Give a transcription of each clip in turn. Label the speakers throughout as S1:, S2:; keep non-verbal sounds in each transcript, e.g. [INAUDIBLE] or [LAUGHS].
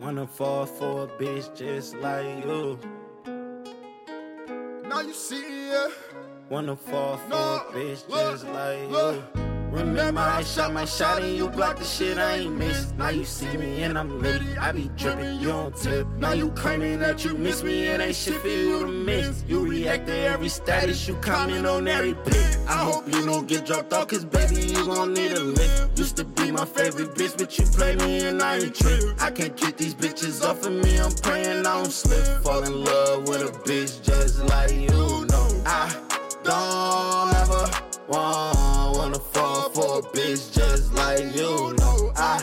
S1: Wanna fall for a bitch just like you.
S2: Now you see it.
S1: Wanna fall for
S2: No,
S1: a bitch
S2: look,
S1: just like
S2: look.
S1: you. Remember I shot my shot and you blocked the shit I ain't missed. Now you see me and I'm litty. I be dripping, you don't tip. Now you claiming that you miss me and ain't shit for you to miss. You react to every status, you comment on every pic. I hope you don't get dropped off, cause baby, you gon' need a lick. Used to be my favorite bitch, but you play me and I ain't trip. I can't get these bitches off of me, I'm praying I don't slip. Fall in love with a bitch just like you know. I don't ever want, wanna fall for a bitch just like you. No, I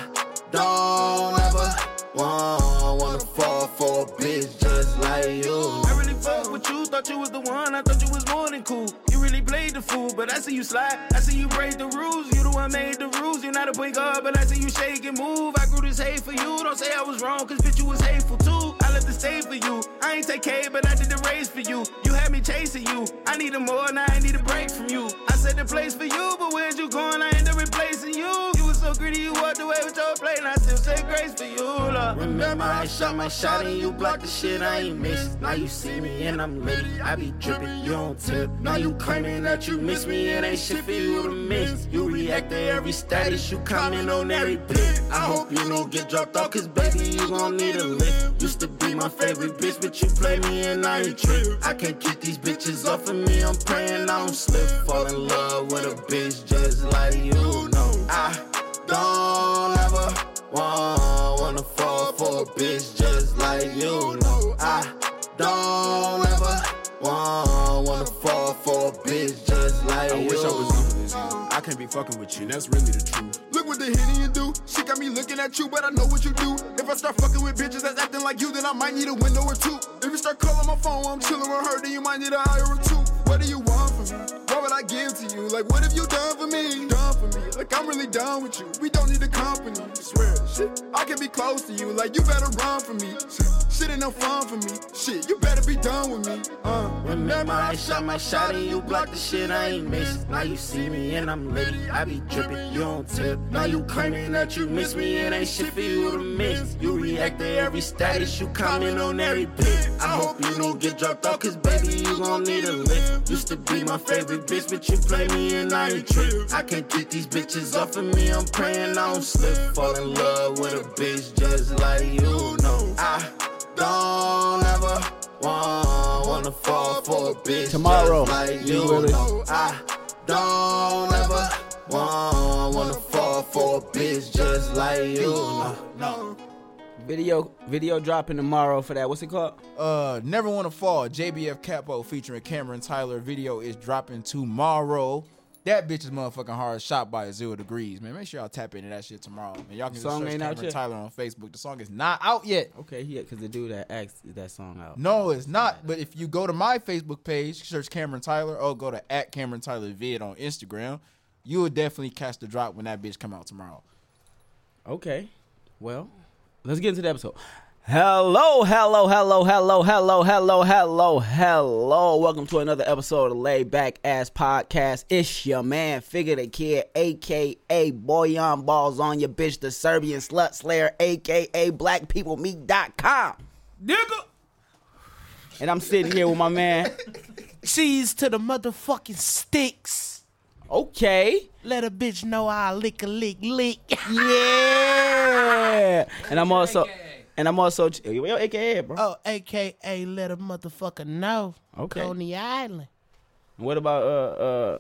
S1: don't ever want, wanna fall for a bitch just like you.
S3: I really fuck with you, thought you was the one, I thought you was more than cool. You really played the fool, but I see you slide, I see you break the rules. You the one made the rules, you're not a boy guard, but I see you shake and move. I grew this hate for you, don't say I was wrong, cause bitch, you was hateful too. I left the stage for you, I ain't take K, but I did the race for you. You had me chasing you, I needed more, now I need a break from you. I set the place for you, but where'd you going? I end up replacing you. You was so greedy, you walked away with your plate, and I still say grace for you, love.
S1: Remember I shot my shot and you blocked the shit I ain't missed. Now you see me and I'm litty. I be dripping, you don't tip. Now you claiming that you miss me and ain't shit for you to miss. You react to every status, you comment on every pic. I hope you don't get dropped off, cause baby, you gon' need a lift. Used to be my favorite bitch, but you play me and I ain't trip. I can't get these bitches off of me, I'm praying I don't slip. Fall in love with a bitch just like you know. I don't ever want, wanna fall for a bitch just like you. No, I don't ever want, wanna fall for a bitch just like
S4: I
S1: you.
S4: wish I was evil as you. I can't be fucking with you, and that's really the truth.
S2: Look what the hitting you do. She got me looking at you, but I know what you do. If I start fucking with bitches that's acting like you, then I might need a window or two. If you start calling my phone while I'm chilling with her, then you might need a higher or two. What do you want from me? What would I give to you? Like, what have you done for me? Done for me? Like, I'm really done with you. We don't need a company. Swear, shit. I can be close to you. Like, you better run from me. Shit ain't no fun for me. Shit, you better be done with me. Uh.
S1: Remember I shot my shot and you blocked the shit I ain't missed. Now you see me and I'm litty. I be dripping, you don't tip. Now you claiming that you miss me and ain't shit for you to miss. You react to every status, you comment on every pic. I hope you don't get dropped off, cause baby, you gon' need a lift. Used to be my favorite bitch, but you play me and I ain't trip. I can't get these bitches off of me, I'm praying I don't slip. Fall in love with a bitch just like you know. I don't ever want, wanna fall for a bitch
S5: Tomorrow,
S1: just like
S5: you
S1: you.
S5: really-
S1: know I don't ever want, wanna fall for a bitch just like you. know.
S3: Video video dropping tomorrow for that. What's it called?
S4: Uh, Never Wanna Fall, JBF Capo featuring Cameron Tyler. Video is dropping tomorrow. That bitch is motherfucking hard shot by zero degrees, man. Make sure y'all tap into that shit tomorrow, man. Y'all can just
S3: Song
S4: search
S3: ain't out
S4: Cameron
S3: yet?
S4: Tyler on Facebook. The song is not out yet.
S3: Okay, yeah, because the dude that asked is that song out.
S4: No, it's not. But if you go to my Facebook page, search Cameron Tyler, or go to at Cameron Tyler vid on Instagram, you will definitely catch the drop when that bitch come out tomorrow.
S3: Okay, well, let's get into the episode. Hello, hello, hello, hello, hello, hello, hello, hello. Welcome to another episode of the Laid Back Ass Podcast. It's your man, Figure the Kid, aka Boyan Balls on your bitch, the Serbian Slut Slayer, aka BlackPeopleMeet.com.
S6: Nigga,
S3: And I'm sitting here with my man.
S6: cheese to the motherfucking sticks.
S3: Okay.
S6: Let a bitch know I lick a lick lick.
S3: Yeah. And I'm also and I'm also yo, AKA, bro.
S6: oh, AKA let a motherfucker know.
S3: Okay.
S6: Coney Island.
S3: What about uh uh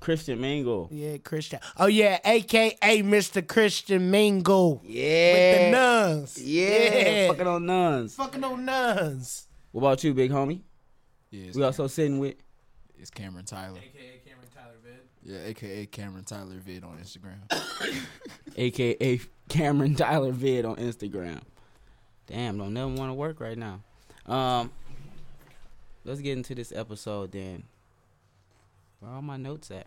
S3: Christian Mingle?
S6: Yeah, Christian. Oh yeah, AKA Mr. Christian Mingle.
S3: Yeah.
S6: With the nuns.
S3: Yeah. Fucking on nuns.
S6: Fucking on nuns.
S3: What about you, big homie?
S4: Yeah, it's,
S3: We also sitting with
S4: it's Cameron Tyler.
S7: AKA Cameron Tyler Vid.
S4: Yeah, aka Cameron Tyler vid on Instagram.
S3: AKA [LAUGHS] Cameron Tyler Vid on Instagram. Damn, don't never want to work right now. Um Let's get into this episode then. Where are all my notes at?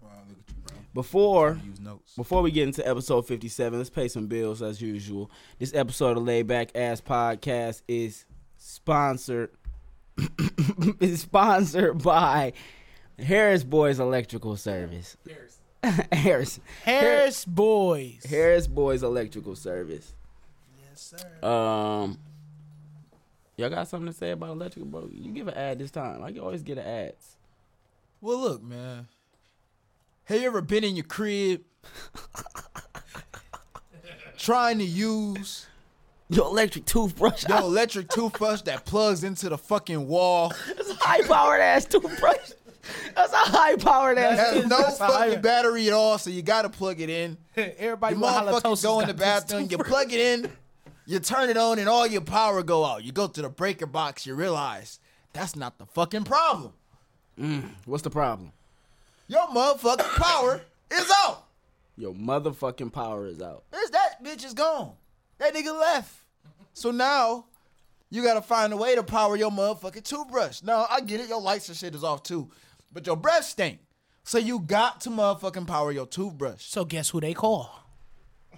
S4: wow, look at you, bro.
S3: Before
S4: Use notes.
S3: Before we get into episode 57, let's pay some bills as usual. This episode of Laid Back Ass Podcast is sponsored [COUGHS] is sponsored by Harris Boys Electrical Service.
S7: Harris.
S3: [LAUGHS] Harris.
S6: Harris Boys.
S3: Harris Boys Electrical Service.
S6: Yes, sir.
S3: Um, y'all got something to say about electrical, bro? You give an ad this time. Like you always get an ads.
S2: Well, look, man. Have you ever been in your crib trying to use
S3: Your electric toothbrush.
S2: your electric toothbrush that plugs into the fucking wall?
S3: That's a high powered ass toothbrush. That's a high powered ass.
S2: Has no
S6: That's how I-
S2: fucking battery at all, so you gotta plug it in.
S6: Everybody
S2: You
S6: want
S2: motherfuckers
S6: halitosis
S2: go in the
S6: got
S2: bathroom,
S6: this
S2: you plug it in, you turn it on, and all your power go out. You go to the breaker box, you realize that's not the fucking problem.
S3: What's the problem?
S2: Your motherfucking power is out.
S3: Your motherfucking power is out.
S2: There's that bitch is gone. That nigga left. So now you gotta find a way to power your motherfucking toothbrush. Now I get it, your lights and shit is off too. But your breath stink. So you got to motherfucking power your toothbrush.
S6: So guess who they call? [LAUGHS]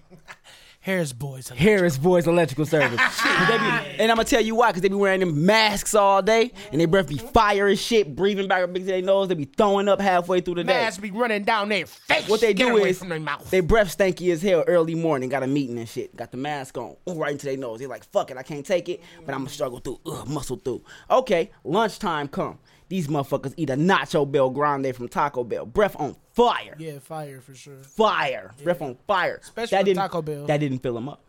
S6: Harris Boys.
S3: Harris Boys Electrical
S6: [LAUGHS]
S3: Service. 'Cause they be- and I'm gonna tell you why, cause they be wearing them masks all day, and their breath be fire and shit, breathing back up into their nose. They be throwing up halfway through the day.
S6: Mass be running down their face.
S3: What they
S6: Get
S3: do
S6: away
S3: is
S6: from their mouth.
S3: they breath stinky as hell early morning, got a meeting and shit, got the mask on, ooh, right into their nose. They're like, fuck it, I can't take it, but I'm gonna struggle through, ugh, muscle through. Okay, lunchtime come. These motherfuckers eat a nacho bell grande from Taco Bell. Breath on fire.
S6: yeah, fire for sure.
S3: Fire. Breath on fire.
S6: Especially with
S3: didn't,
S6: Taco Bell.
S3: That didn't fill them up.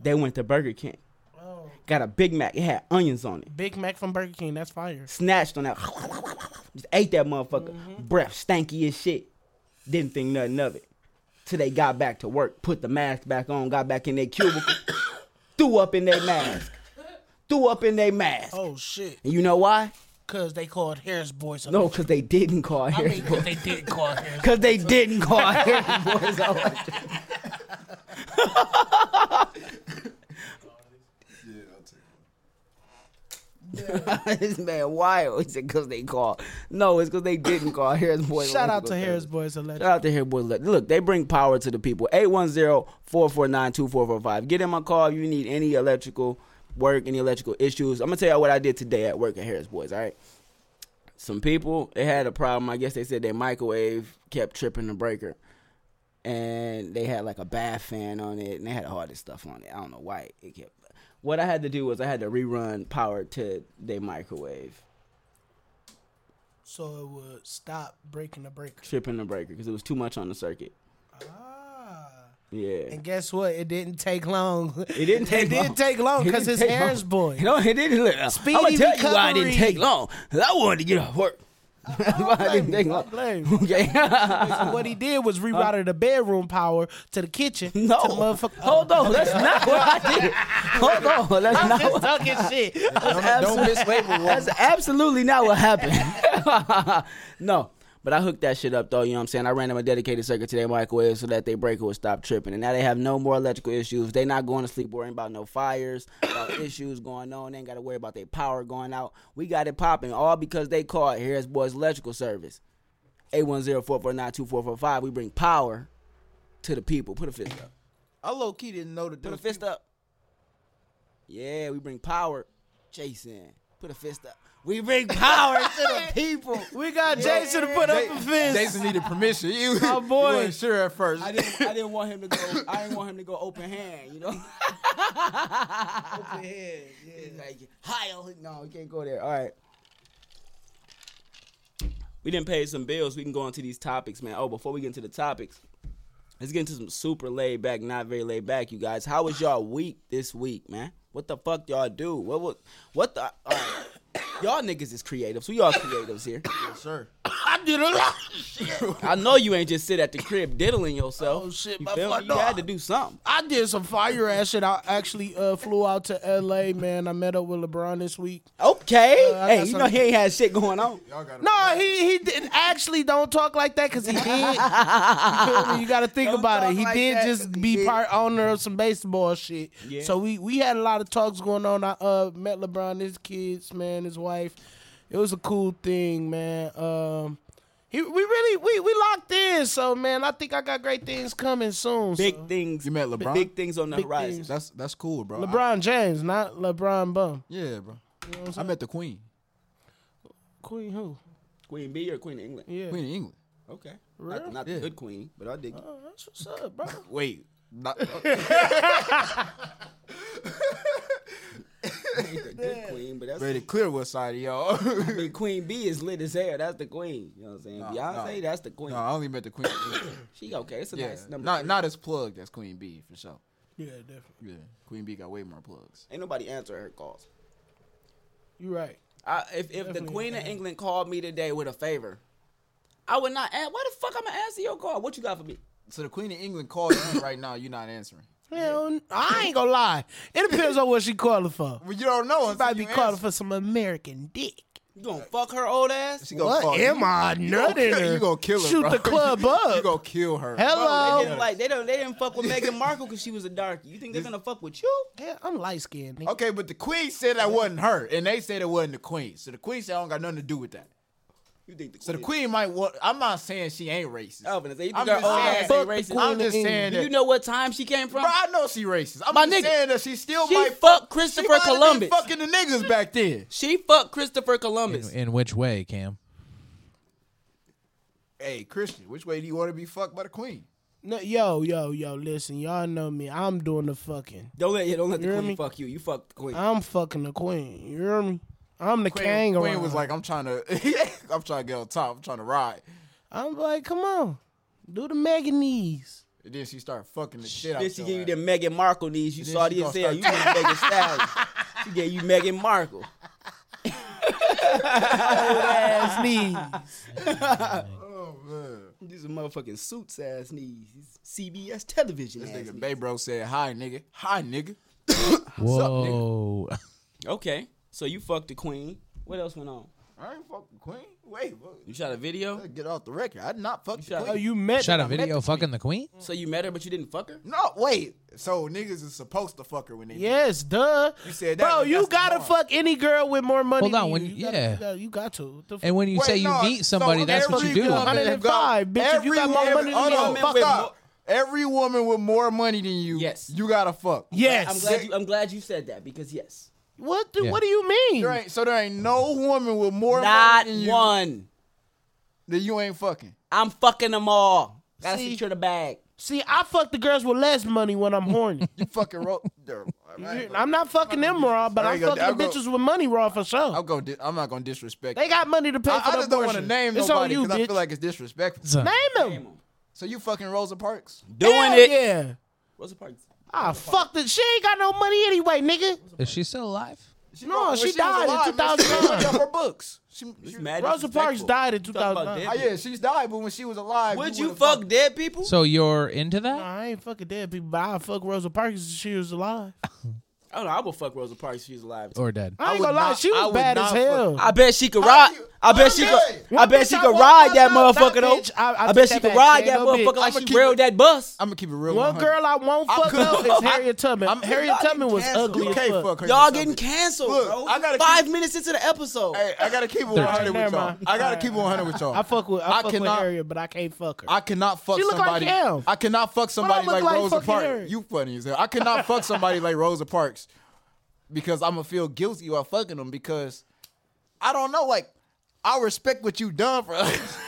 S3: They went to Burger King.
S6: Oh.
S3: Got a Big Mac. It had onions on it.
S6: Big Mac from Burger King. That's fire.
S3: Snatched on that. [LAUGHS] Just ate that motherfucker.
S6: Mm-hmm.
S3: Breath stanky as shit. Didn't think nothing of it. Till they got back to work, put the mask back on, got back in their
S6: [COUGHS]
S3: cubicle, threw up in their mask. Threw up in their mask.
S6: Oh shit.
S3: And you know why?
S6: Cause they called Harris Boys.
S3: No, because they didn't call
S6: I
S3: Harris
S6: mean, 'cause
S3: [LAUGHS]
S6: they did call Harris.
S3: Cause they didn't call Harry Boys out. [LAUGHS] this man wild. He said, "Cause they call." No, it's cause they didn't call Harris Boys.
S6: Shout out to
S3: Electrical
S6: Harris
S3: Service.
S6: Boys Electric.
S3: Shout out to Harris Boys. Elect- Look, they bring power to the people. 810-449-2445. Get in my call. If you need any electrical work, any electrical issues. I'm gonna tell you what I did today at work at Harris Boys. All right some people they had a problem. I guess they said their microwave kept tripping the breaker, and they had like a bath fan on it, and they had all this stuff on it. I don't know why it kept. What I had to do was I had to rerun power to their microwave,
S6: So it would stop breaking the breaker.
S3: tripping the breaker because it was too much on the circuit.
S6: Ah.
S3: Yeah,
S6: And guess what? It didn't take long. [LAUGHS]
S3: it didn't take.
S6: It didn't take long
S3: It
S6: because
S3: didn't
S6: it's
S3: take
S6: Harris
S3: long.
S6: Boy.
S3: You know, it didn't. Look, I'm gonna
S6: Speedy
S3: tell you why it didn't
S6: recovery. Oh,
S3: take long. 'cause I wanted to get off work. [LAUGHS] Why it didn't take long.
S6: blame
S3: [LAUGHS]
S6: you.
S3: Okay.
S6: what he
S3: [LAUGHS]
S6: did was rerouted the bedroom power to the kitchen.
S3: No.
S6: To
S3: [LAUGHS]
S6: motherfucker. [LAUGHS]
S3: Hold on. That's
S6: Oh,
S3: not what I did. Hold on. That's not
S6: Just
S3: what
S6: talking shit.
S2: Don't, don't mislabel
S3: That's
S2: woman.
S3: absolutely not what happened. [LAUGHS] no. But I hooked that shit up though, you know what I'm saying? I ran them a dedicated circuit to their microwave so that they breaker would stop tripping. And now they have no more electrical issues. They not going to sleep worrying about no fires, about [COUGHS] issues going on. They ain't gotta worry about their power going out. We got it popping, all because they called Harris Boys Electrical Service. 810-449-2445. We bring power to the people. Put a fist up.
S2: I low key didn't know that there was
S3: Put a fist up. Yeah, we bring power. Jason, put a fist up. We bring power to the people.
S6: We got Jason to put up a fist.
S2: Jason needed permission. You,
S6: [LAUGHS] My boy.
S2: you weren't sure at first.
S3: I didn't, I didn't want him to go. I didn't want him to go open hand. You know. open hand. Yeah. Like, Heil. No, we can't go there. All right. We didn't pay some bills. We can go into these topics, man. Oh, before we get into the topics, let's get into some super laid back, not very laid back, you guys. How was y'all week this week, man? What the fuck y'all do? What what what the all right. y'all niggas is creatives. We all creatives here.
S2: sir.
S3: I know you ain't just sit at the crib diddling yourself.
S6: Oh, shit,
S3: you
S6: my
S3: feel
S6: fuck
S3: me? You had
S6: dog.
S3: to do something.
S6: I did some fire ass shit. I actually uh, flew out to LA, man. I met up with LeBron this week.
S3: Okay.
S6: Uh, I
S3: hey,
S6: got
S3: you
S6: some-
S3: know he ain't had shit going on.
S6: No, he he didn't actually don't talk like that because he did. You feel me? You got to think
S3: Don't
S6: about
S3: talk
S6: it. He
S3: like
S6: did
S3: that 'cause
S6: just
S3: he
S6: be
S3: did.
S6: part owner of some baseball shit.
S3: Yeah.
S6: So we we had a lot of talks going on. I uh met LeBron, his kids, man, his wife. It was a cool thing, man. Um, he we really we we locked in. So man, I think I got great things coming soon.
S3: Big
S6: so.
S3: things.
S2: You met LeBron?
S3: Big things on the
S6: Big
S3: horizon.
S6: things.
S2: That's that's cool, bro. I-
S6: LeBron James, not LeBron Bum.
S2: yeah, bro. I met the Queen.
S6: Queen who?
S3: Queen B or Queen of England?
S6: Yeah. [LAUGHS]
S2: Queen of England.
S3: Okay. Not, not the good queen, but I dig it.
S6: Oh, that's what's up, bro.
S2: Wait. Not, uh,
S3: the good queen, but that's
S2: ready to clear what side of y'all. [LAUGHS]
S3: I mean, Queen B is lit as hell. That's the queen. You know what I'm saying? Beyonce,
S2: no.
S3: that's the queen.
S2: no, I only met the queen. bee.
S3: She okay. It's a
S2: yeah,
S3: nice number.
S2: not
S3: three.
S2: not as plugged as Queen B for sure.
S6: Yeah, definitely.
S2: Yeah, Queen B got way more plugs.
S3: Ain't nobody answering her calls.
S6: You right.
S3: I, if if the Queen of England called me today with a favor, I would not ask. Why the fuck I'm gonna answer your call? What you got for me?
S2: So the Queen of England called
S3: [COUGHS]
S2: you right now. You're not answering.
S6: Hell, I ain't gonna lie. It depends on what she calling for.
S2: Well, you don't know.
S6: She might be calling for some American dick.
S3: You gonna fuck her old ass?
S2: She
S6: What
S2: [LAUGHS]
S6: am I nutting her?
S2: You gonna kill her?
S6: Shoot
S2: bro.
S6: the club up.
S2: [LAUGHS] You gonna Oh, kill her?
S3: They
S6: Hello.
S3: didn't like they don't they didn't fuck with Meghan Markle because she was a darky. You think they're gonna fuck with you?
S6: Yeah, I'm light skinned. nigga.
S2: Okay, but the Queen said that wasn't her, and they said it wasn't the Queen. So the Queen said I don't got nothing to do with that.
S3: You think the
S2: So the Queen might want. I'm not saying she ain't racist.
S3: Oh, but if they- you
S2: I'm
S3: think her
S2: just
S3: old
S2: saying-
S3: ass
S6: Fuck
S3: ain't
S6: the
S3: racist?
S6: Queen
S2: I'm just
S6: of
S2: saying
S3: Do
S2: that.
S3: you know what time she came from?
S2: Bro, I know she racist. I'm
S3: My
S2: just
S3: nigga,
S2: saying that she still
S3: she
S2: might
S3: fucked
S2: she
S3: Christopher
S2: might have been
S3: Columbus.
S2: fucking the niggas back then.
S3: She fucked Christopher Columbus.
S4: In which way, Cam?
S2: Hey, Christian, which way do you want to be fucked by the queen?
S6: No, yo, yo, yo, listen, y'all know me. I'm doing the fucking.
S3: Don't let yeah, don't let the
S6: You hear
S3: queen
S6: me?
S3: fuck you. You fuck the queen.
S6: I'm fucking the queen. You hear me? I'm the
S2: Queen,
S6: king
S2: queen
S6: around.
S2: was like, I'm trying to, [LAUGHS] I'm trying to get on top. I'm trying to ride.
S6: I'm like, come on, do the Megan knees.
S2: And then she started fucking the shit out.
S3: Then she
S2: your
S3: give you
S2: ass.
S3: them Meghan Markle knees. You
S2: Then
S3: saw
S2: she
S3: these
S2: gonna
S3: hell.
S2: start-
S3: You went Meghan Stallion. [LAUGHS] She gave you Meghan Markle. [LAUGHS]
S6: Ass knees.
S3: Oh, These are motherfucking suits ass knees. These CBS television ass
S2: This nigga
S3: knees.
S2: Bay Bro said, "Hi, nigga. Hi, nigga."
S4: Whoa.
S3: Okay, so you fucked the queen. What else went on?
S2: I ain't fucking queen. Wait,
S3: You shot a video.
S2: get off the record. I did not fuck the
S3: shot-
S2: queen.
S6: Oh, you met?
S4: Shot a
S6: I
S4: [LAUGHS]
S6: met
S4: video
S6: the-
S4: fucking the queen?
S3: So you met her, but you didn't fuck her.
S2: No, wait. So niggas is supposed to fuck her when they.
S6: Yes, duh.
S2: You said that,
S6: bro.
S2: but
S6: You
S2: that's the
S6: gotta
S2: norm.
S6: fuck any girl with more money.
S4: Hold on,
S6: than
S4: when-
S6: you. You gotta-
S4: yeah.
S6: you gotta- you got to. What the
S4: And
S6: fuck?
S4: when you
S2: Wait,
S4: say you
S2: no,
S4: meet
S2: so
S4: somebody, that's what
S2: every
S4: you do.
S2: girl-
S6: Hundred and five, bitch, if
S2: Every
S6: you got more
S2: woman-
S6: money than
S2: hold
S6: me,
S2: on,
S6: I'll
S3: fuck
S2: with
S3: her.
S2: mo- Every woman with more money than you,
S3: Yes.
S2: you gotta fuck.
S6: yes.
S3: I'm glad you. I'm glad you said that because yes,
S6: What? The,
S4: Yeah.
S6: What do you mean?
S2: There ain't, so there ain't no woman with more
S3: not
S2: money than you
S3: one.
S2: that you ain't fucking.
S3: I'm fucking them all. Gotta
S6: See?
S3: secure the bag.
S6: See, I fuck the girls with less money when
S2: [LAUGHS]
S6: I'm horny.
S2: You fucking ro- There,
S6: I'm not fucking them raw, but
S2: I
S6: I'm
S2: ain't gonna-
S6: fucking the
S2: I'll go-
S6: bitches with money raw for
S2: I'm
S6: sure.
S2: going di- I'm not gonna disrespect.
S6: They
S2: you.
S6: got money to pay
S2: I,
S6: for
S2: I
S6: the
S2: just don't want to
S6: abortion.
S2: name
S6: It's on
S2: nobody
S6: you,
S2: because
S6: bitch.
S2: I feel like it's disrespectful.
S4: So-
S6: name them.
S2: So you fucking Rosa Parks?
S3: Doing
S6: Hell
S3: it.
S6: Yeah.
S3: What's the party?
S6: Ah, fuck that. She ain't got no money anyway, nigga.
S4: Is she still alive?
S6: No, she died in
S2: She
S6: 2009.
S2: looked up her books. She, she,
S3: Mad
S6: Rosa Parks
S3: disrespectful.
S6: died in
S3: Talk about
S6: 2009.
S3: dead
S2: oh,
S3: people.
S2: yeah, she's died, but when she was alive,
S3: Would you
S2: would've
S3: fuck
S2: fucked-
S3: dead people?
S4: So you're into that?
S6: Nah, I ain't fucking dead people, but I fuck Rosa Parks if she was alive.
S3: I don't know. I would fuck Rosa Parks if she's alive.
S4: Or dead?
S6: I ain't
S2: would
S6: gonna lie,
S2: not-
S6: she
S2: I
S6: was
S2: would
S6: bad as
S2: not
S6: hell.
S3: I bet she could
S2: How
S3: ride.
S2: do you-
S3: I bet
S2: I'm
S3: she could.
S2: dead.
S3: I bet she
S6: bitch, I
S3: could
S6: won't
S3: ride
S6: knock
S3: that
S6: out that
S3: motherfucker though.
S6: bitch. I- I
S3: I
S6: take
S3: bet she
S6: that
S3: could
S6: back.
S3: ride
S6: There
S3: that
S6: ain't no bitch.
S3: motherfucker
S6: I
S3: like
S2: should
S3: she
S2: keep
S3: railed
S2: it-
S3: that bus.
S2: I'm gonna keep it real.
S6: One
S2: 100.
S6: girl I won't fuck though is Harriet Tubman.
S2: I'm-
S6: Harriet
S3: y'all
S6: Tubman was
S3: canceled.
S6: ugly
S2: you
S6: as
S2: can't
S6: fuck.
S2: fuck her.
S3: Y'all getting canceled,
S2: Look,
S3: bro.
S2: I gotta
S3: Five
S2: keep-
S3: minutes into the episode.
S2: Hey, I gotta keep it 100 with
S6: Never
S2: y'all.
S6: mind.
S2: I gotta keep it 100 with y'all.
S6: I fuck with I,
S2: I
S6: fuck
S2: cannot-
S6: with Harriet, but I can't fuck her.
S2: I cannot fuck
S6: She look like
S2: somebody.
S6: him.
S2: I cannot fuck somebody
S6: look
S2: like,
S6: like
S2: Rosa
S6: fucking her.
S2: Parks. You funny as hell. I cannot fuck somebody like Rosa Parks because I'm gonna feel guilty while fucking them because I don't know. Like I respect what you done for us. [LAUGHS]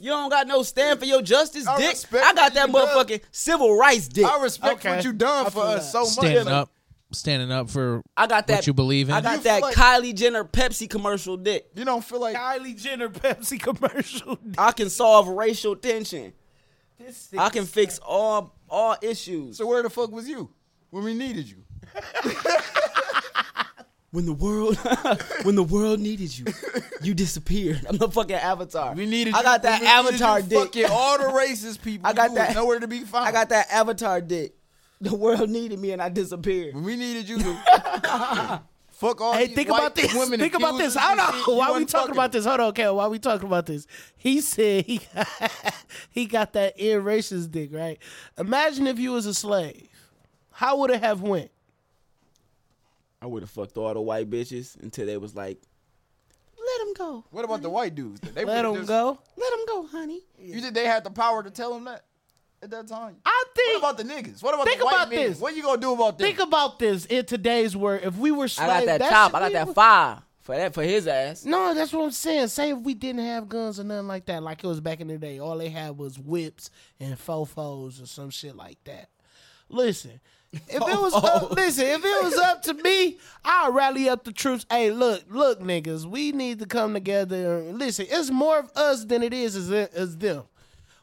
S3: You don't got no stand for your justice,
S2: I
S3: dick.
S2: respect
S3: I got that
S2: what you
S3: motherfucking civil rights dick.
S2: I respect
S6: Okay.
S2: what you done
S6: I
S2: for
S6: feel
S2: us
S6: that.
S2: so much.
S4: Standing
S2: Like,
S4: up, standing up for
S3: I got that.
S4: what you believe in.
S3: I
S2: You
S3: got that
S2: feel like-
S3: Kylie Jenner Pepsi commercial dick.
S2: You don't feel like
S6: Kylie Jenner Pepsi commercial.
S3: I can solve racial tension. I can fix all all issues.
S2: so. Where the fuck was you when we needed you?
S3: When the world [LAUGHS] when the world needed you, you disappeared. I'm the fucking avatar.
S2: We needed.
S3: I
S2: you-
S3: got
S2: when we
S3: that
S2: needed you
S3: avatar dick.
S2: Fucking all [LAUGHS] the racist people.
S3: I got
S2: you was
S3: that-
S2: Nowhere to be found.
S3: I got that avatar dick. The world needed me and I disappeared.
S2: When we needed you to
S6: [LAUGHS]
S2: fuck all
S6: Hey,
S2: these
S6: think
S2: white
S6: about this.
S2: women.
S6: Think about this.
S2: accusers
S6: I
S2: and shit,
S6: don't know
S2: you
S6: why we
S2: wasn't
S6: talking
S2: fucking
S6: about this. Hold on, okay, why we talking about this? He said he [LAUGHS] got, he got that in racist dick, right? Imagine if you was a slave. How would it have went?
S3: I would have fucked all the white bitches until they was like, "Let him go,
S2: What about the white dudes? They
S6: Let
S2: would've
S6: him
S2: just-
S6: go.
S3: let him go, honey."
S2: You think they had the power to tell them that at that time?
S6: I
S2: What
S6: think
S2: about the niggas? What about
S6: Think
S2: the white
S6: about
S2: men?
S6: this.
S2: What you gonna do about them?
S6: think about this in today's world. If we were
S3: I
S6: slaves,
S3: got that
S6: that
S3: top.
S6: shit
S3: I got
S6: we
S3: that
S6: would-
S3: five. for that for his ass.
S6: No, that's what I'm saying. Say if we didn't have guns or nothing like that, like it was back in the day, all they had was whips and fofos or some shit like that. Listen, if it was up, listen, if it was up to me, I'll rally up the troops. Hey, look, look, niggas, we need to come together. Listen, it's more of us than it is as, as them.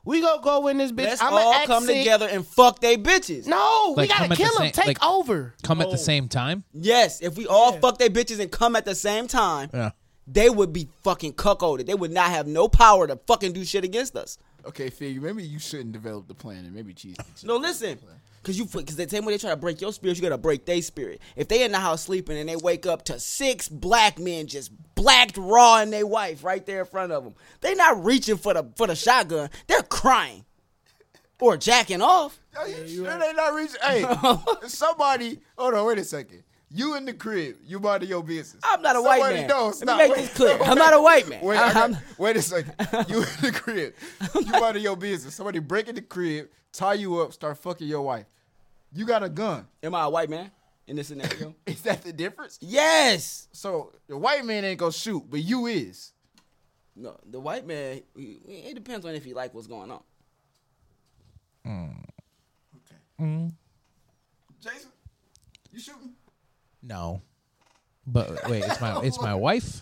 S6: We gonna go in this bitch.
S3: Let's
S6: I'ma
S3: all
S6: act
S3: come
S6: sick.
S3: together and fuck they bitches.
S6: No,
S4: Like,
S6: we
S4: come
S6: gotta
S4: at the
S6: kill them.
S4: same-
S6: Take
S4: like-
S6: over.
S4: Come at the same time.
S3: Yes, if we all fuck they bitches and come at the same time,
S4: Yeah.
S3: they would be fucking cuckolded. They would not have no power to fucking do shit against us.
S2: Okay, Fig, maybe you shouldn't develop the plan and maybe cheese. sticks.
S3: No, listen. Cause you, cause the same way they try to break your spirit, you gotta break their spirit. If they in the house sleeping and they wake up to six black men just blacked raw and their wife right there in front of them, they not reaching for the for the shotgun. They're crying or jacking off.
S2: Are Oh, you sure they not reaching?
S3: [LAUGHS]
S2: Hey, somebody, hold on, wait a second. You in the crib, you minding your business.
S3: I'm not a
S2: somebody
S3: white man.
S2: Don't,
S3: Let me
S2: stop.
S3: make
S2: wait,
S3: this clear.
S2: [LAUGHS]
S3: I'm not a white man.
S2: Wait,
S3: I-
S2: I got-
S3: I'm-
S2: wait a second. You in the crib,
S3: [LAUGHS]
S2: you minding your business. Somebody break in the crib, tie you up, start fucking your wife. You got a gun. [LAUGHS]
S3: am I a white man in this scenario?
S2: Is that the difference?
S3: yes.
S2: So the white man ain't gonna shoot, but you is.
S3: No, the white man. he- he- It depends on if he like what's going on.
S8: Jason, you shooting?
S4: No. But wait, it's my it's my wife.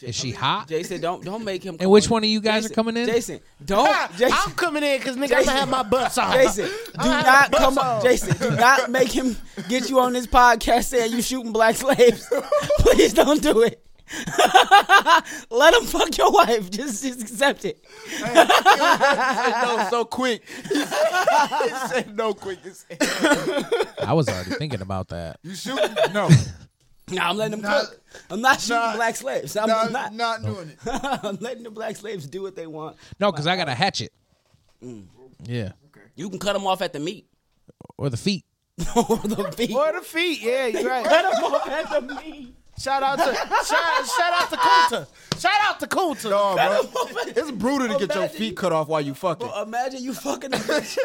S4: Is she hot?
S3: Jason, don't don't make him.
S4: And which
S3: in.
S4: one of you guys are
S3: Jason-
S4: coming in?
S3: Jason,
S2: [LAUGHS]
S3: don't. [LAUGHS] Jason,
S6: I'm coming in because nigga, I'm gonna have my butts off.
S3: Jason, do not come up. Jason, do not make him get you on this podcast saying you shooting black slaves.
S2: [LAUGHS]
S3: Please don't do it. [LAUGHS] Let him fuck your wife. Just, just accept it.
S2: No, so quick. [LAUGHS] he said no quick. It's-
S3: [LAUGHS]
S4: I was already thinking about that.
S2: You shooting? No,
S3: Nah, I'm letting him
S2: Nah.
S3: cook. I'm not shooting
S2: Nah.
S3: black slaves. I'm
S2: no, I'm
S3: not.
S2: not, doing it.
S3: [LAUGHS] I'm letting the black slaves do what they want.
S4: No, because I got a hatchet.
S2: Mm.
S4: Yeah.
S3: You can cut them off at the meat [LAUGHS]
S4: Or the feet.
S3: or the feet.
S6: Or the feet. Yeah, you're right.
S3: [LAUGHS] Cut them off at the meat.
S6: Shout out to shout, shout out to Kunta. Shout out to Kunta.
S2: No, bro.
S3: Off at-
S2: It's brutal to get your
S3: Imagine
S2: feet
S3: you-
S2: cut off while you fucking.
S3: Bro, imagine you [LAUGHS] fucking a bitch.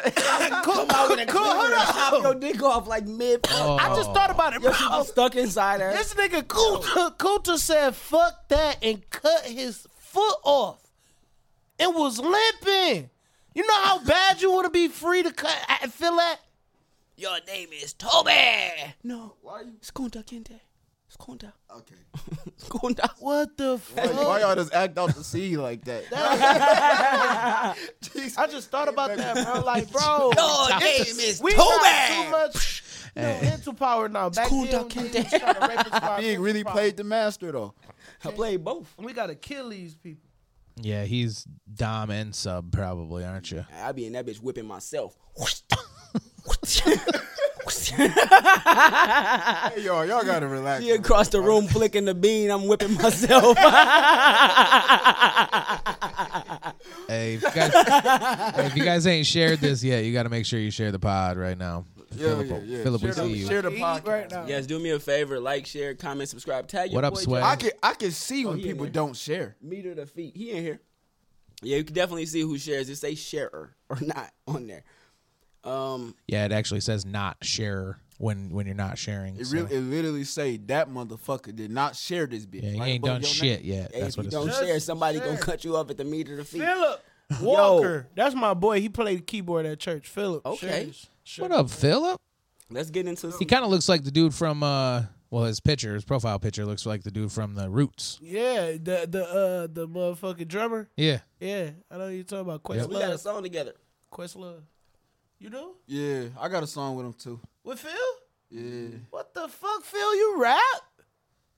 S3: Come out with a clip and chop your dick off like mid.
S6: I just thought about it,
S3: Your
S6: bro.
S3: shit be stuck inside her.
S6: This nigga Kunta, Kunta said fuck that and cut his foot off. It was limping. You know how bad you want to be free to cut I feel that?
S3: Your name is Toby. No. Why you? Skunta Kente. Skunta.
S2: uh,
S8: Okay.
S3: Skunta.
S6: What the fuck?
S2: Why y'all just act out the sea like [LAUGHS] that? [LAUGHS]
S6: I just thought about that, bro. Like, bro,
S3: Your name is
S6: we got too
S3: Toby.
S6: much you know, mental power now. Back
S3: Kunta
S6: then,
S3: Kinte.
S6: niggas tried to
S2: [LAUGHS]
S6: rape us by
S2: Big really
S6: mental
S2: played the master though.
S3: I play both.
S6: power. We gotta kill these people.
S4: Yeah, he's Dom and sub probably, aren't you?
S3: I be in that bitch whipping [LAUGHS] myself.
S2: Hey y'all, y'all gotta [LAUGHS] relax.
S3: She across the room flicking the bean. I'm whipping myself.
S2: [LAUGHS]
S4: Hey, if you guys, hey, if you guys ain't shared this yet, you got to make sure you share the pod right now. Philip, Philip, we
S2: Share the-
S4: see you.
S2: Share the
S6: Eat
S2: podcast.
S6: right now.
S3: yes, do me a favor. Like, share, comment, subscribe. Tag your
S4: What up,
S3: boy,
S4: Swag?
S2: I can I can see when
S3: he in
S2: people
S3: there.
S2: don't share.
S3: meter to feet. He in here. Yeah, you can definitely see who shares. It say sharer or not on there. Um,
S4: Yeah, it actually says not share when when you're not sharing.
S2: It
S4: so-
S2: really, it literally say that motherfucker did not share this bitch.
S4: yeah, you
S2: Right
S4: ain't
S2: above
S4: done
S2: your
S4: shit
S2: name.
S4: yet.
S3: if
S4: That's
S3: you
S4: what it
S3: don't
S4: says.
S3: share, somebody gonna cut you off at the meter to feet.
S6: Philip Walker. That's my boy. He played keyboard at church. Philip.
S3: Okay.
S6: Shares.
S4: What up, Philip?
S3: Let's get into some.
S4: He kind of looks like the dude from uh, well, his picture, his profile picture looks like the dude from the Roots.
S6: Yeah, the the uh the motherfucking drummer.
S4: Yeah,
S6: Yeah, I know you talking about Questlove.
S3: We got a song together.
S6: Questlove. You know?
S2: Yeah, I got a song with him too.
S6: With Phil?
S2: Yeah,
S6: What the fuck, Phil? You rap?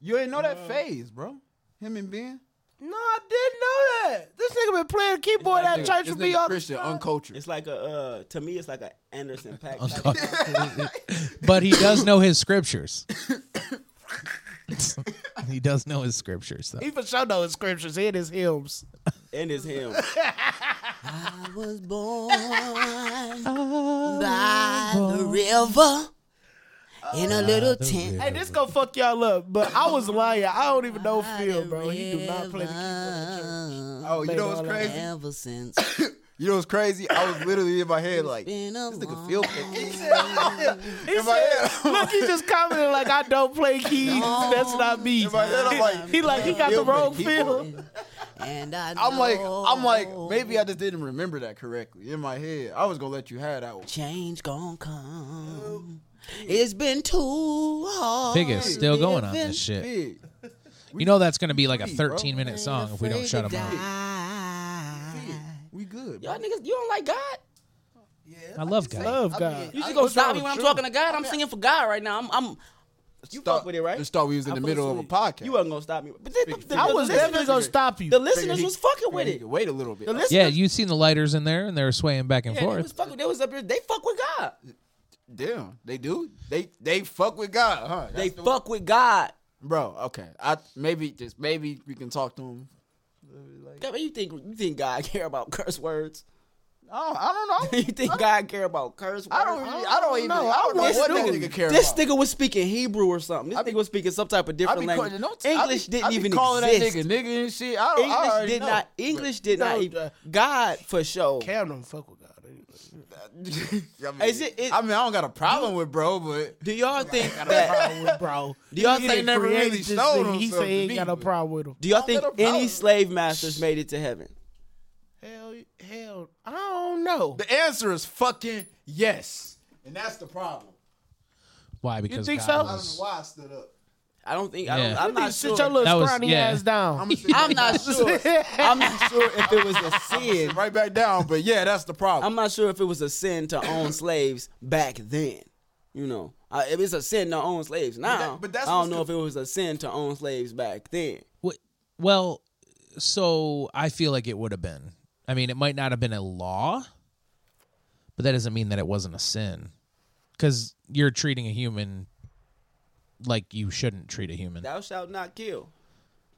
S2: you ain't know that phase, bro. Him and Ben.
S6: No, I didn't know that. This nigga been playing keyboard at church
S2: This
S6: with me
S2: nigga
S6: all the
S2: Christian,
S6: time.
S2: uncultured.
S3: It's like a uh, to me, it's like a Anderson Pack.
S4: but he does know his scriptures. [LAUGHS] he does know his scriptures. Though.
S6: He for sure know his scriptures and his hymns.
S3: and it's him. I was born by the river in a little tent.
S6: Hey, this gonna fuck y'all up, but I was lying. I don't even know Phil, bro. He do not play the keyboard.
S2: Oh, you know what's
S6: Made all
S2: crazy?
S3: Ever since
S2: You know what's crazy? I was literally in my head like, this nigga feel
S3: [LAUGHS]
S2: good. in my head, I'm
S6: Look, he just commented like I don't play keys. That's not me.
S2: In my head, I'm
S3: [LAUGHS]
S2: like,
S6: he like he got the
S2: Feel
S6: wrong
S2: pretty
S6: feel.
S9: And I
S2: [LAUGHS] I'm like, I'm like,
S9: know
S2: maybe I just didn't remember that correctly. In my head, I was gonna let you have that one.
S9: change gon' come. It's been too hard.
S4: Biggest still going on this shit.
S2: Big.
S4: You know that's gonna be like a
S2: free, bro.
S4: 13 minute song if we don't shut him out.
S2: We good.
S3: Y'all niggas, you don't like God?
S4: I love God.
S6: Love God.
S3: You just gonna stop me when I'm talking to God? I'm singing for God right now. I'm, I'm you
S2: Thought-
S3: fuck with it, right?
S2: Just thought we was in the
S3: I'm
S2: middle of a
S3: full
S2: podcast.
S3: You wasn't gonna stop me. But the, the, the,
S6: I
S3: the
S6: was
S3: listeners-
S6: definitely gonna stop you.
S3: The listeners was fucking with
S2: Hey,
S3: it.
S2: Wait a little bit.
S3: The listeners,
S4: Yeah, you seen the lighters in there and they were swaying back and
S3: yeah, they was
S4: forth.
S3: fucking. They was up here. They fuck with God.
S2: Damn, they do. They they fuck with God, huh?
S3: They fuck with God.
S2: Bro, okay. I maybe just maybe we can talk to him.
S3: God, man, you think you think God [LAUGHS] care about curse words? [LAUGHS]
S2: Oh, I don't know.
S3: you think God care about curse words?
S2: I don't. really- I don't even. I don't know
S3: This
S2: what that
S3: dude-
S2: nigga care
S3: This
S2: about.
S3: nigga was speaking Hebrew or something. This nigga was speaking some type of
S2: I
S3: different
S2: be
S3: language.
S2: calling- don't- I be-
S3: English didn't
S2: I be
S3: even
S2: calling
S3: exist.
S2: that nigga nigga and shit. I don't, I
S3: English
S2: already
S3: did
S2: know.
S3: not. English did not.
S6: No,
S3: even,
S6: uh,
S3: God for sure.
S6: Cam don't fuck with God. anyway.
S2: I mean,
S3: Is it- it-
S2: I mean, I don't got a problem with bro, but
S3: Do y'all think [LAUGHS] that?
S6: bro.
S3: Do [LAUGHS] y'all
S2: He
S3: think
S2: ain't never
S6: Created
S2: really
S6: this
S2: sold
S6: thing. He
S2: himself
S6: said
S2: to
S6: he ain't
S2: me,
S6: got no
S2: but-
S6: problem with him.
S3: Do y'all
S2: Don't
S3: think
S2: let 'em
S3: any
S2: know.
S3: slave masters made it to heaven?
S6: Hell, hell, I don't know.
S2: The answer is fucking yes, and that's the problem.
S4: Why? Because
S6: think
S4: God
S6: so?
S4: was-
S2: why I stood up.
S3: I don't think. I don't,
S4: Yeah.
S3: I'm not
S6: Sit
S3: sure.
S6: your
S4: That
S6: little
S4: was-
S6: scrawny
S4: yeah.
S6: ass [LAUGHS] down.
S3: I'm not sure. I'm not sure if it was a sin.
S2: Right back down, but yeah, that's the problem.
S3: I'm not sure if it was a sin to [COUGHS] own slaves back then. You know, I, if it's a sin to own slaves now,
S2: that- but that's
S3: I don't
S2: what's
S3: know if
S2: the-
S3: it was a sin to own slaves back then.
S4: Wh- Well, so I feel like it would have been. I mean, it might not have been a law, but that doesn't mean that it wasn't a sin. Because you're treating a human like you shouldn't treat a human.
S3: Thou shalt not kill,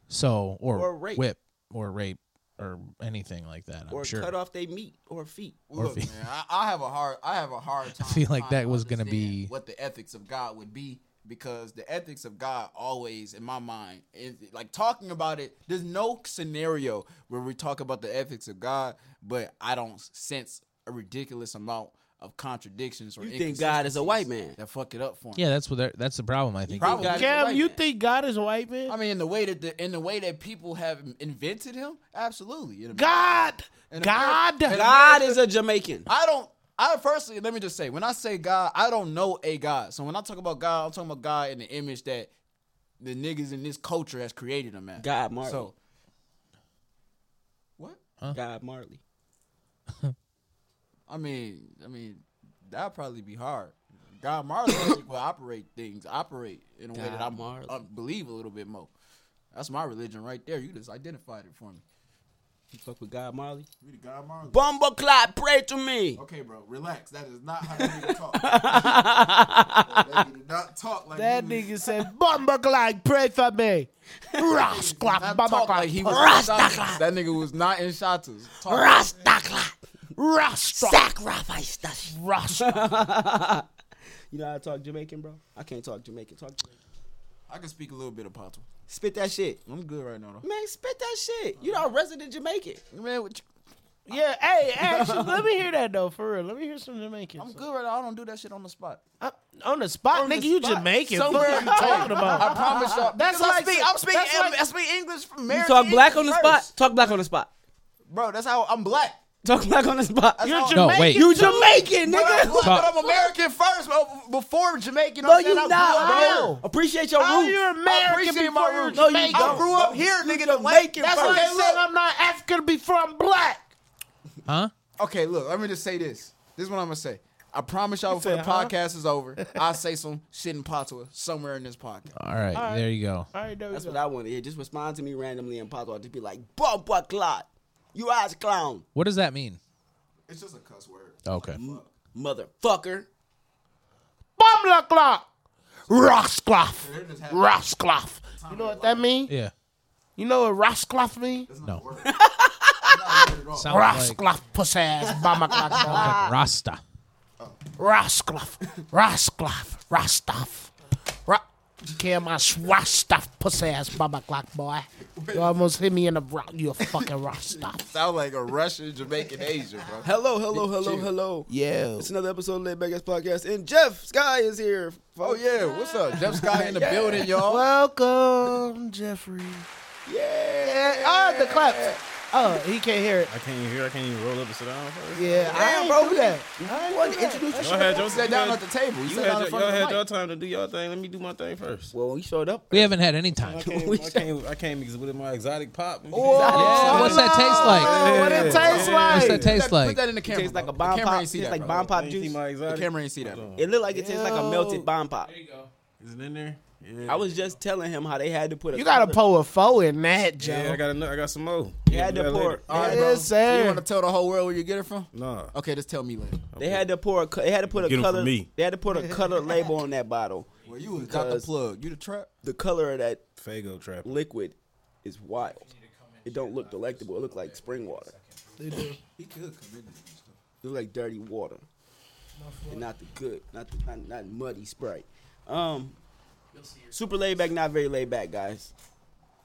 S4: So, or,
S3: Or rape.
S4: whip, or rape, or anything like that. I'm
S3: or
S4: sure.
S3: cut off their meat or feet.
S4: or
S2: Look,
S4: fe-
S2: man, I, I have a hard, I have a
S4: [LAUGHS]
S2: hard time.
S4: feel like
S2: trying
S4: that
S2: to
S4: was gonna
S2: understand
S4: be-
S2: what the ethics of God would be because the ethics of God always in my mind is like talking about it. There's no scenario where we talk about the ethics of God, but I don't sense a ridiculous amount of contradictions or
S3: You think God is a white man?
S2: inconsistencies that fuck it up for him.
S4: Yeah, that's what they're- that's the problem. I think.
S3: God is a
S6: Cam,
S3: white
S6: you
S3: man.
S6: think God is a white man?
S2: I mean, in the way that the, in the way that people have invented him, absolutely. In
S6: God,
S2: And
S6: God,
S3: God is a Jamaican.
S2: I don't. I personally, let me just say, when I say God, I don't know a God. So when I talk about God, I'm talking about God in the image that the niggas in this culture has created him at.
S3: God Marley.
S2: So what?
S3: God Marley.
S2: I mean, I mean, that'd probably be hard. God Marley I think, will operate things, operate in a way that
S3: God
S2: I'm,
S3: Marley.
S2: I believe a little bit more. That's my religion right there. You just identified it for me.
S3: You fuck with God Marley.
S2: You the God Marley.
S3: Bumble Clot, pray to me.
S2: Okay, bro, relax. That is not how that nigga talk. that nigga not talk like
S6: that
S2: he was-
S6: nigga said, "Bumba like pray for me." Ras, clap,
S2: Not
S6: bumba
S2: talk
S6: clap.
S2: like he was in Shatas. That nigga was not in Shatas. Talk like-
S6: Rasta,
S3: Sacrifice the sh-
S6: Rasta.
S3: You know how to talk Jamaican, bro? I can't talk Jamaican. Talk Jamaican.
S2: I can speak a little bit of Patois.
S3: Spit that shit.
S2: I'm good right now,
S3: Man, spit that shit. You know, resident Jamaican.
S2: though. Man, what you-
S6: Yeah, hey, actually, let me hear that though, for real. Let me hear some Jamaican.
S2: I'm good right now. I don't do that shit on the spot.
S6: Uh, on the spot, nigga, you Jamaican. What are you
S2: I
S6: talking about?
S2: promise y'all.
S6: That's
S2: because I
S6: like-
S2: speak- I'm speaking.
S6: that's
S2: em-
S6: like-
S2: I speak English from
S3: You
S2: American
S3: talk black on the
S2: English
S3: spot.
S2: first.
S3: Talk black on the spot.
S2: bro. That's how I'm black.
S3: Talk black on the spot.
S2: That's
S6: You're
S2: how I'm-
S4: No, wait.
S3: You Jamaican,
S2: But I'm,
S3: nigga.
S2: black, but
S4: Talk-
S2: I'm American first, bro. Before Jamaican,
S3: No,
S2: I'm saying I
S3: you
S2: grew up here.
S3: not, bro. Appreciate your
S6: How
S3: roots.
S6: you
S2: I
S6: American
S2: appreciate
S6: before
S2: my
S6: you're
S2: roots.
S3: No, you
S6: Jamaican?
S2: I
S3: don't.
S2: grew up here, nigga.
S3: You're
S2: Like,
S3: Jamaican
S2: that's
S3: first.
S2: why
S6: They
S2: I
S6: said
S2: said
S6: I'm not African before I'm black.
S4: Huh?
S2: Okay, look, let me just say this. This is what I'm gonna say. I promise y'all before
S6: said,
S2: the
S6: huh?
S2: podcast is over, I'll say some shit in Patois somewhere in this podcast.
S4: All right, there you go.
S6: All right, there we
S3: That's
S6: go.
S3: what I want to hear. Just respond to me randomly in Patois. Just be like, bump what clot. You eyes clown,
S4: What does that mean?
S2: It's just a cuss word.
S4: Okay.
S3: motherfucker.
S6: Bumla clock. Roscloth. Roscloth. You know what that mean?
S4: Yeah.
S6: You know what Roscloth mean?
S4: No. Sounds like,
S6: Roscloth puss ass. Bumla clock.
S4: like Rasta.
S6: Roscloth. Roscloth. Rostoff. Ra- Cam, I swashed off pussy ass Baba Glock boy. You almost hit me in the rock. You a fucking rock
S2: Sound like a Russian, [LAUGHS] Jamaican, Asian, bro.
S3: Hello, hello, hello, hello.
S6: Yeah.
S3: It's another episode of Laid Back Ass Podcast, and Jeff Sky is here.
S2: Oh yeah, what's up? Jeff Scott in the building, y'all.
S6: Welcome, Jeffrey. Yeah. Oh, the claps. Oh, he can't hear it.
S1: I can't even hear. I can't even roll up and sit down first.
S6: Yeah, I ain't bro, do that. I ain't do that.
S1: Y'all had your,
S2: Sit down at the table. You
S1: you
S2: sit
S1: had
S2: down
S1: your, y'all
S2: in front of the
S1: had
S2: mic.
S1: your time to do your thing. Let me do my thing first.
S3: Well, you showed up.
S4: We haven't had any time.
S1: I
S3: [LAUGHS]
S1: came, I came, I came with my exotic pop.
S4: Yeah, what's that taste like?
S6: What it tastes
S4: What's
S6: like?
S4: that taste
S2: Put
S4: like?
S2: that in the camera.
S3: tastes like
S2: bro.
S3: a
S2: The
S3: bomb
S2: camera
S3: pop.
S2: ain't see
S3: Tastes
S2: that,
S3: like
S2: bro.
S3: bomb pop
S1: You see
S3: juice.
S1: my
S2: The
S1: exotic?
S2: camera ain't see that. bro.
S3: It looked like it tastes like a melted bomb pop.
S1: Is it in there? Yeah.
S3: I was just telling him how they had to put a
S6: You gotta
S3: color-
S6: pour a four in that, Joe.
S1: Yeah, I got another. I got some more.
S3: They had to pour.
S2: All right,
S6: Yes,
S2: bro.
S6: sir.
S2: You want to tell the whole world where you get it from?
S1: Nah.
S2: Okay, just tell me later.
S3: They had to pour. A, co- they had to put
S1: Get
S3: a
S1: 'em
S3: color.
S1: from me.
S3: They had to put a color label on that bottle.
S2: Well, you was got the
S3: Because-
S2: plug. You the trap.
S3: The color of that
S1: Fago trap.
S3: liquid is wild. It don't look delectable. It look like spring water.
S2: He could come in.
S3: It look like dirty water, and not the good, not the, not, not muddy Sprite. Um, super laid back, not very laid back, guys.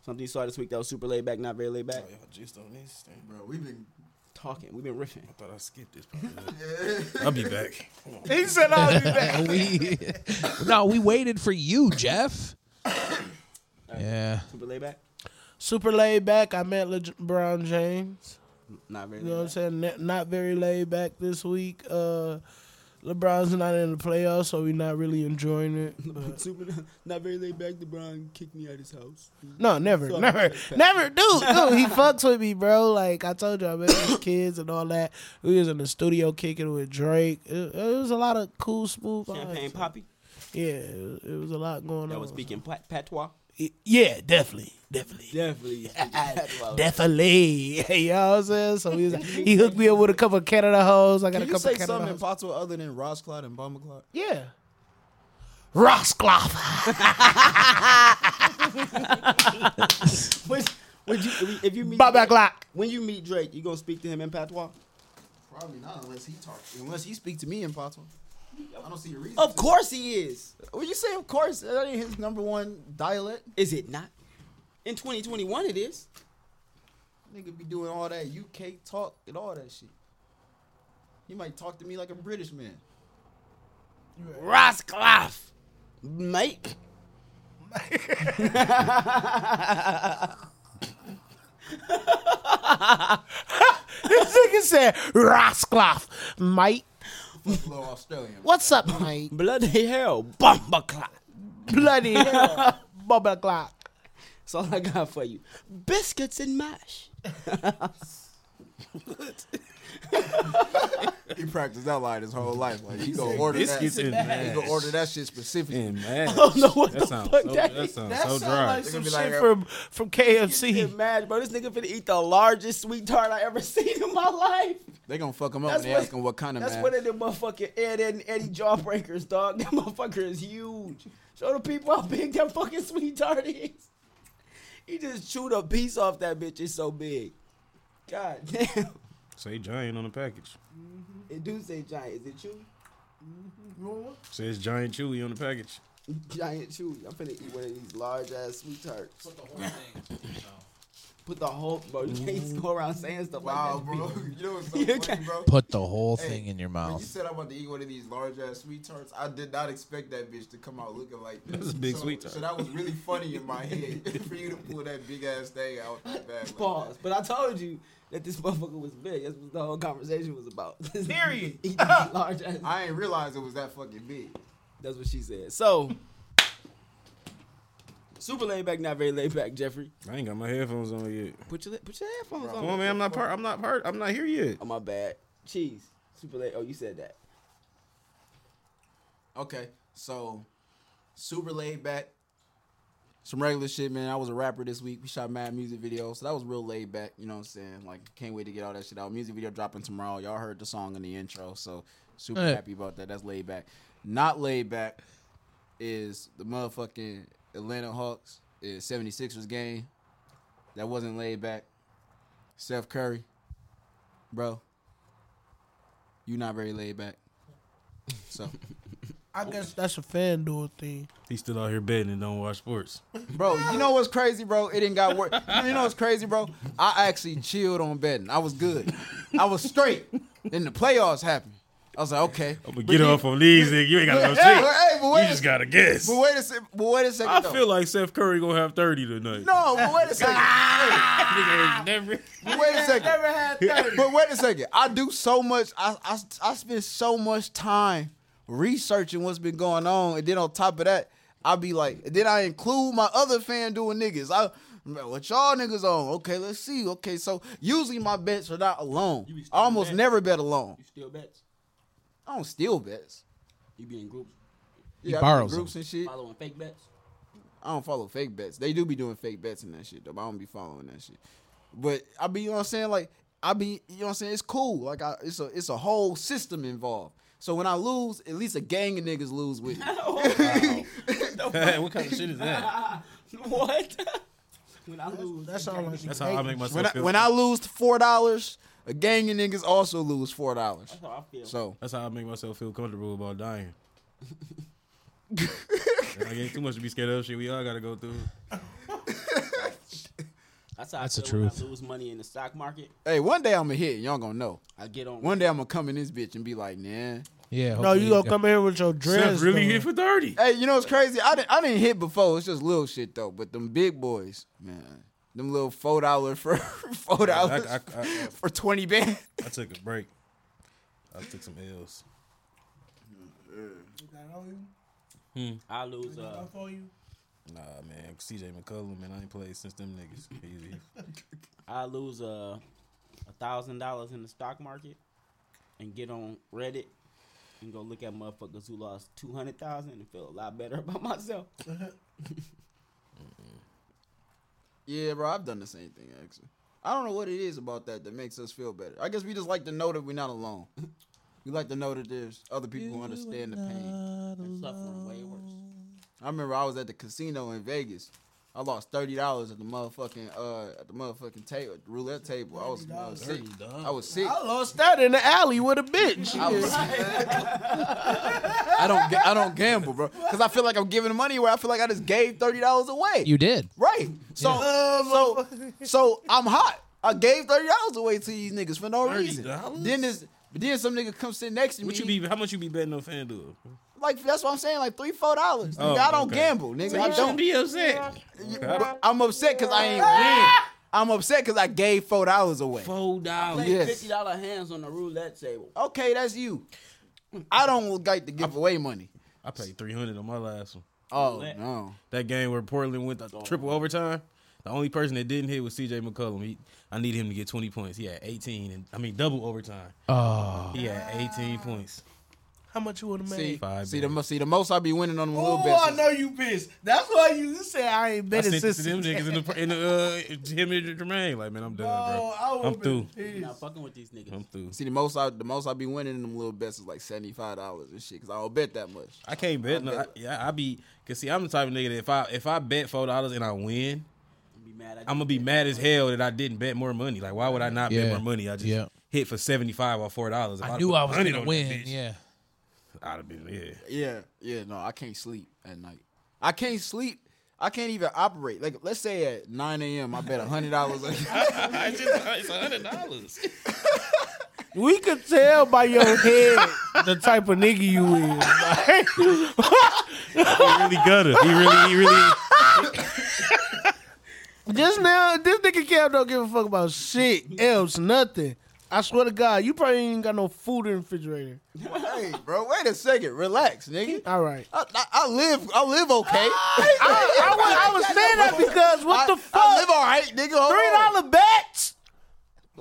S3: Something you saw this week that was super laid back, not very laid back.
S2: Oh,
S1: Y'all juiced on this thing.
S2: Bro, we've been.
S3: Talking, we've been riffing.
S1: Thought I skipped this. part. I'll be back.
S6: He said, "I'll
S1: [LAUGHS]
S6: do that."
S4: we, no, we [LAUGHS] waited for you, Jeff. Yeah.
S3: Super laid back,
S6: Super laid back. I met LeBron James.
S3: not very.
S6: You know
S3: Laid
S6: what
S3: back.
S6: I'm saying? Ne- Not very laid back this week. Uh, LeBron's not in the playoffs, so we're not really enjoying it.
S3: [LAUGHS]
S6: but-
S3: Super, not very laid back. LeBron kicked me out of his house.
S6: No, never,
S3: Sorry.
S6: never, never, dude, dude. He fucks with me, bro. Like I told you, I met his kids and all that. We was in the studio kicking with Drake. It, it was a lot of cool, smooth. vibes.
S3: Champagne Poppy.
S6: Yeah, it, it was a lot going
S3: That
S6: on.
S3: was speaking pat- patois.
S6: Yeah, definitely, definitely.
S3: [LAUGHS]
S6: [LAUGHS]
S3: Definitely.
S6: Definitely, [LAUGHS] you know what I'm saying. So he, was, he hooked me up with a couple of Canada hoes. I got
S2: Can
S6: a
S2: you
S6: couple
S2: say
S6: of Canada
S2: something
S6: hoes.
S2: impossible other than Rosclot and Bombaclot?
S6: yeah, Rosclava.
S3: Would, would you, if you meet
S6: Baba Glock.
S3: when you meet Drake, you gonna speak to him in patois?
S2: Probably not unless he talks. Unless he speak to me in patois. I don't see a reason.
S3: Of course he is.
S2: Well, Oh, you say of course. That ain't his number one dialect.
S3: Is it not? In 2021, it is.
S2: Nigga be doing all that UK talk and all that shit. He might talk to me like a British man.
S3: Rosclaff, mate.
S6: This nigga said Rosclava, mate.
S2: Little Australian.
S6: What's up, mate?
S3: Bloody hell, bomba clock.
S6: [LAUGHS] Bloody [LAUGHS] hell, Baba Glock.
S3: That's all I got for you. Biscuits and mash.
S2: He practiced that line his whole life. Like he gonna order that.
S1: Biscuits
S2: He
S1: and
S2: gonna
S1: mash.
S2: order that shit specifically.
S1: And mash.
S3: [LAUGHS] I don't know what the
S1: That sounds
S3: fuck
S1: so,
S3: that
S1: that
S3: is.
S1: sounds so dry.
S2: some
S6: some
S2: be like, shit
S6: shit
S2: uh,
S6: from from
S3: Shit,
S6: KFC.
S3: Mash, bro. This nigga finna eat the largest sweet tart I ever [LAUGHS] seen in my life.
S2: They gonna fuck him up
S3: That's
S2: when they
S3: what-
S2: ask him what kind of
S3: That's
S2: mash.
S3: one of them motherfucking Ed, Ed and Eddie jawbreakers, dog. [LAUGHS] That motherfucker is huge. Show the people how big that fucking sweet tart is. He just chewed a piece off that bitch. It's so big. God damn.
S1: Say giant on the package.
S3: It do say giant. Is it chew?
S1: Says giant chewy on the package.
S3: Giant chew. I'm finna eat one of these large ass sweet tarts. Put the whole bro. You can't just go around saying stuff
S2: Wow,
S3: like that.
S2: Mm-hmm.
S3: to
S2: bro. [LAUGHS] You know
S3: people.
S2: what's so
S3: You
S2: funny,
S3: can't-
S2: bro?
S4: Put the whole thing in your
S2: When you
S4: mouth.
S2: said I'm about to eat one of these large ass sweet tarts, I did not expect that bitch to come out looking like that.
S1: That's a big
S2: so,
S1: sweet tart.
S2: So that was really funny in my head [LAUGHS] for you to pull that big ass thing out the bag. Like that.
S3: [LAUGHS] Pause. But I told you that this motherfucker was big. That's what the whole conversation was about. [LAUGHS]
S6: Period.
S3: Eating these large ass.
S2: I ain't realize it was that fucking big.
S3: That's what she said. So, super laid back, not very laid back. Jeffrey,
S1: I ain't got my headphones on yet.
S3: put your put your headphones
S1: Come on,
S3: on.
S1: man. I'm not part. I'm not part. I'm not here yet.
S3: Oh my bad. Cheese. Super laid. Oh, you said that.
S2: Okay, so super laid back. Some regular shit, man. I was a rapper this week. We shot mad music video, so that was real laid back. You know what I'm saying? Like, can't wait to get all that shit out. Music video dropping tomorrow. Y'all heard the song in the intro, so super
S4: Yeah.
S2: happy about that. That's laid back. Not laid back is the motherfucking Atlanta Hawks is 76ers game. That wasn't laid back. Steph Curry, bro, you not very laid back. So
S6: I guess that's a FanDuel thing.
S10: He's still out here betting and don't watch sports.
S2: Bro, you know what's crazy, bro? It didn't got work. You know what's crazy, bro? I actually chilled on betting. I was good. I was straight. Then the playoffs happened. I was like, okay.
S10: I'm gonna get off on these. nigga. You ain't got
S5: [LAUGHS]
S10: no shit.
S2: Yeah, [LAUGHS] hey, but wait,
S10: you just gotta guess.
S2: but wait a second. But wait a second.
S10: I
S2: though.
S10: feel like Seth Curry gonna have thirty tonight.
S2: no. But wait a second.
S10: Nigga ain't never.
S2: But wait a second. But wait a second. I do so much. I, I I spend so much time researching what's been going on, and then on top of that, I be like, and then I include my other fan doing niggas. I what y'all niggas on? Okay, let's see. Okay, so usually my bets are not alone.
S9: be
S2: I
S9: stealing
S2: almost
S9: bets.
S2: never bet alone.
S9: You steal bets.
S2: I don't steal bets.
S9: You be in groups
S2: He yeah, I be in
S4: borrows
S2: groups
S4: them.
S2: and shit.
S9: following fake bets.
S2: I don't follow fake bets. They do be doing fake bets and that shit though. But I don't be following that shit. But I be, you know what I'm saying? Like I be, you know what I'm saying? It's cool. Like I, it's a, it's a whole system involved. So when I lose, at least a gang of niggas lose with me.
S9: [LAUGHS] Oh.
S10: what kind of shit
S3: [LAUGHS]
S10: is that?
S3: what?
S9: When I lose,
S6: That's all I
S10: That's how I make myself
S2: when I,
S10: feel.
S2: when
S10: [LAUGHS]
S2: I lose four dollars, a gang of niggas also lose four dollars.
S9: how I feel.
S2: So
S10: That's how I make myself feel comfortable
S2: [LAUGHS]
S10: about dying. like, ain't too much to be scared of. Shit, we all gotta go through.
S9: That's how
S4: That's
S9: I
S4: the
S9: feel when
S4: truth.
S9: I lose money in the stock market.
S2: hey, one day I'ma hit. and Y'all gonna know.
S9: I get on.
S2: One day I'ma come in this bitch and be like, nah.
S4: Yeah.
S6: No,
S4: hopefully
S6: you gonna come here with your dress.
S10: Seth really
S6: on.
S10: hit for thirty.
S2: Hey, you know what's crazy? I didn't I didn't hit before. It's just little shit though. But them big boys, man, them little four dollar for [LAUGHS] four dollars
S10: I- I- I-
S2: [LAUGHS] for twenty band.
S10: I took a break. I took some L's.
S9: I lose. Uh,
S10: Nah, man. CJ McCollum, man. I ain't played since them niggas. Easy.
S9: I lose uh a thousand dollars in the stock market and get on Reddit and go look at motherfuckers who lost two hundred thousand and feel a lot better [LAUGHS] about myself.
S2: Yeah, bro, I've done the same thing actually. I don't know what it is about that that makes us feel better. I guess we just like to know that we're not alone. [LAUGHS] We like to know that there's other people who understand the pain.
S9: I'm suffering way worse.
S2: I remember I was at the casino in Vegas. I lost thirty dollars at the motherfucking uh at the motherfucking table roulette table. I was, I was sick. I was sick.
S6: I lost that in the alley with a bitch.
S2: I, was- I don't. ga- I don't gamble, bro, because I feel like I'm giving money where I feel like I just gave thirty dollars away.
S4: You did.
S2: right? So, so, so I'm hot. I gave thirty dollars away to these niggas for no reason.
S10: $30?
S2: Then this, but then some nigga come sit next to me.
S10: What you be? How much you be betting on FanDuel?
S2: like? That's what I'm saying. Like three, four dollars.
S10: Oh,
S2: Nigga, I don't
S10: okay.
S2: gamble, nigga. I don't.
S10: be upset.
S2: But I'm upset because I ain't win. I'm upset because I gave four dollars away.
S9: Four dollars.
S2: Yes.
S9: Fifty dollar hands on the roulette table.
S2: Okay, that's you. I don't like to give away money.
S10: I paid three hundred on my last one.
S2: Oh no.
S10: That game where Portland went to triple overtime. The only person that didn't hit was CJ McCollum. He, I need him to get twenty points. He had eighteen, and I mean double overtime.
S4: Oh.
S10: He had eighteen points.
S6: [LAUGHS] How much you would have
S2: See,
S6: made?
S10: Five
S2: see the
S10: minutes.
S2: mo- see the most I be winning on them a little bit.
S6: Oh, I know you bitch. That's why you said I ain't
S10: I
S6: been
S10: sent
S6: a
S10: it to them
S6: sister.
S10: niggas in the, in the uh, him and Jermaine. Like man, I'm done,
S6: Oh, I
S10: bro. I'm through.
S9: I'm not fucking with these niggas.
S10: I'm through.
S2: See the most I the most I be winning in them little bets is like seventy five dollars and shit because I don't bet that much.
S10: I can't bet. No, I, yeah, I be. Cause see, I'm the type of nigga that if I if I bet four dollars and I win,
S9: I'm be mad. I
S10: I'm gonna be mad as hell that I didn't bet more money. Like, why would I not
S4: Yeah.
S10: bet more money? I just
S4: Yeah.
S10: hit for seventy five or four dollars.
S4: I knew I was gonna win. Yeah.
S10: I'd have been yeah.
S2: Yeah, yeah, no, I can't sleep at night. I can't sleep. I can't even operate. Like let's say at nine a.m. I bet hundred dollars. [LAUGHS]
S10: it's hundred dollars.
S6: We could tell by your [LAUGHS] head the type of nigga you is. Like,
S10: He really gutted. He really, he [LAUGHS] really.
S6: just now, this nigga Cam don't give a fuck about shit else, nothing. I swear to God, you probably ain't even got no food in the refrigerator.
S2: hey, bro, wait a second. Relax, nigga.
S6: All right.
S2: I, I, I live. I live [LAUGHS] okay.
S6: I, I, was, I was saying that because what
S2: I-
S6: the fuck?
S2: I live all right, nigga. Hold
S6: Three
S2: on.
S6: dollar bets.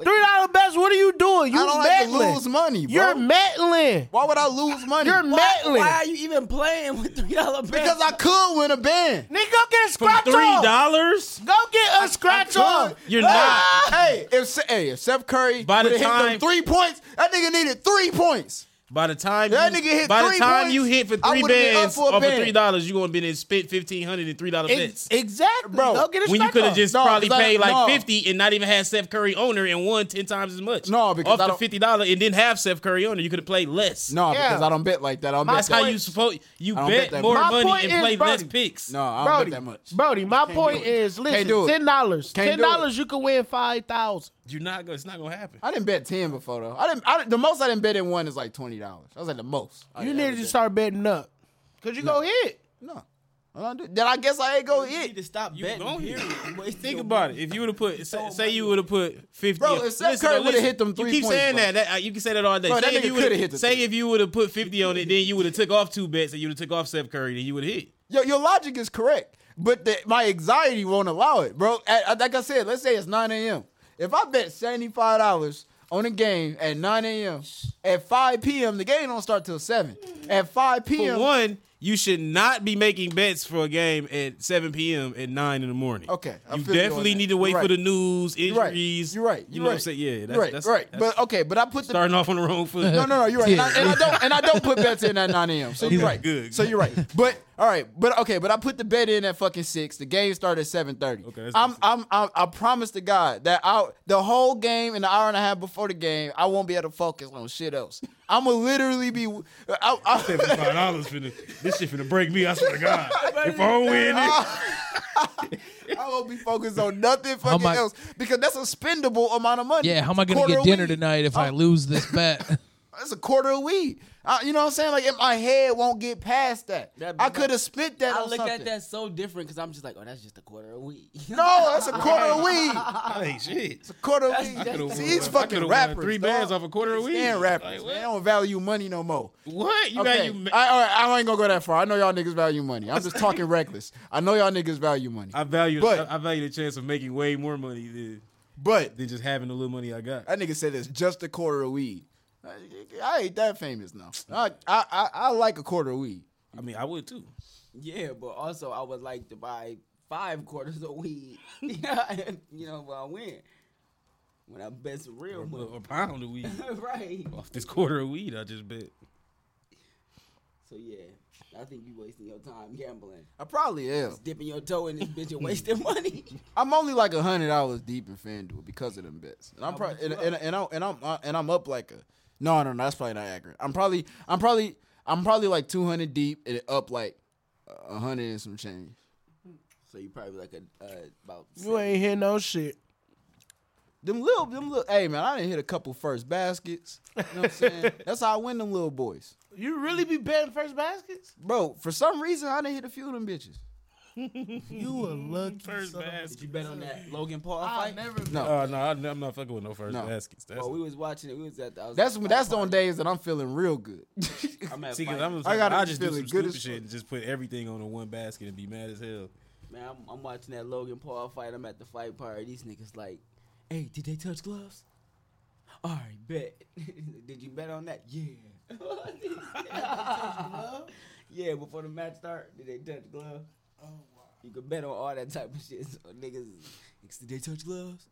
S6: Three dollar bets. What are you doing? You
S2: I don't like to
S6: meddling.
S2: lose money, bro.
S6: You're meddling.
S2: Why would I lose money?
S6: You're meddling.
S9: Why are you even playing with three dollar bets?
S2: because I could win a band.
S6: Nigga, go get a scratch
S10: Three
S6: off.
S10: dollars.
S6: Go get a scratch off.
S10: You're not.
S2: Hey, if Se- hey, if Steph Curry
S10: By the
S2: would've hit them
S10: time-
S2: three points, that nigga needed three points.
S10: By the time
S2: That
S10: you,
S2: nigga hit
S10: by
S2: three
S10: the time
S2: points,
S10: you hit for
S2: I
S10: three
S2: would've been up
S10: bands
S2: for a
S10: off of
S2: band.
S10: three dollars, you gonna been in spit fifteen hundred and three dollar bets.
S6: Exactly,
S2: Bro,
S6: Go get a
S10: when you
S6: strike
S10: could have
S6: off.
S10: just
S2: No,
S10: probably
S2: 'cause I-
S10: paid like
S2: no.
S10: fifty and not even had Seth Curry owner and won ten times as much.
S2: No, because
S10: off
S2: I
S10: the
S2: don't-
S10: fifty dollar and didn't have Seth Curry owner, you could have played less.
S2: No,
S6: Yeah.
S2: because I don't bet like that. I don't
S10: that's
S2: bet that.
S10: how you supposed you
S2: I don't
S10: bet
S2: bet that
S10: more
S6: much. My
S10: money
S6: point
S10: and
S6: is,
S10: play
S6: Brody,
S10: less picks.
S2: No, I don't
S6: Brody,
S2: bet that much.
S6: Brody, my point
S2: do it.
S6: is, listen,
S2: do it.
S6: ten dollars,
S2: Can't
S6: ten
S2: do it.
S6: dollars, you can win five thousand.
S10: You're not. gonna It's not gonna happen.
S2: I didn't bet ten before though. I didn't. I didn't- the most I didn't bet in one is like twenty dollars. I was like the most. I
S6: You
S2: ever
S6: need to
S2: bet.
S6: start betting up, cause you go hit.
S2: No, I don't do. Then I guess I ain't go it.
S3: stop
S10: Don't hear it. Think about it. If you would have put, say, say you would have put fifty.
S2: Bro, if Steph Curry
S10: though,
S2: would've hit them three
S10: you keep
S2: points,
S10: saying
S2: bro.
S10: that, that. uh, You can say that all day.
S2: Bro, that
S10: say if
S2: nigga
S10: you
S2: coulda
S10: would've-
S2: hit the
S10: Say
S2: three.
S10: if you would have put fifty on it, then you would have took off two bets, and you would have took off Steph Curry, then you would have hit.
S2: Yo, your logic is correct, but the, my anxiety won't allow it, bro. At- at- like I said, let's say it's nine a.m. If I bet seventy five dollars on a game at nine a.m. at five p.m. the game don't start till seven. At five
S10: For
S2: p.m.
S10: one, you should not be making bets for a game at 7 p.m. at 9 in the morning.
S2: Okay, I
S10: You
S2: feel you on
S10: definitely
S2: that.
S10: need to wait
S2: You're
S10: for
S2: right.
S10: the news,
S2: You're right.
S10: injuries.
S2: You're right.
S10: You
S2: You're
S10: know what I'm
S2: right.
S10: saying? Yeah, that's,
S2: You're right.
S10: that's,
S2: right.
S10: that's
S2: but okay, but I put the
S10: starting off on the wrong foot.
S2: No,
S10: [LAUGHS]
S2: no, no. You're right. And I, and I don't and I don't put bets in at 9 a.m. So you're right.
S10: Good.
S2: So you're right. But all right. But okay. But I put the bet in at fucking six. The game started at 7:30.
S10: Okay, that's
S2: I'm, I'm I'm I promise to God that I the whole game and the hour and a half before the game I won't be able to focus on shit else. I'm gonna literally be. I,
S10: [LAUGHS]
S2: I,
S10: Five dollars finna this shit finna break me. I swear
S2: [LAUGHS]
S10: to God, if I don't win it,
S2: I won't be focused on nothing
S4: How
S2: fucking
S4: am I-
S2: else because that's a spendable amount of Oh. money.
S4: Yeah, how am I
S2: It's a
S4: gonna
S2: quarter
S4: get
S2: a
S4: dinner
S2: week.
S4: tonight if I lose this
S2: [LAUGHS]
S4: bet?
S2: That's a quarter of weed. I, you know what I'm saying? Like, if my head won't get past that,
S3: That-
S2: I could have spent that.
S3: I
S2: on
S3: look
S2: something.
S3: at that so different because I'm just like, oh, that's just a quarter a week.
S2: No, that's a quarter of
S10: [LAUGHS]
S2: weed.
S10: I ain't shit.
S2: Quarter of
S10: I could've
S2: weed. See,
S10: won-
S2: these
S10: I
S2: fucking
S10: could've won
S2: rappers.
S10: Three
S2: dog.
S10: bands off a quarter a week.
S2: Damn rappers.
S10: Like,
S2: they
S10: what?
S2: don't value money no more.
S10: What? You got
S2: Okay.
S10: you. ma-
S2: I, all right, I ain't gonna go that far. I know y'all niggas value money. I'm just
S10: [LAUGHS]
S2: talking reckless. I know y'all niggas value money.
S10: I value.
S2: But-
S10: I value the chance of making way more money than,
S2: But
S10: than just having the little money I got.
S2: that nigga said it's just a quarter of weed. I- I ain't that famous now. I I, I, I like a quarter of weed.
S10: I mean, I would too.
S3: Yeah, but also I would like to buy five quarters of weed. [LAUGHS] Yeah, you know, when I win, when I bet some real
S10: Or
S3: money,
S10: a pound a week
S3: [LAUGHS] right?
S10: off this quarter of weed I just bet.
S3: So yeah, I think you wasting your time gambling,
S2: I probably am.
S3: dipping your toe in this bitch and wasting money. [LAUGHS]
S2: I'm only like a hundred dollars deep in FanDuel because of them bets, and I'm probably and, and, and I'm and I'm uh, and I'm up like a no no no that's probably not accurate. I'm probably I'm probably I'm probably like two hundred deep and up like a hundred and some change.
S3: So you probably like a uh, about
S6: You ain't hear no shit.
S2: Them little them little hey man I didn't hit a couple first baskets. You know what I'm saying? that's how I win them little boys,
S6: You really be betting first baskets?
S2: bro. For some reason I didn't hit a few of them bitches.
S6: You a lucky
S10: First
S6: son of a-
S10: basket.
S3: You bet on that Logan Paul
S6: I
S3: fight.
S6: never.
S2: No,
S10: Oh no, I, I'm not fucking with no first
S2: No. Oh,
S10: baskets. That's,
S3: Well, we was watching it. We was at the. I was
S2: that's
S3: at the
S2: that's the
S3: fight
S2: on days that I'm feeling real good. [LAUGHS]
S3: party. I'm at
S10: see, cause
S3: fight.
S10: I'm just,
S2: I
S10: I,
S2: gotta be
S10: just do
S2: feeling
S10: some
S2: good
S10: stupid
S2: as
S10: shit
S2: fuck.
S10: and just put everything on the one basket and be mad as hell.
S3: Man, I'm, I'm watching that Logan Paul fight. I'm at the fight party. These niggas like, hey, did they touch gloves? All right, bet. [LAUGHS] did you bet on that? [LAUGHS] Yeah. yeah, before the match start, did they touch gloves? Oh wow. You can bet on all that type of shit. [LAUGHS] So niggas, niggas, did they touch gloves?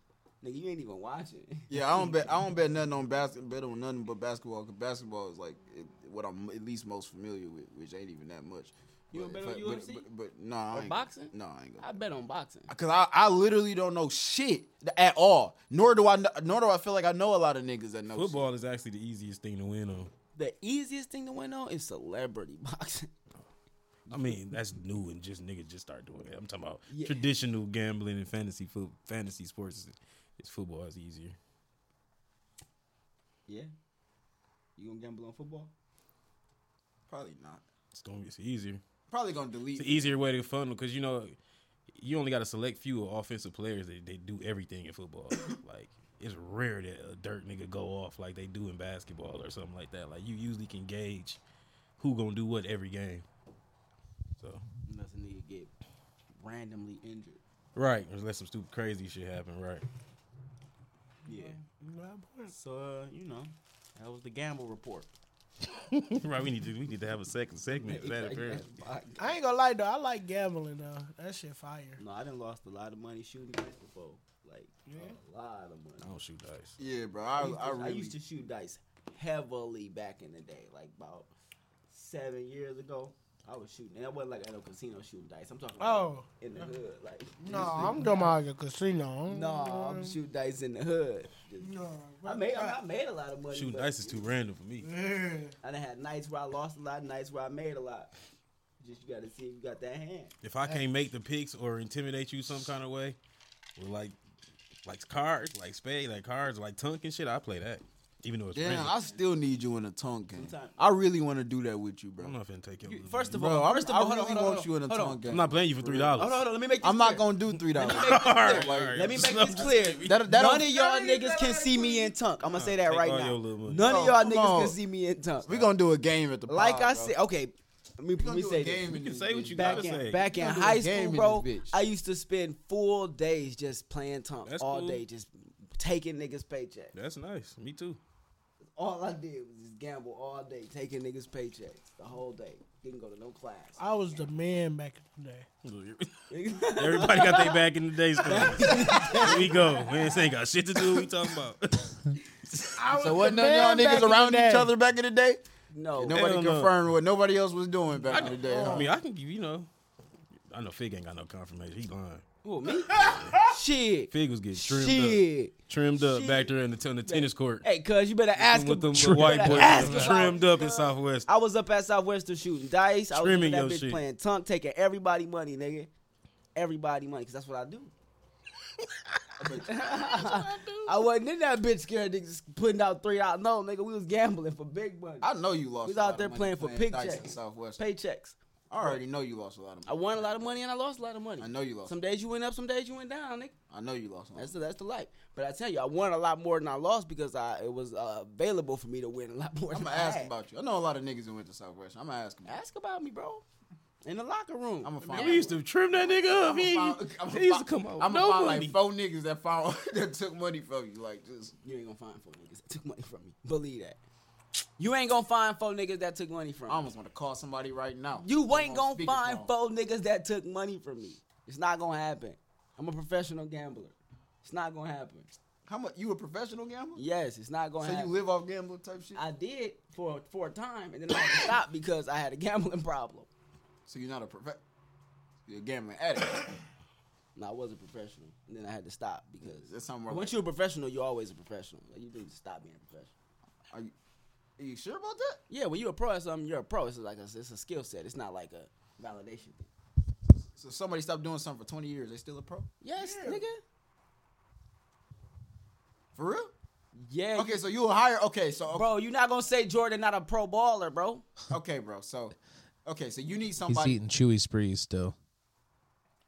S3: Nigga, you ain't even [LAUGHS] watching.
S2: Yeah, I don't bet. I don't bet nothing on basket. Bet on nothing but basketball. Cause basketball is like it, what I'm at least most familiar with, which ain't even that much.
S3: You
S2: But
S3: don't bet
S2: if
S3: on
S2: I-
S3: UFC?
S2: But, but, but nah, I
S3: Or
S2: ain't,
S3: boxing?
S2: No, I ain't. Gonna,
S3: I bet on boxing.
S2: Cause I, I literally don't know shit at all. Nor do I kn- nor do I feel like I know a lot of niggas that know Oh, shit.
S10: Football is actually the easiest thing to win on.
S3: The easiest thing to win on is celebrity [LAUGHS] boxing.
S10: I mean, that's new and just niggas just start doing it. I'm talking about
S3: Yeah.
S10: traditional gambling and fantasy foot fantasy sports. Is, is football is easier.
S3: Yeah. You gonna gamble on football?
S2: Probably not.
S10: It's gonna be it's easier.
S2: Probably gonna
S10: It's
S2: delete.
S10: an easier way to funnel because you know you only got a select few offensive players that they do everything in football. [COUGHS] like it's rare that a dirt nigga go off like they do in basketball or something like that. Like you usually can gauge who gonna do what every game. So
S3: Unless a nigga get randomly injured.
S10: right, unless some stupid crazy shit happen. Right. [LAUGHS]
S3: Yeah. So uh, you know, that was the gamble report.
S10: right. We need to we need to have a
S3: [LAUGHS]
S10: second segment
S6: [LAUGHS]
S10: for that apparently.
S6: I ain't gonna lie though. I like gambling though. That shit fire.
S3: no, I done lost a lot of money shooting dice before. Like a lot of
S10: I
S3: money.
S10: don't shoot dice.
S2: Yeah, bro. Oh, I,
S3: used to,
S2: I really.
S3: used to shoot dice heavily back in the day, like about seven years ago. I was shooting, and I wasn't like at a casino shooting dice. I'm talking about
S6: Oh.
S3: in the hood,
S6: [LAUGHS]
S3: like
S6: No,
S3: [LAUGHS]
S6: I'm talking about a casino.
S3: no, I'm shooting dice in the hood. Just- I made I, made a lot of money.
S10: Shooting
S3: but
S10: dice is too random for me.
S3: I done had nights where I lost a lot, nights where I made a lot. Just you got to see if you got that hand.
S10: If I can't make the picks or intimidate you some kind of way, with like like cards, like spade, like cards, like tunk and shit, I play that. Even though it's
S2: Damn,
S10: random.
S2: I still need you in a tongue game.
S3: Sometime.
S2: I really want to do that with you, bro.
S10: I'm not finna take your. little
S3: First
S10: money.
S3: of
S2: Bro,
S3: all,
S2: I,
S3: first of
S2: I
S3: all, hold
S2: really
S3: on, hold on,
S2: want you in a
S3: hold on.
S2: tongue game.
S10: I'm not blaming you for three dollars.
S3: Hold on, hold on. Let me make. This
S2: I'm not
S3: clear.
S2: gonna do three
S3: [LAUGHS]
S2: dollars.
S10: All right, all right.
S3: Let me make
S10: Slow
S3: this
S10: down.
S3: clear.
S2: [LAUGHS] That- that
S3: None
S2: don't-
S3: of y'all niggas can see me in tunk. I'm gonna say that
S10: Take
S3: right
S10: all your
S3: now.
S10: little money.
S3: None of
S2: Oh,
S3: y'all
S2: come
S3: niggas
S2: on.
S3: can see me in tunk.
S2: We gonna do a game at the
S3: Like
S2: pod,
S3: I
S2: bro.
S3: said, okay. Let me, let
S2: gonna
S3: me
S2: do a
S3: say this.
S2: game in
S10: You can
S2: this
S10: say
S2: bitch.
S10: what you
S3: Back
S10: gotta
S3: in
S10: say.
S3: back in
S2: Gonna do a
S3: high
S2: game
S3: school,
S2: in
S3: bro,
S2: this bitch.
S3: I used to spend full days just playing tunk
S10: That's
S3: all
S10: cool.
S3: day, just taking niggas' paycheck.
S10: That's nice.
S3: [LAUGHS]
S10: Me too.
S3: All I did was just gamble all day, taking niggas' paychecks the whole day. Didn't go to no class.
S6: I was the man back in the day.
S10: Everybody got their back in the days. Here we go. Man, this ain't got shit to do. What we talking about?
S2: So wasn't none
S6: man
S2: of y'all
S6: back
S2: niggas
S6: in the
S2: around
S6: day.
S2: each other back in the day?
S3: No,
S2: Nobody
S10: Hell no.
S2: confirmed what nobody else was doing back in the day. huh?
S10: I mean, I can give you know. I know Fig ain't got no confirmation. He lying.
S3: Who, me?
S2: [LAUGHS]
S3: Shit.
S10: Fig was getting trimmed up,
S3: Shit.
S10: trimmed up back there in the, on the tennis court
S3: Hey, cuz, you better ask
S10: with
S3: him.
S10: them
S3: You
S10: little white
S3: better
S10: boys.
S3: ask him.
S10: trimmed up in Southwest.
S3: I was up at Southwestern shooting dice. I was up in
S10: Trimming
S3: that
S10: your
S3: bitch
S10: shit.
S3: playing tunk, taking everybody money, nigga. Everybody money, because that's what I do. I wasn't in that bitch scared niggas putting out three out. No, nigga, we was gambling for big money.
S2: I know you lost.
S3: We was
S2: a
S3: out
S2: lot of
S3: there
S2: money
S3: playing for pig
S2: dice
S3: checks.
S2: in Southwest.
S3: Paychecks.
S2: I already know you lost a lot of
S3: I
S2: money.
S3: won a lot of money and I lost a lot of money.
S2: I know you lost.
S3: Some days you went up, some days you went down, nigga.
S2: I know you lost. A lot.
S3: That's the that's the life. But I tell you, I won a lot more than I lost because I it was uh, available for me to win a lot more.
S2: I'm
S3: than
S2: gonna
S3: I
S2: ask
S3: had.
S2: about you. I know a lot of niggas that went to Southwest. I'm gonna ask them.
S3: Ask about me, bro. In the locker room.
S2: I'm gonna find.
S10: We used to trim that nigga up. He,
S2: I'm
S10: ain't- he used to come out.
S2: I'm
S10: with no
S2: find
S10: money.
S2: like four niggas that found that took money from you. Like just
S3: You ain't gonna find four niggas that took money from me. Believe that. You ain't gonna find four niggas that took money from
S2: I
S3: me.
S2: almost want to call somebody right now.
S3: You
S2: I'm
S3: ain't
S2: on
S3: gonna find
S2: speakerphone.
S3: four niggas that took money from me. It's not gonna happen. I'm a professional gambler. It's not gonna happen.
S2: How much? You a professional gambler?
S3: Yes, it's not gonna
S2: So you
S3: happen.
S2: live off gambling type shit.
S3: I did for for a time, and then I had
S2: [COUGHS]
S3: to stop because I had a gambling problem.
S2: so you're not a prof. You're a gambling addict.
S3: No, I was a professional, and then I had to stop because
S2: That's something wrong.
S3: once you're a professional, you're always a professional. Like, you need to stop being a professional.
S2: Are you? Are you sure about that?
S3: Yeah, when you're a pro at something, you're a pro. It's like a, it's a skill set. It's not like a validation thing.
S2: So somebody stopped doing something for 20 years. They still a pro?
S3: Yes, nigga.
S2: For real?
S3: Yeah.
S2: Okay, so you a hire. Okay, so okay,
S3: Bro, you're not gonna say Jordan not a pro baller, bro.
S2: okay, bro. So okay, so you need
S4: He's
S2: somebody.
S4: eating chewy sprees still.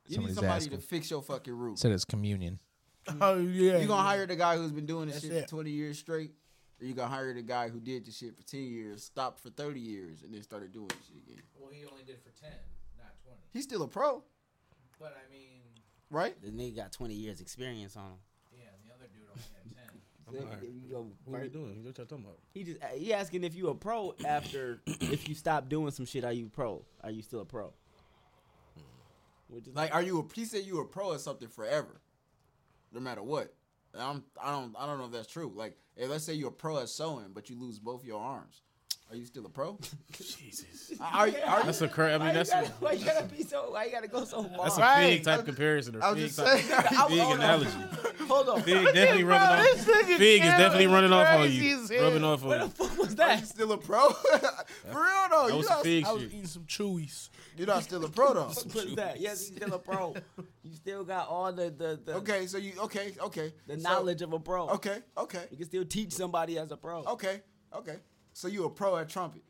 S2: You need
S4: somebody's
S2: somebody
S4: asking.
S2: to fix your fucking roof.
S4: Said it's communion.
S6: [LAUGHS] Oh yeah.
S2: You gonna hire the guy who's been doing this
S6: That's
S2: shit
S6: it.
S2: for 20 years straight, or you gonna hire the guy who did this shit for 10 years, stopped for 30 years, and then started doing this shit again?
S4: Well, he only did it for 10, not 20.
S2: He's still a pro,
S4: But I mean,
S2: right?
S3: The nigga got 20 years experience on him.
S4: yeah, the other dude only
S3: [LAUGHS]
S4: had 10.
S3: You go
S10: What are you
S3: first.
S10: doing? What y'all talking about?
S3: He just he asking if you a pro after [COUGHS] if you stop doing some shit. Are you pro? Are you still a pro? Which is
S2: Hmm. Like, are you a? He said you a pro at something forever, no matter what. And I'm, I don't, I don't know if that's true. Like, if let's say you're a pro at sewing, but you lose both your arms, are you still a pro?
S10: [LAUGHS] Jesus,
S2: Are, you- are you?
S10: that's a cra I mean, that's
S3: why you gotta, why you
S10: a,
S3: gotta be so? Why you gotta go so far?
S10: that's a
S2: Right.
S10: big type comparison or
S2: I was
S10: big
S2: just
S10: type,
S2: saying.
S3: I-
S10: [LAUGHS] big
S3: hold on.
S10: analogy. [LAUGHS]
S3: [LAUGHS] Hold on.
S10: Fig definitely rubbing off. Fig is definitely running off on you. Rubbing off on you.
S3: What was
S2: Are
S3: that?
S2: you still a pro? [LAUGHS] For real though,
S10: That
S2: you
S10: was
S2: not,
S10: some Fig
S6: I was
S10: shit.
S6: eating some chewies.
S2: you're not still a pro though.
S3: What is that? Yes, you still
S2: [LAUGHS]
S3: a pro. You still got all the the, the,
S2: Okay, so you okay, okay.
S3: the
S2: So-
S3: knowledge of a pro.
S2: Okay, okay,
S3: You can still teach somebody as a pro.
S2: okay, okay. So you a pro at trumpet,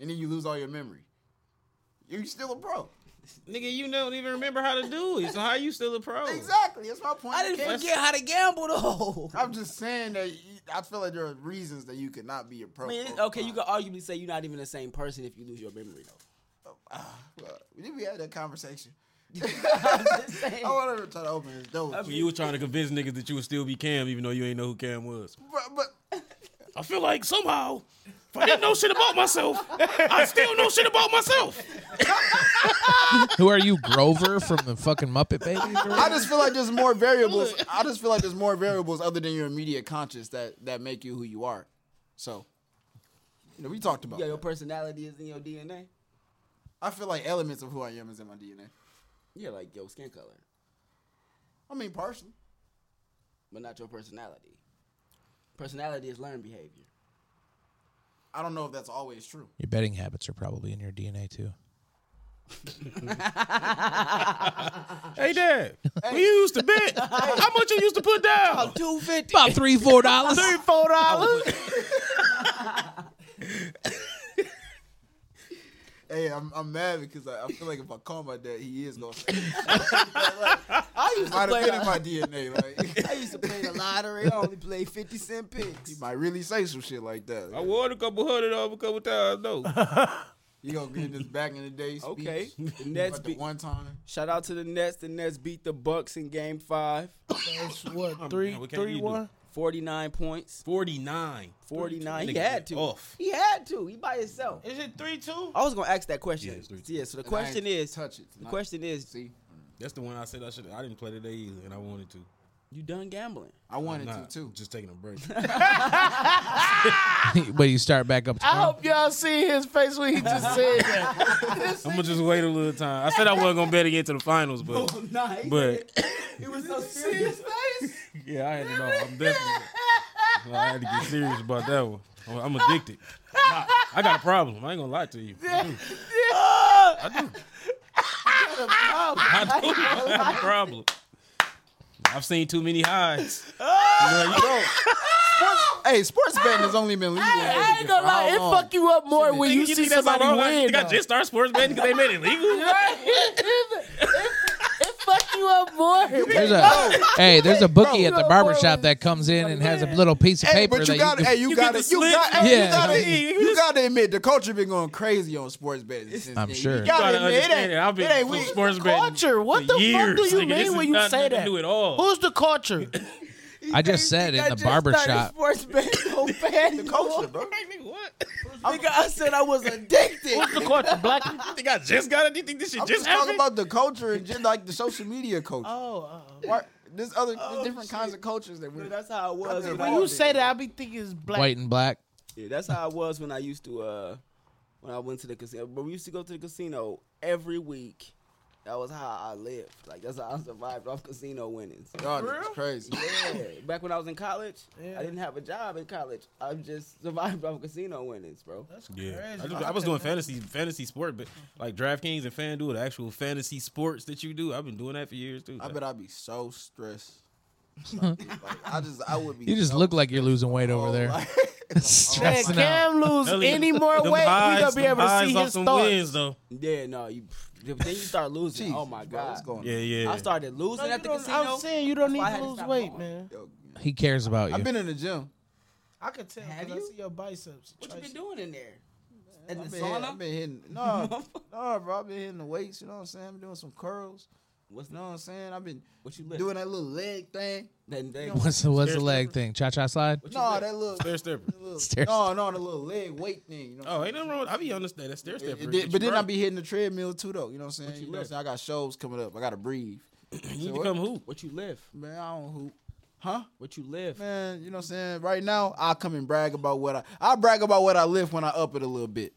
S2: and then you lose all your memory. You still a pro?
S10: Nigga, you don't even remember how to do it. So how you still a pro?
S2: Exactly. That's my point.
S3: I
S2: You
S3: didn't
S2: can't-
S3: forget how to gamble though.
S2: I'm just saying that you, I feel like there are reasons that you could not be a pro.
S3: I mean, it's-
S2: for a
S3: okay, you
S2: crime.
S3: could arguably say you're not even the same person if you lose your memory though.
S2: Well, we didn't we have that conversation?
S3: I'm [LAUGHS] just saying.
S2: I want to try to open his door.
S10: You were trying to convince niggas that you would still be Cam, even though you ain't know who Cam was.
S2: but, but
S10: I feel like somehow, if I didn't know shit about myself, I still know shit about myself.
S4: Who are you, Grover from the fucking
S2: [LAUGHS]
S4: Muppet Babies? or
S2: I just feel like there's [LAUGHS] more variables. I just feel like there's more variables other than your immediate conscious that that make you who you are. So You know, we talked about.
S3: Yeah, your
S2: that.
S3: personality is in your DNA.
S2: I feel like elements of who I am is in my DNA.
S3: Yeah, like your skin color,
S2: I mean, partially.
S3: but not your personality. Personality is learned behavior.
S2: I don't know if that's always true.
S4: Your betting habits are probably in your DNA too.
S10: Hey, Dad, we used to [LAUGHS] bet. How much you used to put down?
S11: Two fifty.
S4: About three, four dollars.
S6: Four dollars.
S2: Hey, I'm, I'm mad because I, I feel like if I call my dad, he is gonna. Say [LAUGHS] I used to might have been in my DNA. Like [LAUGHS]
S11: I used to
S3: [LAUGHS]
S11: play the lottery. I only played fifty cent
S2: he
S11: picks.
S2: might really say some shit like that.
S10: I won a couple hundred off a couple times. [LAUGHS] No,
S2: You gonna get this back in the day? Speech.
S3: Okay, the
S2: [LAUGHS] That's
S3: Nets
S2: the
S3: beat.
S2: one time.
S3: Shout out to the Nets. The Nets beat the Bucks in Game Five.
S6: That's what three,
S10: what can you
S6: three,
S10: do?
S6: one.
S3: Forty nine points.
S10: forty nine.
S3: Forty nine. He
S10: Nigga,
S3: had to.
S10: off.
S3: He had to. He by himself.
S6: Is it three two?
S3: I was gonna ask that question.
S10: Yeah, it's three-
S3: yeah so the
S2: And I
S3: question
S2: ain't
S3: is,
S2: touch it.
S3: the question is,
S2: See,
S10: That's the one I said I should. I didn't play today either, and I wanted to.
S3: you done gambling?
S2: I wanted
S10: Nah,
S2: to too.
S10: Just taking a break.
S4: but you start back up.
S6: I hope y'all see his face when he just said that.
S10: I'm gonna just wait a little time. I said I wasn't gonna bet again to the finals, but but [LAUGHS]
S3: It was so serious.
S10: yeah, I had to know. I'm definitely. I had to get serious about that one. I'm, I'm addicted. Nah, I got a problem. I ain't gonna lie to you. I do. I do. I do. I have a problem. I've seen too many highs. You know, you don't.
S2: Hey, sports betting has only been legal. in
S6: [LAUGHS] I ain't
S2: Michigan
S6: gonna
S2: for
S6: lie,
S2: how
S6: it
S2: long?
S6: fuck you up more when
S10: Nigga,
S6: you,
S10: you
S6: see
S10: think that's all
S6: somebody
S10: wrong?
S6: win.
S10: They got
S6: though.
S10: just start sports betting because they made it legal.
S6: it, it fuck you up more.
S4: There's a, hey, there's a bookie at the
S6: Bro,
S4: barber
S6: bro,
S4: shop that comes in and has a little piece of
S2: Hey,
S4: paper
S2: but
S4: that
S2: you got to.
S4: you
S2: Hey,
S4: can,
S2: you
S10: you
S2: got
S10: can
S2: to. You
S10: slip.
S2: got. hey,
S4: Yeah.
S2: You got to.
S10: You
S2: You got to admit the culture been going crazy on sports betting. Since
S4: I'm
S2: then.
S4: sure.
S2: You
S10: You
S2: got
S10: gotta
S2: to admit it.
S10: understand
S2: ain't-
S10: it. I've
S2: it ain't
S10: been
S2: we.
S10: from sports betting
S6: culture? What
S10: for
S6: the fuck do
S10: years,
S6: you
S10: nigga.
S6: mean
S10: This
S6: when
S10: is
S6: you
S10: nothing
S6: say
S10: to
S6: that?
S10: Do it all.
S6: Who's the culture?
S4: I just said in the barber shop.
S11: Sports betting [LAUGHS] on fan.
S2: The culture, bro.
S11: Nigga, I said I was addicted.
S6: Who's the culture? Black.
S10: You think I just got it? You think this shit
S2: I'm
S10: just
S2: just talking about
S10: happened?
S2: the culture and just like the social media culture.
S6: [LAUGHS] Oh,
S2: Why- There's other there's different kinds of cultures that we're.
S11: That's how it was.
S2: Goddamn,
S11: when
S2: why
S11: I
S6: when
S2: Oh,
S6: you
S11: was-
S6: say that, I be thinking it's black.
S4: White and black.
S3: [LAUGHS] Yeah, that's how I was when I used to uh when I went to the casino. But we used to go to the casino every week. That was how I lived. Like that's how I survived off casino winnings.
S2: God, it's crazy.
S3: Yeah. Back when I was in college,
S6: Yeah.
S3: I didn't have a job in college. I just survived off casino winnings, bro.
S10: Yeah, I, just- I was doing fantasy fantasy sport, but like DraftKings and FanDuel, the actual fantasy sports that you do, I've been doing that for years too.
S2: I bet I'd be so stressed. Like, I just I would be.
S4: You just
S2: so
S4: look like you're losing weight over there.
S6: Man,
S4: Stressing out.
S6: Cam lose
S10: Them-
S6: any more
S10: them
S6: weight, we
S10: highs-
S6: gonna be
S10: them
S6: able to
S10: highs
S6: see
S10: off
S6: his
S10: some
S6: thoughts.
S10: wins, though.
S3: Yeah, no, you then you start losing. oh my
S2: bro,
S3: god.
S2: what's going on?
S10: Yeah, yeah.
S3: I started losing
S6: No, you
S3: at the
S6: don't-
S3: casino.
S6: I'm saying you don't
S3: That's why I
S6: need
S3: had
S6: to
S3: to
S6: lose
S3: stop
S6: weight,
S3: going.
S6: man.
S4: He cares about you.
S2: I've been in the gym.
S6: I could tell.
S3: Have
S6: 'cause I
S3: you?
S6: see your biceps.
S3: What you
S6: Tracy.
S3: been doing in there? In
S2: I've
S3: the
S2: been, hitting, I've
S3: sauna?
S2: been hitting.
S3: [LAUGHS]
S2: No, no, bro. I've been hitting the weights. You know what I'm saying? I'm doing some curls.
S3: What's
S2: You know what I'm saying? I've been
S3: What you lift?
S2: doing that little leg thing.
S3: Then they-
S4: What's the what's the leg thing? Cha cha slide.
S2: No, that little.
S10: stair stepper.
S2: that little-
S4: [LAUGHS] Stairs.
S2: No, no, the little leg weight thing. You know what I'm
S10: Oh, ain't nothing wrong. With, I be understand that stair
S2: saying? It
S10: stepper. Get
S2: did-
S10: you
S2: but then I
S10: right.
S2: be hitting the treadmill too, though. You know what I'm saying? You
S3: you
S2: know what I'm
S3: lift?
S2: saying? I got shows coming up. I got to breathe.
S10: You need
S2: So
S10: to come hoop.
S3: What you lift?
S2: Man, I don't hoop. Huh?
S3: What you lift?
S2: Man, you know what I'm saying? Right now, I come and brag about what I I brag about what I lift when I up it a little bit.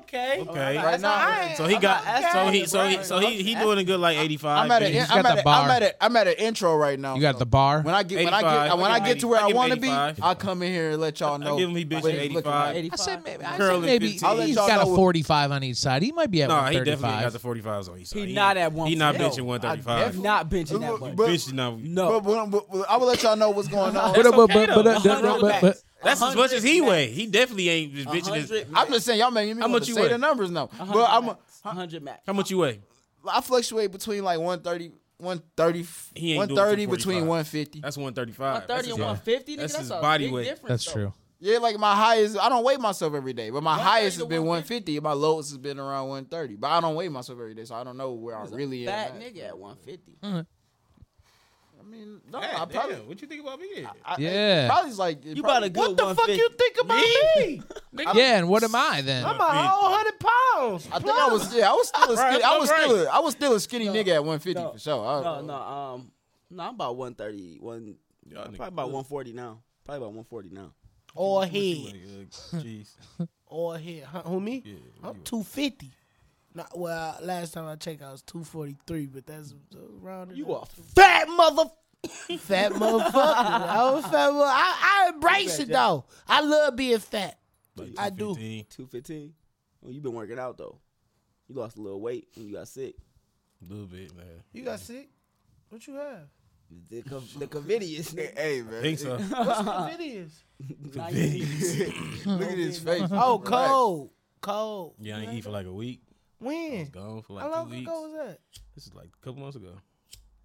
S6: Okay.
S10: Okay.
S2: Right now,
S10: so he got.
S6: asking
S10: So
S6: you
S10: he.
S6: to
S10: So he.
S6: brag.
S10: So he. He doing a good like 85.
S2: I'm at an
S10: baby.
S2: in-
S4: got
S2: I'm
S4: the
S2: at a,
S4: bar.
S2: I'm at a, I'm at an intro right now.
S4: You got
S2: so
S4: the bar.
S2: When I get when I get
S10: 85.
S2: when I get to where
S10: I
S2: I
S10: give him
S2: want to be,
S10: 85.
S2: I come in here and let y'all know.
S10: give him he bitch
S2: what
S10: at
S2: it's looking
S10: 85.
S2: like.
S4: I said maybe, I
S10: Curling
S4: said maybe
S10: 15. I'll
S2: let
S4: he's
S2: y'all
S4: got
S2: know
S4: a
S2: what-
S4: 45 on each side. He might be at
S10: No, he definitely
S4: 135.
S10: got the 45s on each side.
S3: He not at
S10: He
S3: 145.
S10: not bitching
S2: I
S10: 135.
S2: definitely-
S3: Not benching that much.
S2: But-
S10: Bitching now.
S2: But,
S3: No.
S2: but, but, but I will let y'all know what's [LAUGHS] going on.
S4: But- but- but-
S10: okay, though.
S4: but-
S3: A hundred
S4: but- but-
S3: max.
S10: That's as much as he
S3: 100
S10: weigh. He definitely ain't just bitching his.
S3: 100
S2: I'm just saying y'all making me want
S10: much
S2: to
S10: you
S2: say
S10: weigh?
S2: the numbers now. But I'm a,
S3: max. 100 max.
S10: How much you weigh?
S2: I fluctuate between like 130, 130,
S10: He ain't doing
S2: 130 between
S10: 245.
S2: 150.
S10: That's 135.
S3: 130
S10: That's his-
S3: and 150, nigga.
S10: That's
S3: That's,
S10: his
S3: a
S10: body
S3: big
S10: weight.
S3: difference.
S4: That's
S3: though.
S4: true.
S2: Yeah, like my highest, I don't weigh myself every day, but my
S3: 130
S2: highest has
S3: to
S2: been
S3: 150.
S2: 150, and my lowest has been around 130. But I don't weigh myself every day, so I don't know where I
S3: He's a
S2: really am.
S3: fat
S2: at.
S3: nigga at
S10: Mm-hmm.
S3: 150.
S2: I mean, no, I
S10: God
S2: probably,
S10: damn, what you think about me? then?
S2: I, I-
S4: Yeah.
S2: probably is like
S3: You about a good
S6: What the fuck
S3: 150.
S6: you think about me?
S10: [LAUGHS]
S4: Yeah, and what am I then?
S6: I'm a whole hundred pounds.
S2: I think I was, yeah, I was still a skinny, I was still, a, I was still a skinny nigga at 150
S3: no,
S2: for sure. I,
S3: No, no, um, no, I'm about 130, one,
S10: Y'all
S3: probably
S10: niggas
S3: about 140 now. Probably about 140 now.
S6: Or head.
S10: Jeez.
S6: all here. Huh, who me? I'm two fifty. Not well. Last time I checked, I was two forty three, but that's around. You are fat mother. [LAUGHS] fat motherfucker. I was fat. mo- I, I embrace it though. I love being fat. I do.
S10: 15.
S9: Two fifteen. Well, you've been working out though. You lost a little weight when you got sick.
S10: little bit, man.
S6: You got sick? What you have?
S9: The, co- the covidious.
S2: [LAUGHS] Hey, man.
S10: I think
S6: [LAUGHS]
S10: so.
S6: What's the videos?
S2: Look at his face.
S6: Oh, cold, cold.
S10: yeah, I ain't eat for like a week.
S6: When?
S10: Gone for
S6: How
S10: like
S6: long
S10: two weeks.
S6: ago was that?
S10: This is like a couple months ago.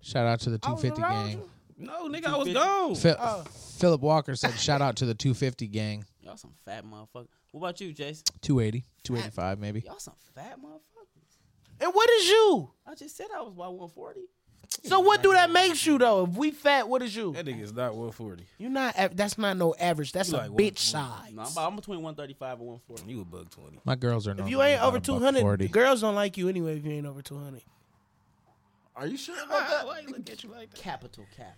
S4: Shout out to the
S6: I was
S4: 250
S6: around
S4: gang.
S6: you.
S10: No, nigga, I was gone.
S4: Phil-
S6: Oh.
S4: Philip Walker said, "Shout out to the 250 gang,
S3: [LAUGHS] Y'all some fat motherfuckers. What about you, Jason?
S4: 280, 285 maybe."
S3: Y'all some fat motherfuckers.
S6: And what is you?
S3: I just said I was about 140.
S6: So what do that makes you though? If we fat, what is you?
S10: That nigga is not 140.
S6: You're not. av- That's not no average. That's
S10: You
S6: a
S10: like one-
S6: bitch size.
S3: No, I'm, about, I'm between 135 and 140.
S10: You a bug 20.
S4: My girls are
S6: If
S4: normally
S6: you ain't
S4: about
S6: over
S4: a buck
S6: two hundred,
S4: 40.
S6: the girls don't like you anyway. If you ain't over two hundred,
S2: Are you sure about that?
S10: Why you look at you like that?
S3: Capital cap.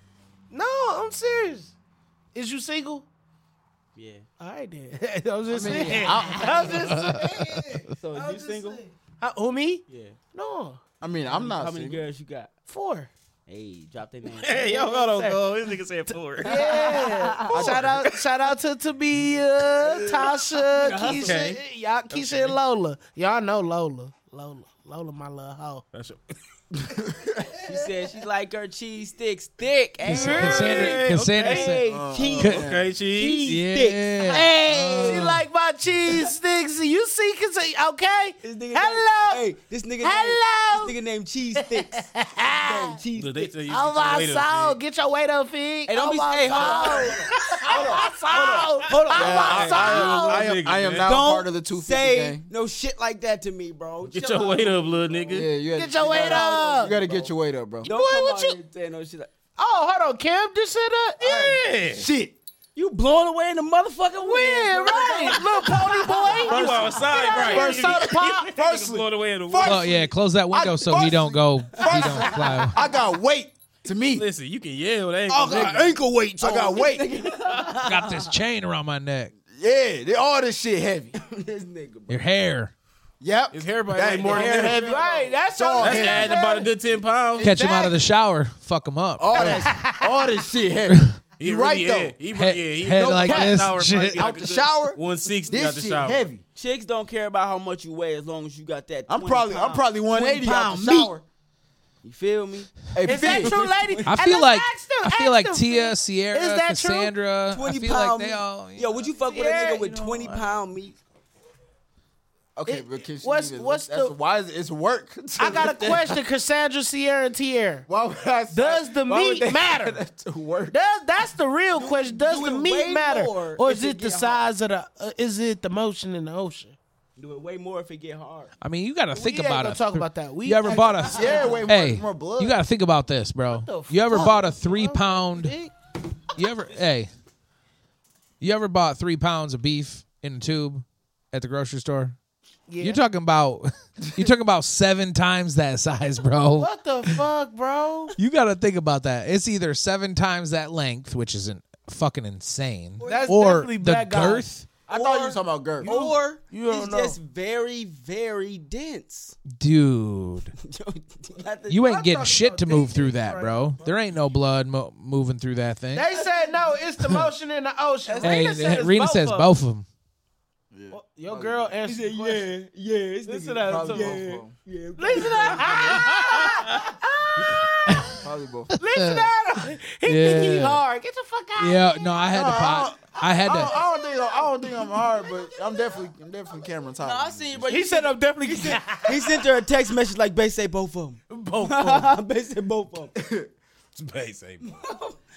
S6: no, I'm serious. Is you single?
S3: Yeah.
S6: All right then. [LAUGHS] I was just saying.
S3: So is you single?
S6: Uh, who me?
S3: Yeah.
S6: No,
S2: I mean, I'm
S3: How
S2: not
S3: many
S2: single.
S3: girls you got?
S6: four.
S3: [LAUGHS] Hey, drop their name.
S10: Hey, yo, hold on, go. This nigga said four.
S6: [LAUGHS] Yeah. shout out, shout out to Tabia, Tasha, Keisha,
S10: Okay.
S6: y'all, Keisha and Lola. Y'all know Lola, Lola, Lola, my little hoe.
S10: [LAUGHS] That's your-
S3: She said she like her cheese sticks thick. Hey,
S4: Cons- Cassandra, Cassandra said,
S10: okay, cheese.
S4: "Yeah,
S6: Hey, she like my cheese sticks. You see, cause uh, okay.
S2: [LAUGHS]
S6: Hello,
S3: Oh. Named, hey, this nigga.
S6: Hello.
S3: Named, this nigga named [LAUGHS] cheese sticks. His name cheese
S10: Look, they
S3: sticks.
S10: tell you
S6: oh my
S10: later,
S6: soul,
S10: nigga.
S6: get your weight up, fig.
S3: Hey, don't
S6: oh
S3: be-
S6: my
S3: hey, hold on.
S6: soul. Oh my soul.
S3: Hold on.
S6: Oh my soul.
S2: I am, I am
S10: Nigga,
S2: now
S3: Don't
S2: part of the 250
S3: say
S2: gang.
S3: no shit like that to me, bro.
S10: Get
S3: Chill
S10: your
S3: out.
S10: weight up, little nigga.
S2: Yeah, you
S6: Get your weight up.
S2: You gotta get your weight up, bro.
S3: Don't
S6: Boy,
S3: come
S6: what
S3: out
S6: you-
S3: here and say no shit. Like,
S6: Oh, hold on, Cam. Just said that.
S10: Yeah.
S6: Shit.
S3: you blowing away in the motherfucking
S6: Yeah,
S3: wind, bro.
S6: right. Little pony
S3: [LAUGHS]
S6: boy.
S10: You outside, right?
S6: First soda pop.
S10: Firstly, all the way in the
S2: First-
S10: wind.
S4: oh yeah, close that window
S2: I-
S4: so he don't go, he
S2: first-
S4: don't fly."
S2: I got weight to me.
S10: Listen, you can yell. That ain't
S2: I
S10: gonna
S2: got ankle weights. I got weight.
S4: Got this chain around my neck.
S2: Yeah, they, all this shit heavy.
S3: this nigga, bro.
S4: Your hair
S2: Yep.
S10: His hair probably
S2: That-
S10: weigh more
S2: the
S10: than
S2: hair
S10: that.
S2: heavy.
S6: Right. That's
S2: all
S6: all.
S10: That's
S2: heavy.
S10: adding about a good ten pounds.
S4: catch him out of the shower, fuck him up.
S6: Oh.
S2: All that, all this shit heavy.
S10: He
S2: You
S10: really
S2: right,
S10: yeah,
S2: though.
S10: He
S4: Head-
S10: really yeah. He
S4: head
S10: no
S4: like
S10: cap,
S4: this,
S10: shower
S4: shit.
S10: probably
S2: Out
S10: like
S2: the shower,
S10: One sixty out
S2: this
S10: the
S2: shit
S10: shower. [LAUGHS]
S2: heavy.
S3: Chicks don't care about how much you weigh as long as you got that.
S2: I'm
S3: 20
S2: probably, I'm
S3: pound-
S2: probably 180 out the
S3: 20 pound
S2: shower.
S3: You feel me?
S2: Hey,
S6: Is that
S2: Fig,
S6: true, lady?
S4: I
S6: Hey,
S4: feel
S6: let's
S4: like
S6: ask them,
S4: I
S6: ask
S4: feel like
S6: them.
S4: Tia, Sierra,
S6: Is that true?
S4: Cassandra. I
S3: 20
S4: feel
S3: pound
S4: like they
S3: meat.
S4: all.
S3: Yo, would you fuck with
S6: Yeah,
S3: a
S6: you
S3: nigga with
S6: know
S3: 20 pound meat?
S2: Okay,
S6: It-
S2: but can she
S6: what's-
S2: even-
S6: what's
S2: that's
S6: the-
S2: why is it, it's work? [LAUGHS]
S6: I got a question, Cassandra, Sierra, and Tier.
S2: Why would I say-
S6: Does the
S2: why would
S6: meat
S2: they- [LAUGHS]
S6: matter?
S2: That's work.
S6: Does that's the real question. Does
S3: do
S6: the
S3: it
S6: meat
S3: way
S6: matter,
S3: more
S6: or
S3: if
S6: is
S3: it
S6: it the
S3: get
S6: size of the? Uh, is it the motion in the ocean?
S3: Do it way more if it get hard.
S4: I mean, you got to think
S6: we ain't
S4: about
S6: gonna
S4: it.
S6: Talk about that. We
S4: You ever bought a?
S6: [LAUGHS]
S2: Yeah, way more,
S4: Hey,
S2: more blood.
S4: you got to think about this, bro.
S6: the
S4: You ever
S6: fuck?
S4: bought a three pound?
S6: Dick?
S4: You ever? Hey, you ever bought three pounds of beef in a tube at the grocery store?
S6: Yeah.
S4: You're talking about [LAUGHS] you're talking about seven times that size, bro.
S6: What the fuck, bro?
S4: You got to think about that. It's either seven times that length, which isn't fucking insane,
S6: That's
S4: or
S6: definitely
S4: the
S6: black guys.
S4: girth,
S2: I thought you were talking about girth.
S3: Or
S6: you don't
S3: it's
S6: know.
S3: just very, very dense. [LAUGHS]
S6: [LAUGHS]
S4: dude.
S3: Yo, you got the-
S4: You ain't getting shit to move through that, bro. There ain't no blood mo- moving through that thing.
S6: They said no. It's the motion in the ocean.
S4: Hey,
S6: Rena said it's
S4: Rena
S6: both
S4: says
S6: of
S4: both of them.
S6: them. Your girl answered. the question.
S3: yeah. It's
S6: Listen to that.
S2: Probably both
S6: Listen
S2: of them.
S6: to that. Ah!
S2: Probably both. of them.
S6: Listen to that. He think he
S4: Yeah.
S6: hard. Get the fuck out.
S4: Yeah, no, I had to pot. I had
S2: I don't,
S4: to.
S2: I don't think I'm, I don't think I'm hard, but I'm definitely I'm definitely Cameron Tyler. [LAUGHS]
S3: I seen you, bro.
S6: He said I'm definitely. [LAUGHS]
S3: He sent her a text message like, "Base say both of them." [LAUGHS] Both of them. Base say both of them.
S10: Basically.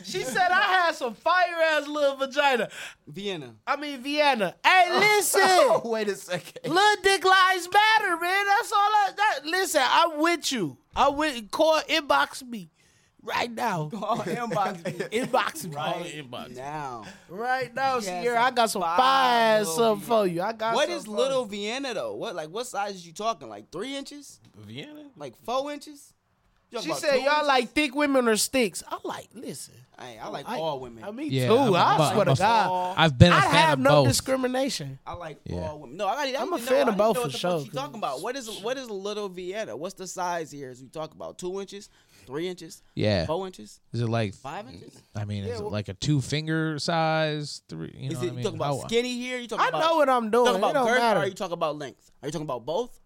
S6: she said I had some fire ass little vagina.
S3: Vienna.
S6: I mean Vienna. Hey, listen. [LAUGHS]
S2: Oh, wait a second.
S6: Little dick lives matter, man. That's all I that, listen, I'm with you. I'm with call inbox me right [LAUGHS] now.
S3: Oh, inbox me
S6: Inbox me right,
S10: Inbox.
S3: now.
S6: now,
S3: Yes,
S6: Sierra. I got some
S3: fine,
S6: fire ass
S3: little
S6: something
S3: Vienna.
S6: for you. I got
S3: What
S6: something
S3: is
S6: for
S3: little Vienna though? What like what size is you talking? Like three inches?
S10: Vienna?
S3: Like four inches?
S6: She said y'all like thick women or sticks. I like listen.
S3: Hey, I like all women.
S6: I mean,
S4: Yeah,
S6: too.
S4: I'm a-
S6: I
S4: I'm a-
S6: swear to
S3: oh.
S6: God.
S4: I've been a
S6: I
S4: fan
S6: have
S4: of
S6: no
S4: both.
S6: discrimination.
S3: I like
S4: Yeah.
S3: all women. No, I, I
S6: I'm
S3: I'm
S6: a
S3: a know,
S6: fan of
S3: I didn't
S6: both
S3: know what
S6: for
S3: the fuck
S6: sure,
S3: You talking about what is what is a little Vieta? What's the size here? Is we talk about two inches, three inches,
S4: Yeah. Mm-hmm.
S3: four inches,
S4: Is it like
S3: five inches?
S4: I mean, is
S6: well-
S4: it like a two finger size? Three? You know
S3: Is
S4: what
S3: it
S4: I
S3: you
S4: mean? Oh,
S3: talking about
S4: How-
S3: skinny here? You talking
S6: I
S3: about
S6: know what I'm doing.
S3: talking
S6: It
S3: about
S6: don't
S3: girth or are
S6: matter.
S3: you talking about length? Are you talking about both?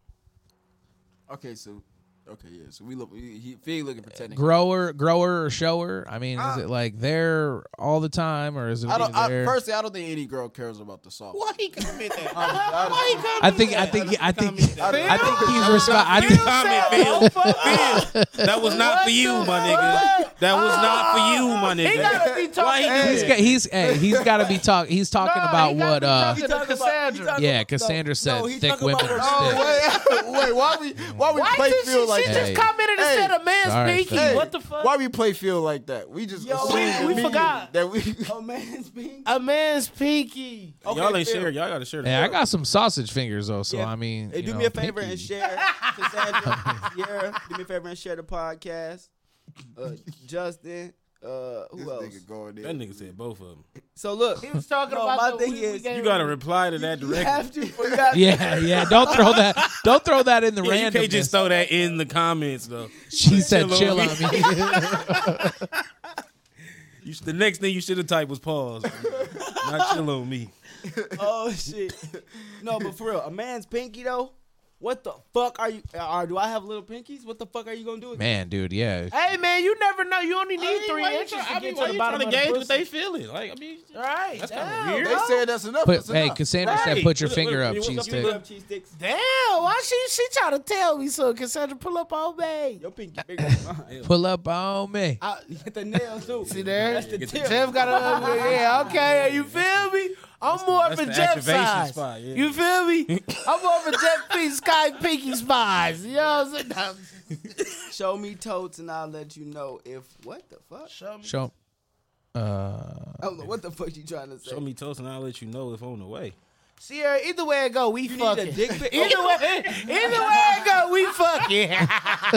S12: Okay, so okay, yeah. So we look. We, he, Fig looking for technical.
S4: Grower, grower, or shower? I mean, is it like there all the time, or is it
S2: I don't. I,
S4: there?
S2: firstly, I don't think any girl cares about the song.
S6: Why he comment [LAUGHS] that?
S2: I,
S4: I think, I think, I think, I think he's respo- I
S10: Phil
S4: think,
S10: comment, Phil. Phil, that was not for you, my nigga. That was not for you, my
S6: He
S10: nigga.
S6: gotta be talking.
S4: he's got, he's, hey, he's got to be talking. He's talking
S6: Nah,
S4: about
S6: he gotta
S4: what?
S6: be
S4: uh
S6: talking to Cassandra.
S4: Yeah, Cassandra said
S3: no, he
S4: thick
S3: talking
S4: women
S3: about
S4: are
S3: what-
S4: stiff.
S2: Oh, wait, [LAUGHS] wait, why we why we
S6: Why
S2: play
S6: did she,
S2: feel like
S6: she
S2: that?
S6: just commented and
S2: Hey,
S6: said a man
S4: sorry,
S6: speaking?
S4: sorry.
S6: What the fuck?
S2: Why we play feel like that? We just
S3: Yo,
S2: assumed
S3: we-
S2: that
S3: we
S6: forgot.
S2: that we. [LAUGHS]
S6: Oh,
S3: A
S6: [LAUGHS]
S3: man's being
S6: A man's pinky.
S10: y'all ain't share. Y'all gotta share. the
S4: Yeah, I
S10: film.
S4: got some sausage fingers though, so I mean,
S3: Hey,
S4: you
S3: do
S4: know,
S3: me a favor and
S4: pinky.
S3: [LAUGHS] share Cassandra,
S6: [LAUGHS]
S3: Sierra. Do me a favor and [LAUGHS] share the podcast. Uh, Justin, uh, who
S2: This
S3: else?
S2: nigga going
S10: That
S2: in.
S10: nigga said both of them.
S3: So look,
S6: He was talking
S3: No,
S6: about
S3: my
S6: the
S3: thing
S6: we- we
S3: is,
S6: gave
S10: You
S6: him-
S10: gotta reply to that
S3: you
S10: directly.
S3: have to. You [LAUGHS] got
S4: Yeah, yeah. Don't throw that. Don't throw that in the
S10: Yeah, you
S4: random.
S10: can't just throw that in the comments though.
S4: she said, "Chill
S10: chill
S4: on
S10: on
S4: me."
S10: [LAUGHS] You, the next thing you should have typed was [LAUGHS] pause. not chill on me.
S3: Oh shit. No, but for real, a man's pinky though. What the fuck are you? Or do I have little pinkies? What the fuck are you gonna do? With
S4: Man, dude, yeah.
S6: Hey man, you never know. You only need three
S10: Why you
S6: inches
S10: try-
S6: to
S10: I mean,
S6: get
S10: why
S6: to the
S10: you
S6: bottom
S10: trying
S6: of
S10: to
S6: the
S10: gauge
S6: pussy.
S10: what they feeling. Like, I mean,
S6: Right.
S10: That's kinda
S6: damn,
S10: weird.
S2: They
S6: bro.
S2: said that's enough.
S4: Put
S2: that's
S4: hey,
S2: enough.
S4: Cassandra said,
S10: Right.
S4: "Put your
S10: Look,
S4: finger
S10: look,
S4: up,
S10: you-
S4: cheese
S10: look,
S3: it?
S4: stick."
S10: you-
S3: Up cheese sticks.
S6: Damn, why she she trying to tell me so? Cassandra, pull up on me.
S3: Your pinky bigger than mine. [LAUGHS]
S4: Pull up on me.
S3: I, get the nail too.
S6: See there?
S3: That's the tip.
S6: Jeff got a [LAUGHS] yeah, okay. You feel me? I'm more of
S10: that's
S6: a
S10: the
S6: Jeff
S10: activation
S6: size.
S10: spot, yeah.
S6: You feel me? I'm more of a Jeff P. Sky Pinky spies. You know what I'm saying?
S3: Show me totes and I'll let you know if what the fuck.
S6: Show me.
S4: Show. Uh,
S3: I don't know what the fuck you trying to say.
S10: show me toast and I'll let you know if on the way.
S6: Sierra, either way it go, we
S3: You need
S6: fucking.
S3: a dick pic. Oh,
S6: Either way, either way it go, we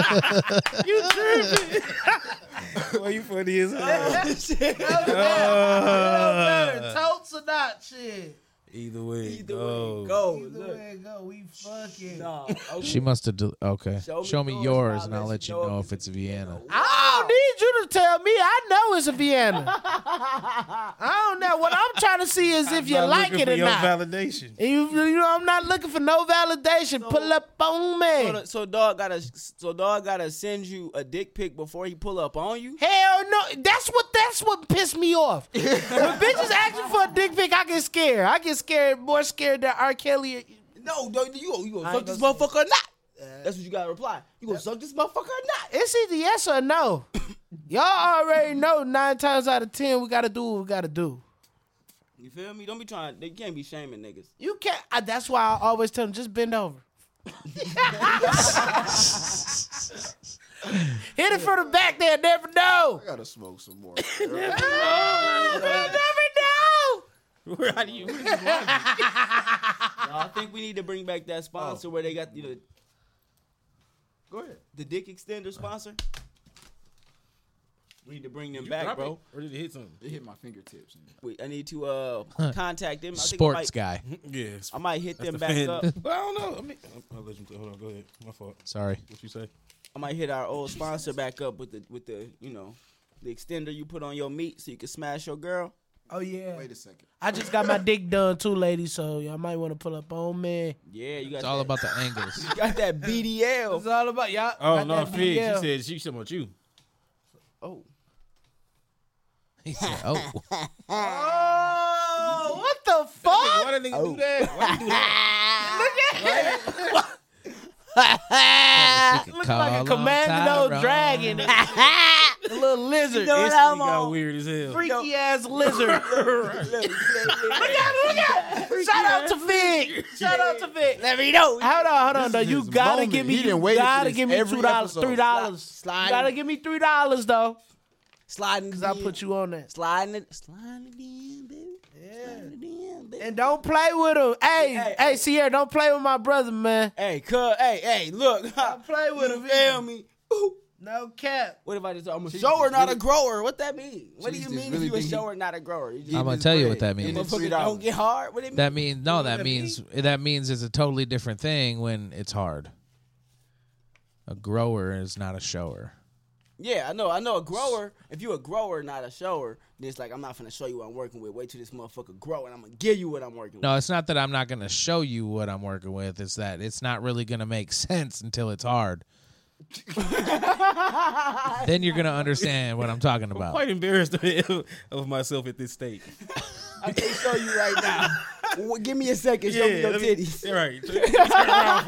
S6: fucking. you tripping?
S10: Why you funny as hell?
S6: No matter, no matter, totes or not, shit.
S10: Either way,
S3: Either
S10: go.
S3: way, go.
S6: Either
S3: Look.
S6: way it go, we fucking. [LAUGHS]
S3: Nah, okay.
S4: she must have. Del- okay.
S3: Show
S4: Show
S3: me
S4: me,
S3: yours,
S4: yours, and I'll let you know if it's Vienna.
S6: I don't need you to tell me. I know it's a [LAUGHS] Vienna. I don't know. What I'm trying to see is if you
S10: Not
S6: like
S10: looking
S6: it
S10: for
S6: or
S10: your
S6: not.
S10: validation.
S6: And you, you know, I'm not looking for no validation. Pull up on me.
S3: So, the- so dog gotta so dog gotta send you a dick pic before he pull up on you.
S6: Hell no. That's what that's what pissed me [LAUGHS] off. when bitches asking for a dick pic, I get scared. I get scared, more scared than R. Kelly.
S3: No, no, you you gonna
S6: I
S3: suck
S6: ain't
S3: this
S6: gonna
S3: motherfucker or not? That's what you gotta reply. You gonna suck this motherfucker or not?
S6: It's either yes or [LAUGHS] no. Y'all already know nine times out of ten we gotta do what we gotta do.
S3: You feel me? Don't be trying. You can't be shaming niggas.
S6: You can't. I, that's why I always tell them just bend over. Hit it from the back. They'll never know.
S2: I gotta smoke some more.
S6: They'll never know.
S10: Where are you?
S3: I think we need to bring back that sponsor where they got you know. Oh. Go ahead. The dick extender sponsor. We need to bring them back, bro.
S10: Or did it hit something? [LAUGHS]
S2: it hit my fingertips. man.
S3: We, I need to uh
S4: [LAUGHS]
S3: contact them. I think I
S4: Sports
S3: might,
S4: guy.
S10: Yeah.
S3: I might hit them
S10: the
S3: back
S10: fan.
S3: up.
S10: But I don't know. I mean, I'll, I'll let you. Hold on. Go ahead. My fault.
S4: Sorry.
S10: What you say?
S3: I might hit our old sponsor back up with the with the you know the extender you put on your meat so you can smash your girl.
S6: Oh yeah.
S2: Wait a second.
S6: I just got my dick done too, ladies. So y'all might want to pull up on me.
S3: Yeah, you got
S4: It's all
S3: that,
S4: about the angles. [LAUGHS]
S3: you got that BDL.
S6: It's all about y'all.
S10: Oh
S6: got
S10: no,
S6: that
S10: Fig.
S6: BBL.
S10: She said she talking about you.
S3: Oh,
S4: He said, [LAUGHS] "Oh,
S6: Oh, what the fuck?
S10: Why did nigga do that? Why you do that?
S4: she could
S6: Looks
S4: call
S6: like a
S4: on
S6: commanding old
S4: Tyrone.
S6: [LAUGHS] dragon, a little lizard,
S3: No,
S10: Instantly
S3: no. I'm
S10: got
S3: on.
S10: weird as hell.
S6: freaky ass [LAUGHS] lizard.
S3: look, look, look.
S6: Shout out to Vic. [LAUGHS] Shout out to Vic.
S3: let me know.
S6: Hold on, hold on,
S2: This
S6: though.
S2: is
S6: You
S2: his
S6: gotta
S2: moment.
S6: give me.
S2: He done
S6: You
S2: waited for
S6: gotta
S2: this
S6: give me
S2: every
S6: two dollars,
S2: episode.
S6: three dollars. You
S3: Slide-
S6: gotta give me three dollars though,
S3: Sliding,
S6: cause I put you on that.
S3: sliding it, sliding it in, baby. Sliding it in, baby.
S6: And don't play with him. Hey, hey,
S3: Hey, hey.
S6: Sierra, don't play with my brother, man.
S3: hey, cuz, hey, hey, look,
S6: play with him,
S3: you feel me? Ooh,
S6: No cap.
S3: What if I just? I'm a
S2: She's
S3: shower, not a
S2: really-
S3: grower. What that mean? What do
S2: she's
S3: you
S2: just
S3: mean
S2: really
S3: if you a
S2: thinking-
S3: shower, not a grower? You just,
S4: I'm gonna tell you what that means.
S2: And it's
S3: motherfucker
S2: $3.
S3: don't get hard. What it mean?
S4: That means no. That means that means it's a totally different thing when it's hard. A grower is not a shower.
S3: Yeah, I know. I know a grower. If you a grower, not a shower, then it's like I'm not finna show you what I'm working with. Wait till this motherfucker grow, and I'm gonna give you what I'm working
S4: No, it's not that I'm not gonna show you what I'm working with. It's that it's not really gonna make [LAUGHS] sense until it's hard. then you're gonna understand what I'm talking about.
S10: Quite embarrassed of- of myself at this state.
S3: with. I can't show you right now. Well, give me a second. Show me your
S10: let me-
S3: titties.
S10: yeah, right. Turn around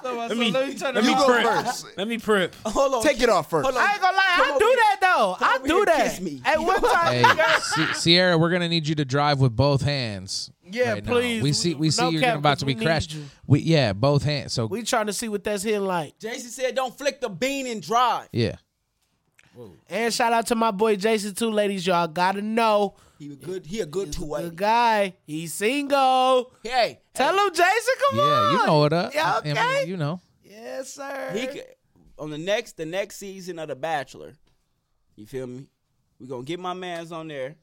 S10: for a minute. Let me, let me, let me
S2: You go
S10: prep.
S2: first.
S10: Let me prep.
S3: Hold on.
S2: Take it off first.
S3: Hold on.
S6: I ain't gonna lie,
S3: Come
S6: I
S3: over
S6: do
S3: here.
S6: that though. I
S3: over here
S6: do
S3: and
S6: that.
S3: kiss me. [LAUGHS]
S6: At one
S4: [LAUGHS]
S6: time,
S4: Hey, Si- Sierra, we're gonna need you to drive with both hands.
S6: Yeah,
S4: right now.
S6: please.
S4: We see, we see
S6: No
S4: you're
S6: cap,
S4: about to
S6: 'cause
S4: be
S6: we need
S4: crashed.
S6: you.
S4: We yeah, both hands. So
S6: we trying to see what that's hitting like.
S3: Jason said, "Don't flick the bean and drive."
S4: yeah,
S6: And shout out to my boy Jason too, ladies. Y'all gotta know
S3: He a good. He a good two way.
S6: the guy. He's single.
S3: Hey,
S6: Tell him, Jason, come
S4: yeah,
S6: on.
S4: you know what up.
S6: Yeah,
S4: I mean,
S6: okay.
S4: you know.
S6: Yes, sir.
S3: He could, on the next the next season of The Bachelor. You feel me? We gonna get my man's on there.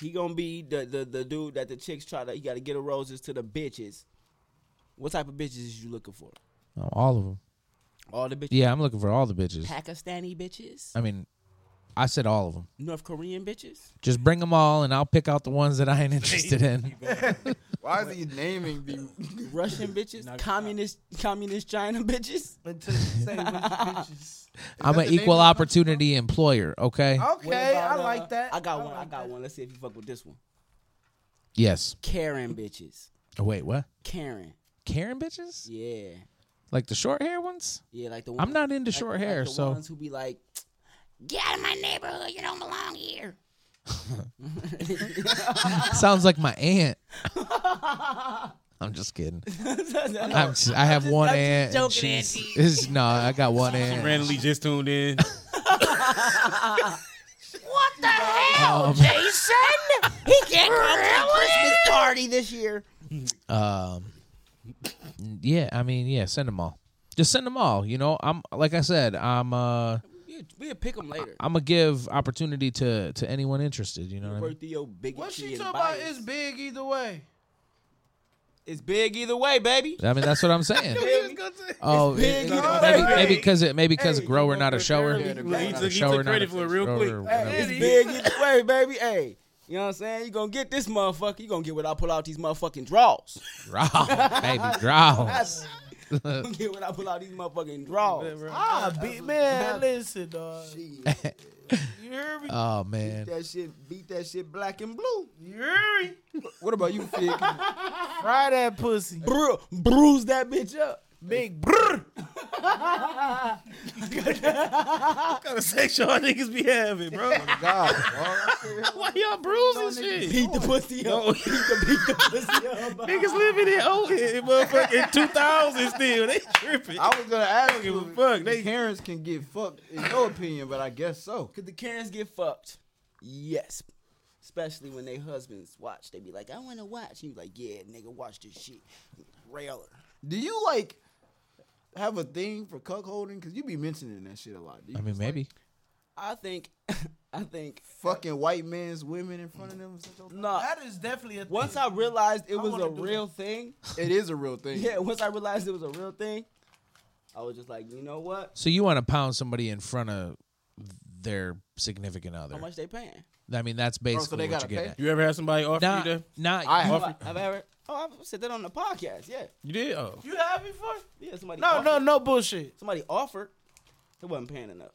S3: He gonna be the the, the dude that the chicks try to. You gotta get a roses to the bitches. What type of bitches is you looking for?
S4: Oh, All of them.
S3: All the bitches.
S4: Yeah, I'm looking for all the bitches.
S3: Pakistani bitches,
S4: I mean, I said all of them.
S3: North Korean bitches.
S4: Just bring them all, and I'll pick out the ones that I ain't interested in.
S2: Why is he naming the
S3: [LAUGHS] Russian bitches, communist communist China bitches.
S6: Until you say what bitches.
S4: I'm an equal opportunity employer. Okay.
S3: What
S6: Okay,
S3: about,
S6: I
S3: uh,
S6: like that.
S3: I got one. I got one. Let's see if you fuck with this one.
S4: Yes.
S3: Karen bitches.
S4: Oh, wait, what?
S3: Karen.
S4: Karen bitches?
S3: Yeah.
S4: Like the short
S3: [LAUGHS]
S4: hair ones? [LAUGHS]
S3: Yeah, like the ones,
S4: I'm not into
S3: like-
S4: short
S3: like
S4: hair,
S3: the
S4: so
S3: ones who be like, "Get out of my neighborhood! You don't belong here."
S4: sounds like my
S3: [LAUGHS]
S4: aunt. I'm just kidding.
S3: I
S4: I'm just, I have one
S3: I'm just
S4: aunt. and
S3: joking,
S4: she's- [LAUGHS] it's- no, I
S3: [LAUGHS]
S4: got one aunt.
S10: Randomly just tuned in.
S4: Um,
S3: can't come to the [LAUGHS] Christmas party this year.
S4: Um, yeah, I mean, yeah, send them all. Just send them all. You know, I'm like I said, I'm uh,
S3: We'll, we'll pick them later.
S4: I'm gonna give opportunity to to anyone interested. You know, what I mean?
S3: Work through your bigotry
S6: What she
S3: and
S6: talking about
S3: bias.
S6: is big either way.
S3: It's big either way, baby.
S4: I mean that's what I'm
S10: [LAUGHS]
S4: saying. oh, it-
S3: big,
S4: it-
S3: you know,
S4: maybe
S3: baby.
S4: maybe because it maybe because grower not a shower.
S10: He took- he
S4: Not a
S10: took
S4: shower, not a
S10: credit for it real
S4: grower,
S10: quick.
S4: whatever. [LAUGHS]
S3: It's big either way, baby. Hey, you know what I'm saying? You gonna get this motherfucker. You gonna get what I pull out these motherfucking draws.
S4: Growl, baby, growl.
S10: [LAUGHS]
S3: That's [LAUGHS] you gonna get what I pull out these motherfucking draws.
S6: Ah, be, man, listen, dog. You hear me?
S4: [LAUGHS] Oh man,
S2: that shit beat that shit black and blue?
S6: You hear me?
S2: What about you, [LAUGHS] Fig?
S6: Fry that pussy.
S3: Bru- bruise that bitch up.
S6: Big brr.
S10: [LAUGHS] What kind of sex y'all niggas be having, bro?
S2: God,
S10: Why y'all bruising shit?
S3: Beat the pussy up.
S10: No.
S3: Beat the, beat
S10: [LAUGHS]
S3: the pussy up.
S10: Niggas living in oh, in motherfucking 2000 still. They tripping.
S2: I was gonna ask
S10: give a
S2: you.
S10: fuck. They-
S2: Karens can get fucked, in your opinion, but I guess so.
S3: Could the Karens get fucked? Yes. Especially when they husbands watch. They be like, I wanna watch. You be like, yeah, nigga, watch this shit. Railer.
S2: Do you like have a thing for cuckolding? Cause you be mentioning that shit a lot. Do you
S4: I mean
S2: just, like,
S4: maybe.
S3: I think [LAUGHS] I think
S2: fucking white men's women in front of them. and such a-
S3: no.
S6: That is definitely a
S3: Once I realized it was
S6: wanna
S3: a
S6: do
S3: real
S6: [LAUGHS]
S3: thing,
S2: [LAUGHS] It is a real thing.
S3: yeah. Once I realized it was a real thing, I was just like, you know what?
S4: So you want to pound somebody in front of their significant other?
S3: How much they paying?
S4: I mean that's basically
S2: they
S4: what
S2: gotta
S4: you get.
S2: pay?
S4: At.
S10: You ever had somebody offer
S4: Not,
S10: you that?
S4: not
S2: I
S4: [LAUGHS]
S3: Oh,
S2: have.
S3: I, have ever. Oh, I've said that on the podcast. Yeah,
S10: You did? Oh.
S6: You have before?
S3: yeah. Somebody.
S6: No,
S3: offered,
S6: no, no bullshit.
S3: Somebody offered. They wasn't paying enough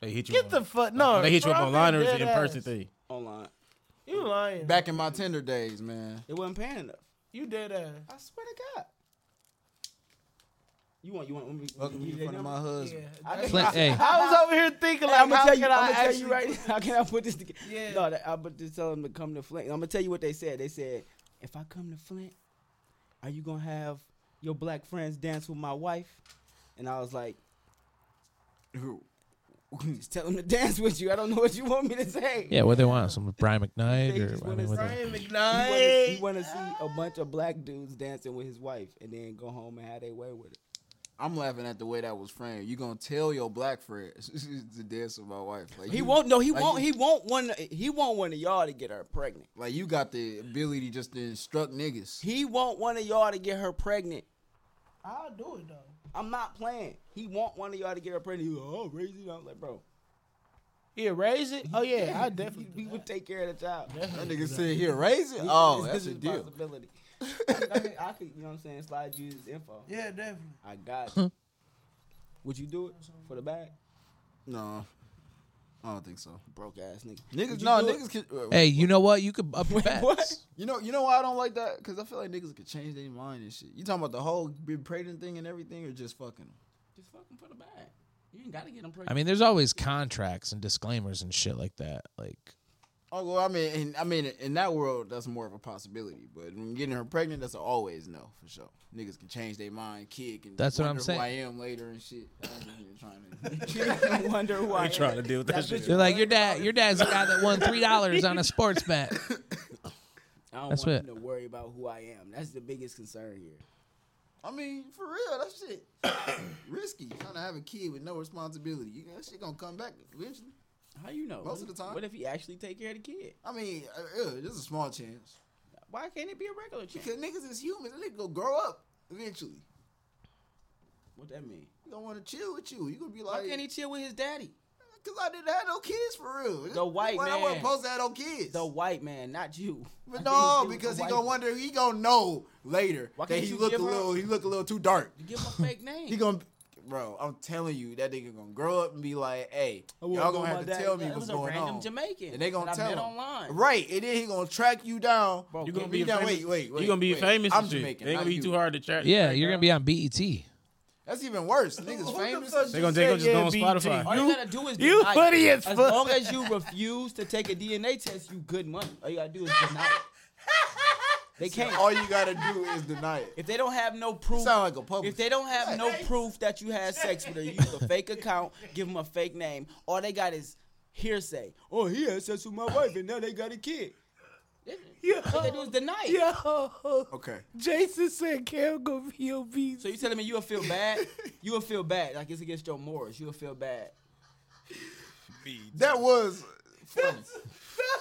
S10: They hit you
S6: Get
S10: up.
S6: the fuck no.
S10: They hit you up
S6: bro,
S10: online or
S6: I'm
S10: is it in
S6: dead
S10: person
S6: ass.
S10: thing?
S3: online.
S6: You lying?
S2: Back in my Tinder days, man.
S3: They wasn't paying enough.
S6: You dead ass.
S3: I swear to God. You want? You want? want me,
S2: Fucking
S3: you
S2: me in
S3: their
S2: front of
S3: number?
S2: my husband.
S3: I can,
S4: Clint, hey,
S6: I was over here thinking like,
S3: I'm gonna
S6: how
S3: tell
S6: can
S3: you.
S6: I
S3: I'm gonna tell
S6: actually
S3: you right now. [LAUGHS] How can I put this together?
S6: Yeah.
S3: No, that, I'm just tell them to come to Flint. I'm gonna tell you what they said. They said, if I come to Flint, are you gonna have your black friends dance with my wife? And I was like,
S2: Who?
S3: [LAUGHS] just tell them to dance with you. I don't know what you want me to say.
S4: yeah, what they want? Some Brian McKnight
S3: They
S4: or
S3: just
S4: I mean,
S3: wanna
S4: what
S3: say-
S4: they-
S6: Brian
S3: You
S6: McKnight.
S3: want to see a bunch of black dudes dancing with his wife and then go home and have their way with it.
S2: I'm laughing at the way that was framed. You gonna tell your black friend [LAUGHS] to dance with my wife? Like
S3: He
S2: you-
S3: won't. No, he
S2: like
S3: won't.
S2: you-
S3: He won't one. He won't one of y'all to get her pregnant.
S2: Like you got the ability just to instruct niggas.
S3: He want one of y'all to get her pregnant.
S6: I'll do it though.
S3: I'm not playing. He want one of y'all to get her pregnant. He go, oh, raise it. I'm like, bro,
S6: Yeah, raise it. Oh yeah,
S3: [LAUGHS]
S6: I definitely.
S3: we would take care of the child.
S2: That nigga sit here raise it. Oh,
S3: This
S2: that's
S3: is
S2: a deal.
S3: [LAUGHS] possibility. I, could- I, could- I could, you know what I'm saying, slide you this info.
S6: Yeah, definitely.
S3: I
S4: [LAUGHS]
S3: got it. Would you do it for the bag?
S2: No, I don't think so.
S3: Broke ass nigga.
S2: Niggas,
S3: Would you
S2: no,
S3: do it?
S2: niggas. Can, uh,
S4: Hey, you know what? You could up your bets.
S3: what?
S2: You know, you know why I don't like that? Cause I feel like niggas could change their mind and shit. You talking about the whole being pregnant thing and everything, or just fucking? 'em?
S3: Just fuck him for the bag. You ain't gotta get him pregnant.
S4: I mean, there's always contracts and disclaimers and shit like that. Like,
S2: Oh well, I mean, in, I mean, in that world, that's more of a possibility. But when getting her pregnant, that's a always no for sure. Niggas can change their mind. Kid can.
S4: That's what I'm
S2: wonder
S4: saying.
S2: Who I am later and shit. I ain't even trying
S4: [LAUGHS]
S2: to.
S3: I wonder why.
S10: They trying to deal with that, shit.
S4: they're like your dad. Your dad's the guy that won three dollars on a sports bet.
S3: I don't
S4: That's
S3: want
S4: what-
S3: him to worry about who I am. That's the biggest concern here.
S2: I mean, for real, that shit [COUGHS] risky. Trying to have a kid with no responsibility. You know, that shit gonna come back eventually.
S3: How you know?
S2: Most of the time.
S3: What if he actually take care of the kid?
S2: I mean, uh, uh, there's a small chance
S3: Why can't it be a regular check?
S2: because niggas is humans. They gonna grow up eventually.
S3: What that mean?
S2: You gonna want to chill with you. You gonna be
S3: Why
S2: like,
S3: can't he chill with his daddy?
S2: Cause I didn't have no kids for real.
S3: The white
S2: Why I wasn't
S3: man.
S2: supposed to have no kids.
S3: The white man, not you.
S2: but
S3: [LAUGHS] I
S2: no,
S3: think
S2: because he
S3: the white-
S2: gonna wonder. He gonna know later
S3: Why
S2: that
S3: can't
S2: he
S3: you
S2: look a
S3: give her-
S2: little. He look a little too dark.
S3: Give him a fake
S2: [LAUGHS]
S3: name.
S2: He gonna, bro. I'm telling you, that nigga gonna grow up and be like, hey, y'all gonna have to tell me
S3: it
S2: what's
S3: was a
S2: going
S3: random
S2: on.
S3: Jamaican.
S2: And they gonna
S3: that I
S2: tell
S3: met
S2: him
S3: online.
S2: right, and then he gonna track you down.
S3: Bro,
S10: You
S3: give
S10: gonna
S3: me
S10: be
S2: me down.
S10: famous?
S2: Wait, wait, wait,
S10: You gonna be
S2: wait.
S10: famous?
S2: I'm
S10: and shit.
S2: Jamaican,
S10: They
S2: not
S10: gonna be
S2: you.
S10: too hard to track.
S4: Yeah,
S10: track
S4: you're
S10: down.
S4: gonna be on E BET.
S2: That's even worse. Niggas famous.
S10: They gonna, they gonna just go on Spotify. [LAUGHS]
S3: all you, gotta do is
S10: you
S3: deny
S10: funny
S3: it.
S10: as
S3: As
S10: fuck.
S3: long as you refuse to take a DNA test, you good money. All you gotta do is deny
S2: [LAUGHS]
S3: it. They can't.
S2: All you gotta do is deny it.
S3: If they don't have no proof,
S2: Sound like a public.
S3: if they don't have no proof that you had sex with her, you use a fake account, give them a fake name. All they got is hearsay. Oh, he had sex with my wife, and now they got a kid. Yeah. All they do is deny it.
S6: Yo,
S2: okay.
S6: Jason said Cam gonna be your beats.
S3: So you telling me you'll feel bad? You'll feel bad. Like it's against your morals. You'll feel bad.
S2: That was funny.
S6: That's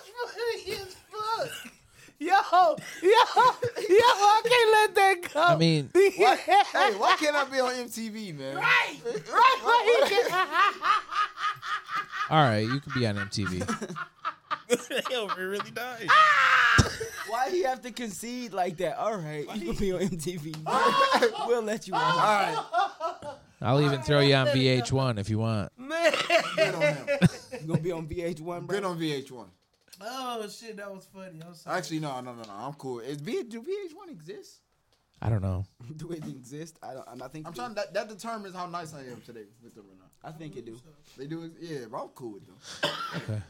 S6: funny as fuck. Yo, yo, yo, I can't let that go.
S4: I mean,
S2: Why, hey, why can't I be on MTV,
S6: [LAUGHS]
S2: man? Right.
S4: all right, you could be on MTV.
S10: Hell, we really died.
S3: Why do you have to concede like that? All right, you can be on MTV. we'll let you
S2: All
S3: on.
S2: right.
S4: I'll even throw you on VH1 if you want.
S2: Good on him.
S3: You gonna be on VH1,
S2: Good
S3: bro?
S2: on VH1.
S6: Oh shit, that was funny. I'm sorry.
S2: Actually, no, no, no, no. I'm cool. Is v- do VH1 exist?
S4: I don't know.
S3: [LAUGHS] Do it exist? I don't. I'm not thinking.
S2: I'm trying. That, that determines how nice I am today with them or not.
S3: I think it do.
S2: They do. ex- Yeah, bro, I'm cool with them.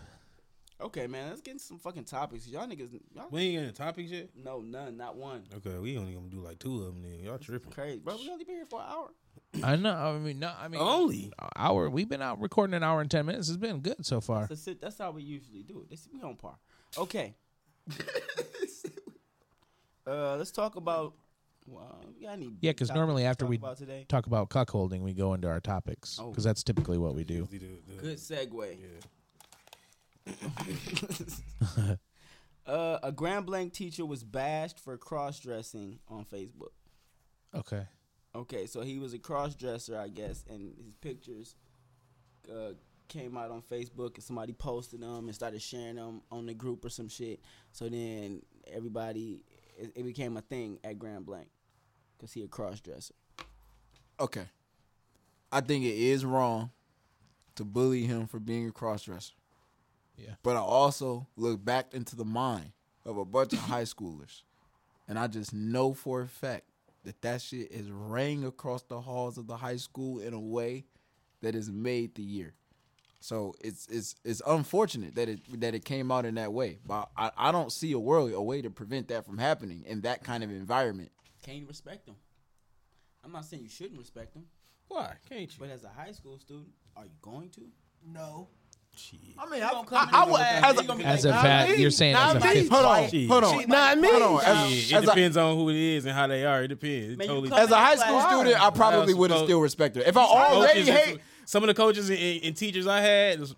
S3: Okay, man. Let's get into some fucking topics. Y'all niggas. Y'all,
S10: We ain't getting topics yet.
S3: no, none, not one.
S10: Okay, we only gonna do like two of them. Then y'all tripping.
S3: Crazy, bro. We only been here for an hour.
S4: I know. I mean, no. I mean,
S10: Only.
S4: hour. We've been out recording an hour and ten minutes. It's been good so far.
S3: That's, it. That's how we usually do it. This, we on par. Okay. uh, let's talk about. Well, we got any
S4: Yeah,
S3: big
S4: because
S3: topics
S4: normally
S3: to
S4: after
S3: talk
S4: we
S3: about today,
S4: talk about cuckolding, we go into our topics
S3: Oh.
S4: because that's typically what we do.
S10: Usually the- the-
S3: good segue.
S10: Yeah.
S3: [LAUGHS] Uh, a Grand Blanc teacher was bashed for cross dressing on Facebook.
S4: Okay.
S3: Okay, so he was a cross dresser, I guess, and his pictures uh, came out on Facebook, and somebody posted them and started sharing them on the group or some shit. So then everybody, it, it became a thing at Grand Blanc because he a cross dresser.
S2: Okay. I think it is wrong to bully him for being a crossdresser.
S4: Yeah.
S2: But I also look back into the mind of a bunch of high schoolers, and I just know for a fact that that shit is rang across the halls of the high school in a way that has made the year. So it's it's it's unfortunate that it that it came out in that way. But I, I don't see a world a way to prevent that from happening in that kind of environment.
S3: Can't you respect him. I'm not saying you shouldn't respect him,
S10: Why can't you?
S3: but as a high school student, are you going to?
S6: no.
S2: I mean, I, I, I would as a,
S4: As a fat, you're saying as a
S2: Not me.
S4: fifth.
S2: Hold on,
S10: Shit.
S2: hold on.
S3: Shit.
S6: Not me.
S2: Hold on. As,
S10: Shit,
S2: as a,
S10: it depends on who it is and how they are. It depends. It
S3: Man, you
S10: totally.
S3: come-
S2: as a high school
S3: Like,
S2: student, I probably
S10: I
S2: would have
S10: suppose-
S2: still respected it. If I
S10: Coaches
S2: already
S10: and-
S2: hate,
S10: some of the coaches and, and- and teachers I had. was-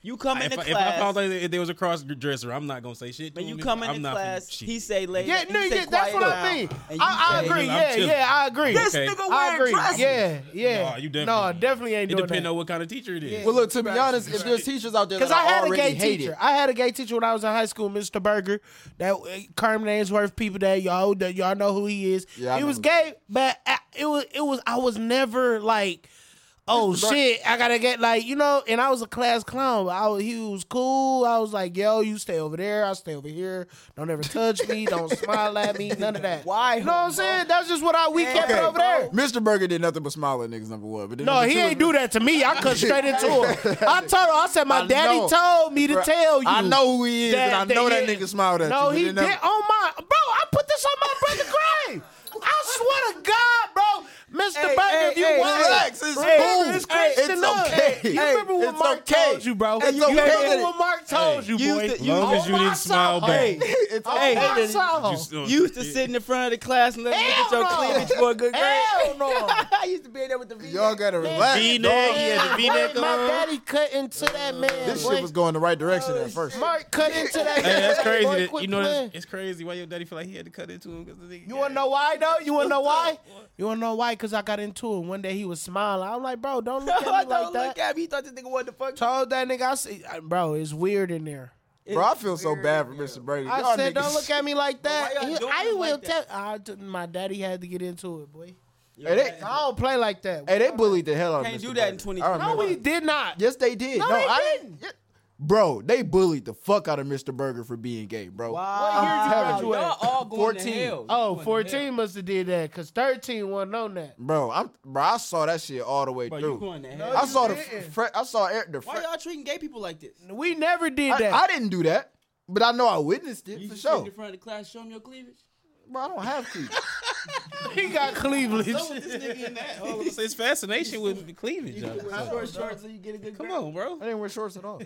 S3: You come
S10: if,
S3: into
S10: I- if I
S3: class.
S10: found out that there was a cross dresser, I'm not gonna say shit.
S3: when
S10: to
S3: you
S10: him.
S3: come
S10: I'm
S3: into
S10: not finna-
S3: class,
S10: shit.
S3: he say later.
S6: Yeah, no, yeah, that's what I mean. I, I agree.
S10: I'm
S6: Yeah,
S10: chilling.
S6: yeah, I agree.
S10: This Okay. nigga
S6: I agree. Yeah, yeah.
S10: Nah, you definitely-
S6: no, definitely ain't
S10: It
S6: doing
S10: depends
S6: that.
S10: on what kind of teacher it is.
S2: well, look. To be honest, if there's teachers out there that
S6: Because I had a
S2: already
S6: gay
S2: hate
S6: teacher.
S2: it,
S6: I had a gay teacher when I was in high school, Mr. Berger. That uh, Carmen Ainsworth, people that y'all that y'all know who he is.
S2: Yeah, I
S6: he was
S2: remember.
S6: gay, but I, it was it was I was never like, oh shit, I gotta get like you know. And I was a class clown. but I was, he was cool. I was like, yo, you stay over there. I stay over here. Don't ever touch me. Don't smile at me. None
S2: [LAUGHS]
S6: of that.
S3: Why,
S6: You know what I'm
S3: homeboy?
S6: saying? That's just what I we kept it
S2: Okay.
S6: over there.
S2: Mr. Oh, Burger did nothing but smile at niggas. Number one, but then
S6: No,
S2: number
S6: he
S2: two,
S6: ain't do that to me. I cut straight into him.
S2: [LAUGHS]
S6: I told him, I said, my
S2: I
S6: daddy
S2: know.
S6: told me to
S2: Bruh,
S6: tell you.
S2: I know who he is, and I know that
S6: yeah.
S2: nigga smiled at
S6: no,
S2: you.
S6: he
S2: but
S6: did.
S2: then that-
S6: Oh my, bro, I put this on my brother grave. I swear to God, bro, Mr. Burger, if you
S2: hey,
S6: want
S2: relax, it's cool.
S6: it's
S2: Hey,
S6: Christian
S2: it's
S6: love.
S2: okay.
S6: You
S2: Hey,
S6: remember what
S2: it's
S6: Mark
S2: okay.
S6: told you, bro?
S2: It's
S6: you
S2: okay.
S6: remember what Mark told
S10: Hey,
S6: you,
S3: you
S6: boy?
S3: used to- you
S10: Long
S6: Oh,
S10: as you
S6: my
S10: didn't
S6: soul.
S10: smile back.
S6: Hey,
S2: [LAUGHS] it's
S6: oh,
S3: Hey,
S6: my
S3: then
S6: soul.
S10: still-
S3: You used to sit in the front of the class and let them look at your
S6: Hell no.
S3: cleavage for a good grade.
S6: Hell no.
S3: [LAUGHS] I used to be in there with the V.
S2: y'all gotta relax.
S10: V-neck,
S2: dog.
S10: he had the V-neck
S6: My
S10: on.
S6: daddy cut into that man.
S2: This
S6: boy.
S2: shit was going the right direction at first.
S6: Mark cut into that.
S10: Hey, that's
S6: Like,
S10: crazy.
S6: boy,
S10: that,
S6: quit
S10: you know,
S6: playing.
S10: that's, it's crazy why your daddy feel like he had to cut into him because the nigga.
S6: You wanna know why though? You wanna know why? You wanna know why? Cause I got into it. One day he was smiling. I'm like,
S3: [LAUGHS]
S6: bro, don't look
S3: I [LAUGHS]
S6: at me
S3: don't
S6: like
S3: look
S6: that.
S3: at me. You thought this nigga wanted to fuck you.
S6: Told that nigga, I said, uh, bro, it's weird in there.
S2: Bro, I feel so bad for Mr. Burger.
S6: I
S2: Y'all
S6: said,
S2: niggas-
S6: don't look at me like that.
S3: y'all
S6: He-
S3: doing
S6: I
S3: it like
S6: will tell.
S3: that?
S6: I t- my daddy had to get into it, boy.
S2: Hey, they,
S6: I don't play like that.
S2: hey, they bullied the hell out of
S3: Can't
S2: Mr.
S3: do that in
S2: Burger.
S3: 2020.
S2: I
S6: no,
S2: remember.
S6: we did not.
S2: Yes, they did.
S6: No,
S2: No,
S6: they
S2: I
S6: didn't.
S2: yeah. Bro, they bullied the fuck out of Mr. Burger for being gay, bro.
S3: Wow.
S2: I'm telling you.
S3: Y'all all going
S2: 14.
S3: to hell.
S6: Oh, 14 must have did that because 13 wasn't on that.
S2: Bro, I'm bro. I saw that shit all the way
S3: Bro, you
S2: through.
S3: going to hell.
S2: I saw the
S6: didn't.
S2: fr- I saw Eric the. Fr-
S3: Why y'all treating gay people like this?
S6: We never did
S2: I,
S6: that.
S2: I didn't do that, but I know I witnessed it
S3: You
S2: for
S3: just sit
S2: sure.
S3: in front of the class, show them your [LAUGHS] cleavage.
S2: Bro, I don't have to.
S6: he got Cleveland.
S3: What's with this nigga in that?
S10: Oh, it's, it's fascination with cleavage.
S3: You
S10: though.
S3: wear short shorts so you get a good
S10: Come
S3: grade.
S10: on, bro.
S2: I didn't wear shorts at all.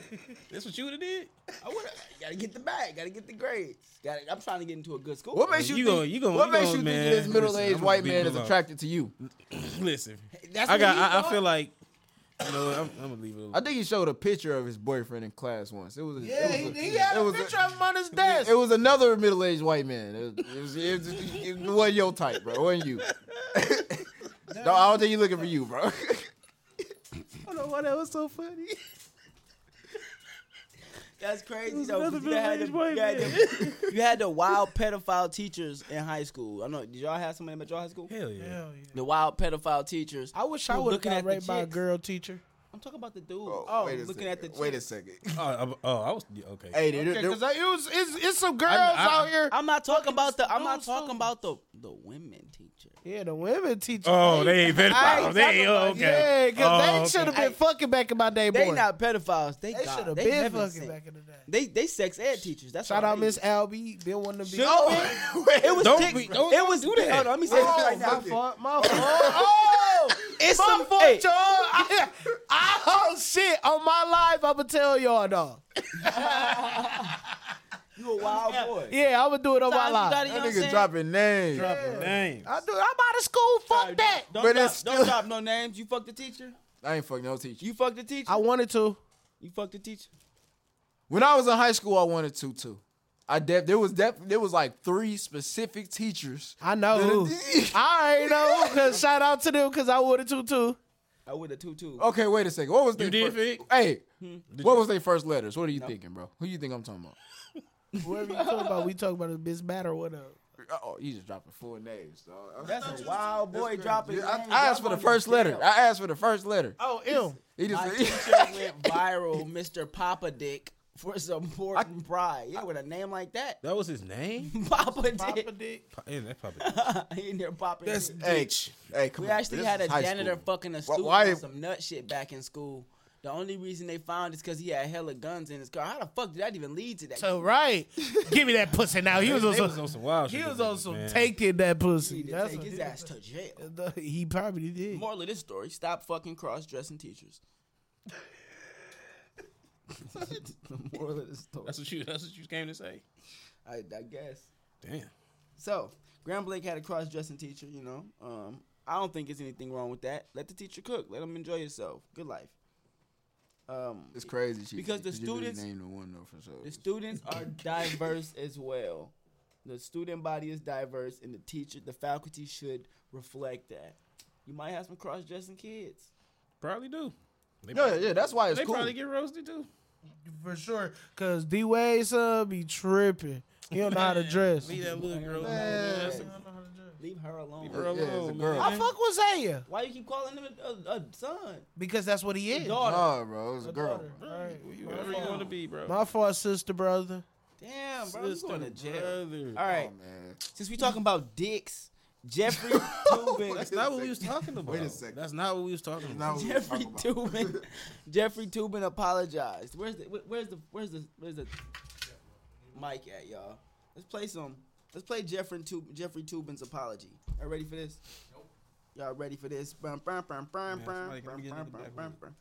S10: That's what you would have did. [CLEARS THROAT]
S3: I wanna- gotta get the bag. Gotta get the grades. Gotta, I'm trying to get into a good school.
S2: What makes you,
S10: You
S2: think?
S10: gonna- you gonna-
S2: what
S10: you
S2: makes
S10: gonna,
S2: you
S10: man.
S2: think this middle-aged
S10: Listen, I'ma
S2: white
S10: be
S2: man is
S10: alone.
S2: attracted to you?
S10: Listen,
S3: That's
S10: I
S3: what
S10: got.
S3: he
S10: I, I
S3: thought.
S10: feel like. You know, I'm, I'm gonna leave it. Alone.
S2: I think he showed a picture of his boyfriend in class once. It was. Yeah, it was
S6: he had a
S2: was
S6: picture of him on his desk.
S2: It was another middle-aged white man. It, was, it, was, it, was, it wasn't your type, bro. It wasn't
S6: [LAUGHS]
S2: you. no, I don't think he's looking for you, bro. [LAUGHS]
S10: I don't know why that was so funny.
S3: That's crazy though. 'cause
S10: another
S3: You had, the,
S10: middle-aged
S3: you, had the, you had the wild pedophile teachers in high school. I know. Did y'all have somebody at your high school?
S10: Hell yeah.
S3: The wild pedophile teachers.
S6: I wish I
S3: Who
S6: would have
S3: looking
S6: got
S3: at the
S6: raped by a
S3: chicks?
S6: girl teacher.
S3: I'm talking about the dude.
S2: Oh, wait a
S3: looking
S2: second.
S3: at the
S2: Wait a
S3: chicks.
S2: second.
S10: Oh, I, oh, I was yeah, okay.
S2: Hey, there, there,
S6: Because it was it's, it's some girls
S10: I-
S6: out here.
S3: I'm not talking about the. I'm not
S6: dudes,
S3: talking
S6: too.
S3: about the the women teacher.
S6: yeah, the women teacher.
S10: oh, they ain't pedophiles. They ain't. Oh, okay.
S6: Yeah, because
S10: Oh,
S6: they should have
S10: okay.
S6: been fucking back about their
S3: They
S6: boy.
S3: not pedophiles. They,
S6: they
S3: God,
S6: should have
S3: they
S6: been
S3: heaven
S6: fucking
S3: sent.
S6: back in the day.
S3: They they sex ed teachers. That's
S6: Shout
S3: all
S6: out
S3: they-
S6: Miss Albie. Been wanting to be. Oh,
S3: Should
S2: [LAUGHS]
S3: have been. It was
S10: Don't
S3: tick-
S10: be- don't-
S3: it was
S10: don't do that.
S3: Hold on, let me say this right
S6: my
S3: now.
S6: fault. My
S3: [LAUGHS]
S6: fault. Oh,
S3: It's
S6: my
S3: some
S6: fault,
S3: hey,
S6: y'all. I, I, oh shit! On my life, I'ma tell y'all dog.
S3: you a wild boy.
S6: Yeah, I'ma do it on my
S3: Sometimes you
S6: life.
S2: that
S3: gotta- [LAUGHS] you know what I'm
S2: nigga
S3: saying?
S2: dropping names.
S10: Dang.
S6: I do. I'm out of school. Fuck that.
S3: Don't,
S2: But
S3: drop,
S2: it's
S3: don't
S2: still-
S3: drop no names. You fuck the teacher.
S2: I ain't fucking no teacher.
S3: You fuck the teacher.
S6: I wanted to.
S3: you fuck the teacher.
S2: When I was in high school, I wanted to too. I def- there was def- there was like three specific teachers.
S6: I
S2: [LAUGHS]
S6: know. who. I already know. who, Cause shout out to them. Cause I wanted to too.
S3: I would a two two.
S2: Okay, wait a second. What was
S10: You
S2: they
S10: did, Hmm.
S2: fir-
S10: Vic?
S2: Hey,
S10: Did
S2: what
S10: you-
S2: was their first letters? What are you thinking, bro? Who you think I'm talking about?
S6: Whatever you talking about, we talking about a bitch batter. What up?
S2: Oh, you just dropping full names. dog.
S3: That's a wild boy dropping.
S2: I,
S3: names.
S2: I
S3: Y'all
S2: asked for the
S3: going to
S2: first letter.
S3: jail.
S2: I asked for the first letter.
S6: Oh, M.
S2: He [LAUGHS]
S3: My
S2: just
S3: teacher went viral, Mr. Papa Dick, for supporting pride. Yeah, with a name like that,
S10: That was his name.
S3: [LAUGHS] Papa Dick.
S6: Papa dick.
S10: Pa- yeah, that's probably.
S3: He in there popping. Dick.
S2: hey, hey, come
S3: We
S2: on.
S3: actually
S2: This
S3: had
S2: is
S3: a
S2: high
S3: janitor
S2: school.
S3: fucking a student
S2: why-
S3: on some nut shit back in school. The only reason they found is because he had hella guns in his car. How the fuck did that even lead to that?
S6: So Oh, right, give me that pussy now. He was on
S10: They was
S6: some.
S10: on some wild shit.
S6: He was
S10: that
S6: on
S10: nigga,
S6: some
S10: man.
S6: taking that pussy.
S3: he need to
S6: That's
S3: take
S6: what
S3: his
S6: he-
S3: ass to jail.
S6: He probably did.
S3: Moral of this story: Stop fucking cross-dressing teachers. the moral of the story.
S10: That's what you. That's what you came to say.
S3: I, I guess.
S10: Damn.
S3: So, Graham Blake had a cross dressing teacher, you know. Um, I don't think there's anything wrong with that. Let the teacher cook. Let them enjoy yourself. Good life. Um,
S2: It's crazy, she,
S3: Because the
S2: you really
S3: students-
S2: named the one though for sure.
S3: the students are diverse as well. The student body is diverse, and the teacher, the faculty should reflect that. You might have some cross dressing kids.
S10: Probably do. They
S2: Yeah, yeah, that's why it's
S10: They
S2: cool.
S10: probably get roasted too.
S6: for sure. Cause D Wade son be tripping. He don't know how to dress.
S10: Leave that little girl.
S3: Leave her alone.
S10: Leave her alone,
S2: Yeah, it's a
S10: man.
S2: girl.
S6: I fuck with Zaya
S3: Why you keep calling him a, a, a son?
S6: because that's what he is.
S3: Daughter.
S2: Nah, bro, it's a girl.
S6: Daughter.
S2: bro.
S6: All right.
S10: You whatever you want to be, bro.
S6: My fault, sister, brother.
S3: Damn, bro. You
S10: Sister,
S3: going to jail.
S10: brother.
S3: All right.
S2: Oh, man.
S3: Since we talking about dicks, Jeffrey
S10: [LAUGHS]
S3: Tubin.
S10: That's not what we was talking
S2: [LAUGHS]
S10: about.
S2: Wait a second.
S10: That's not what we was talking
S2: Now
S10: about. [LAUGHS]
S2: we talk
S3: Jeffrey
S2: about-
S3: Tubin. Jeffrey Tubin apologized. Where's the wh- where's the where's the where's the mic at, y'all? Let's play some. Let's play Jeffrey Tubin, Jeffrey Tubin's apology. Y'all ready for this? Y'all ready for this? Bum, bum, bum, bum,
S10: Man,
S3: bum,
S10: somebody
S3: bum,
S10: come get
S3: bum,
S10: the
S3: bum,
S10: black
S3: bum,
S10: wood.
S3: bum.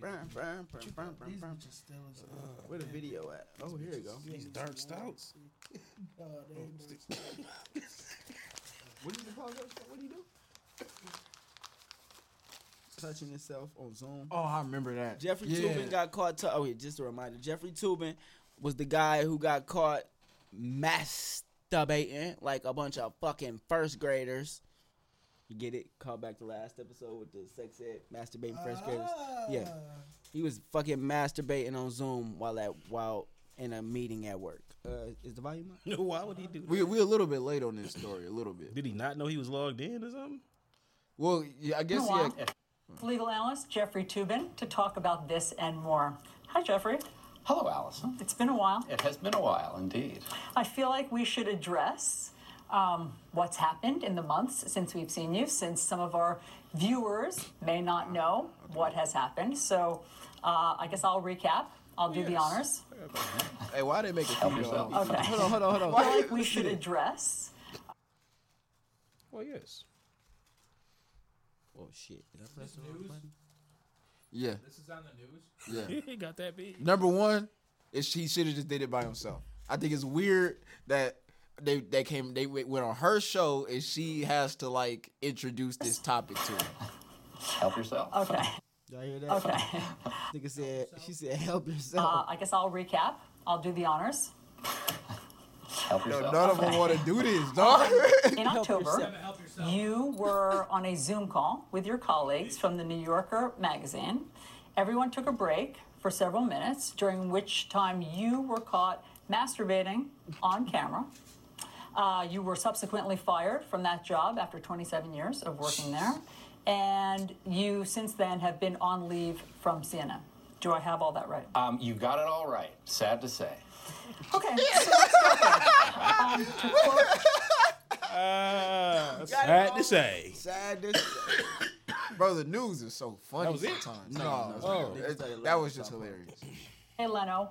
S3: Bum, bum, bum, bum, bum, bum. Where the video at? Oh, here we go.
S10: These dark stouts.
S3: What did you apologize for? What do you do? Touching yourself on Zoom.
S2: Oh, I remember that.
S3: Jeffrey
S2: Yeah.
S3: Tubin got caught. T- oh, wait, just a reminder. Jeffrey Tubin was the guy who got caught masturbating like a bunch of fucking first graders. You get it? Call back to last episode with the sex ed masturbating first graders. Yeah, he was fucking masturbating on Zoom while at while in a meeting at work. Uh, is the volume up?
S10: No, why would he do? That?
S2: We we a little bit late on this story, a little bit.
S10: Did he not know he was logged in or something?
S2: Well, yeah, I guess
S13: Hello.
S2: yeah.
S13: legal analyst Jeffrey Tubin to talk about this and more. Hi, Jeffrey.
S14: Hello, Allison.
S13: It's been a while.
S14: It has been a while indeed.
S13: I feel like we should address um, what's happened in the months since we've seen you, since some of our viewers may not know what has happened. So uh, I guess I'll recap. I'll do the honors.
S2: Hey, why they make a female?
S14: yourself.
S2: out of
S13: Okay.
S3: Hold on, hold on, hold on.
S13: I feel like we should address
S10: Well, yes.
S3: Oh shit! Did I press the wrong button?
S4: This
S2: Yeah,
S4: is on the news.
S2: yeah.
S10: He [LAUGHS] got that big.
S2: Number one, is he should have just did it by himself. I think it's weird that they they came they went went on her show and she has to like introduce this topic to him.
S14: Help yourself.
S13: Okay.
S3: Y'all hear that?
S13: Okay.
S14: [LAUGHS]
S3: Nigga said she said help
S13: Uh,
S3: yourself.
S13: I guess I'll recap. I'll do the honors.
S14: Help yourself.
S2: None of them want to do
S3: [LAUGHS]
S2: this, dog.
S13: In October,
S3: yourself.
S13: you were on a Zoom call with your colleagues from the New Yorker magazine. Everyone took a break for several minutes, during which time you were caught masturbating on camera. Uh, you were subsequently fired from that job after 27 years of working there, and you since then have been on leave from CNN. Do I have all that right?
S14: Um, you got it all right. Sad to say.
S13: Okay. so let's start there. Um, to quote
S10: Ah, sad to say.
S3: Sad this. [COUGHS]
S2: Bro, the news is so funny
S10: was it?
S2: sometimes. No, no, it-
S3: Niggas started
S2: that
S3: laughing
S2: was just
S3: about
S2: hilarious.
S13: Hey, Leno,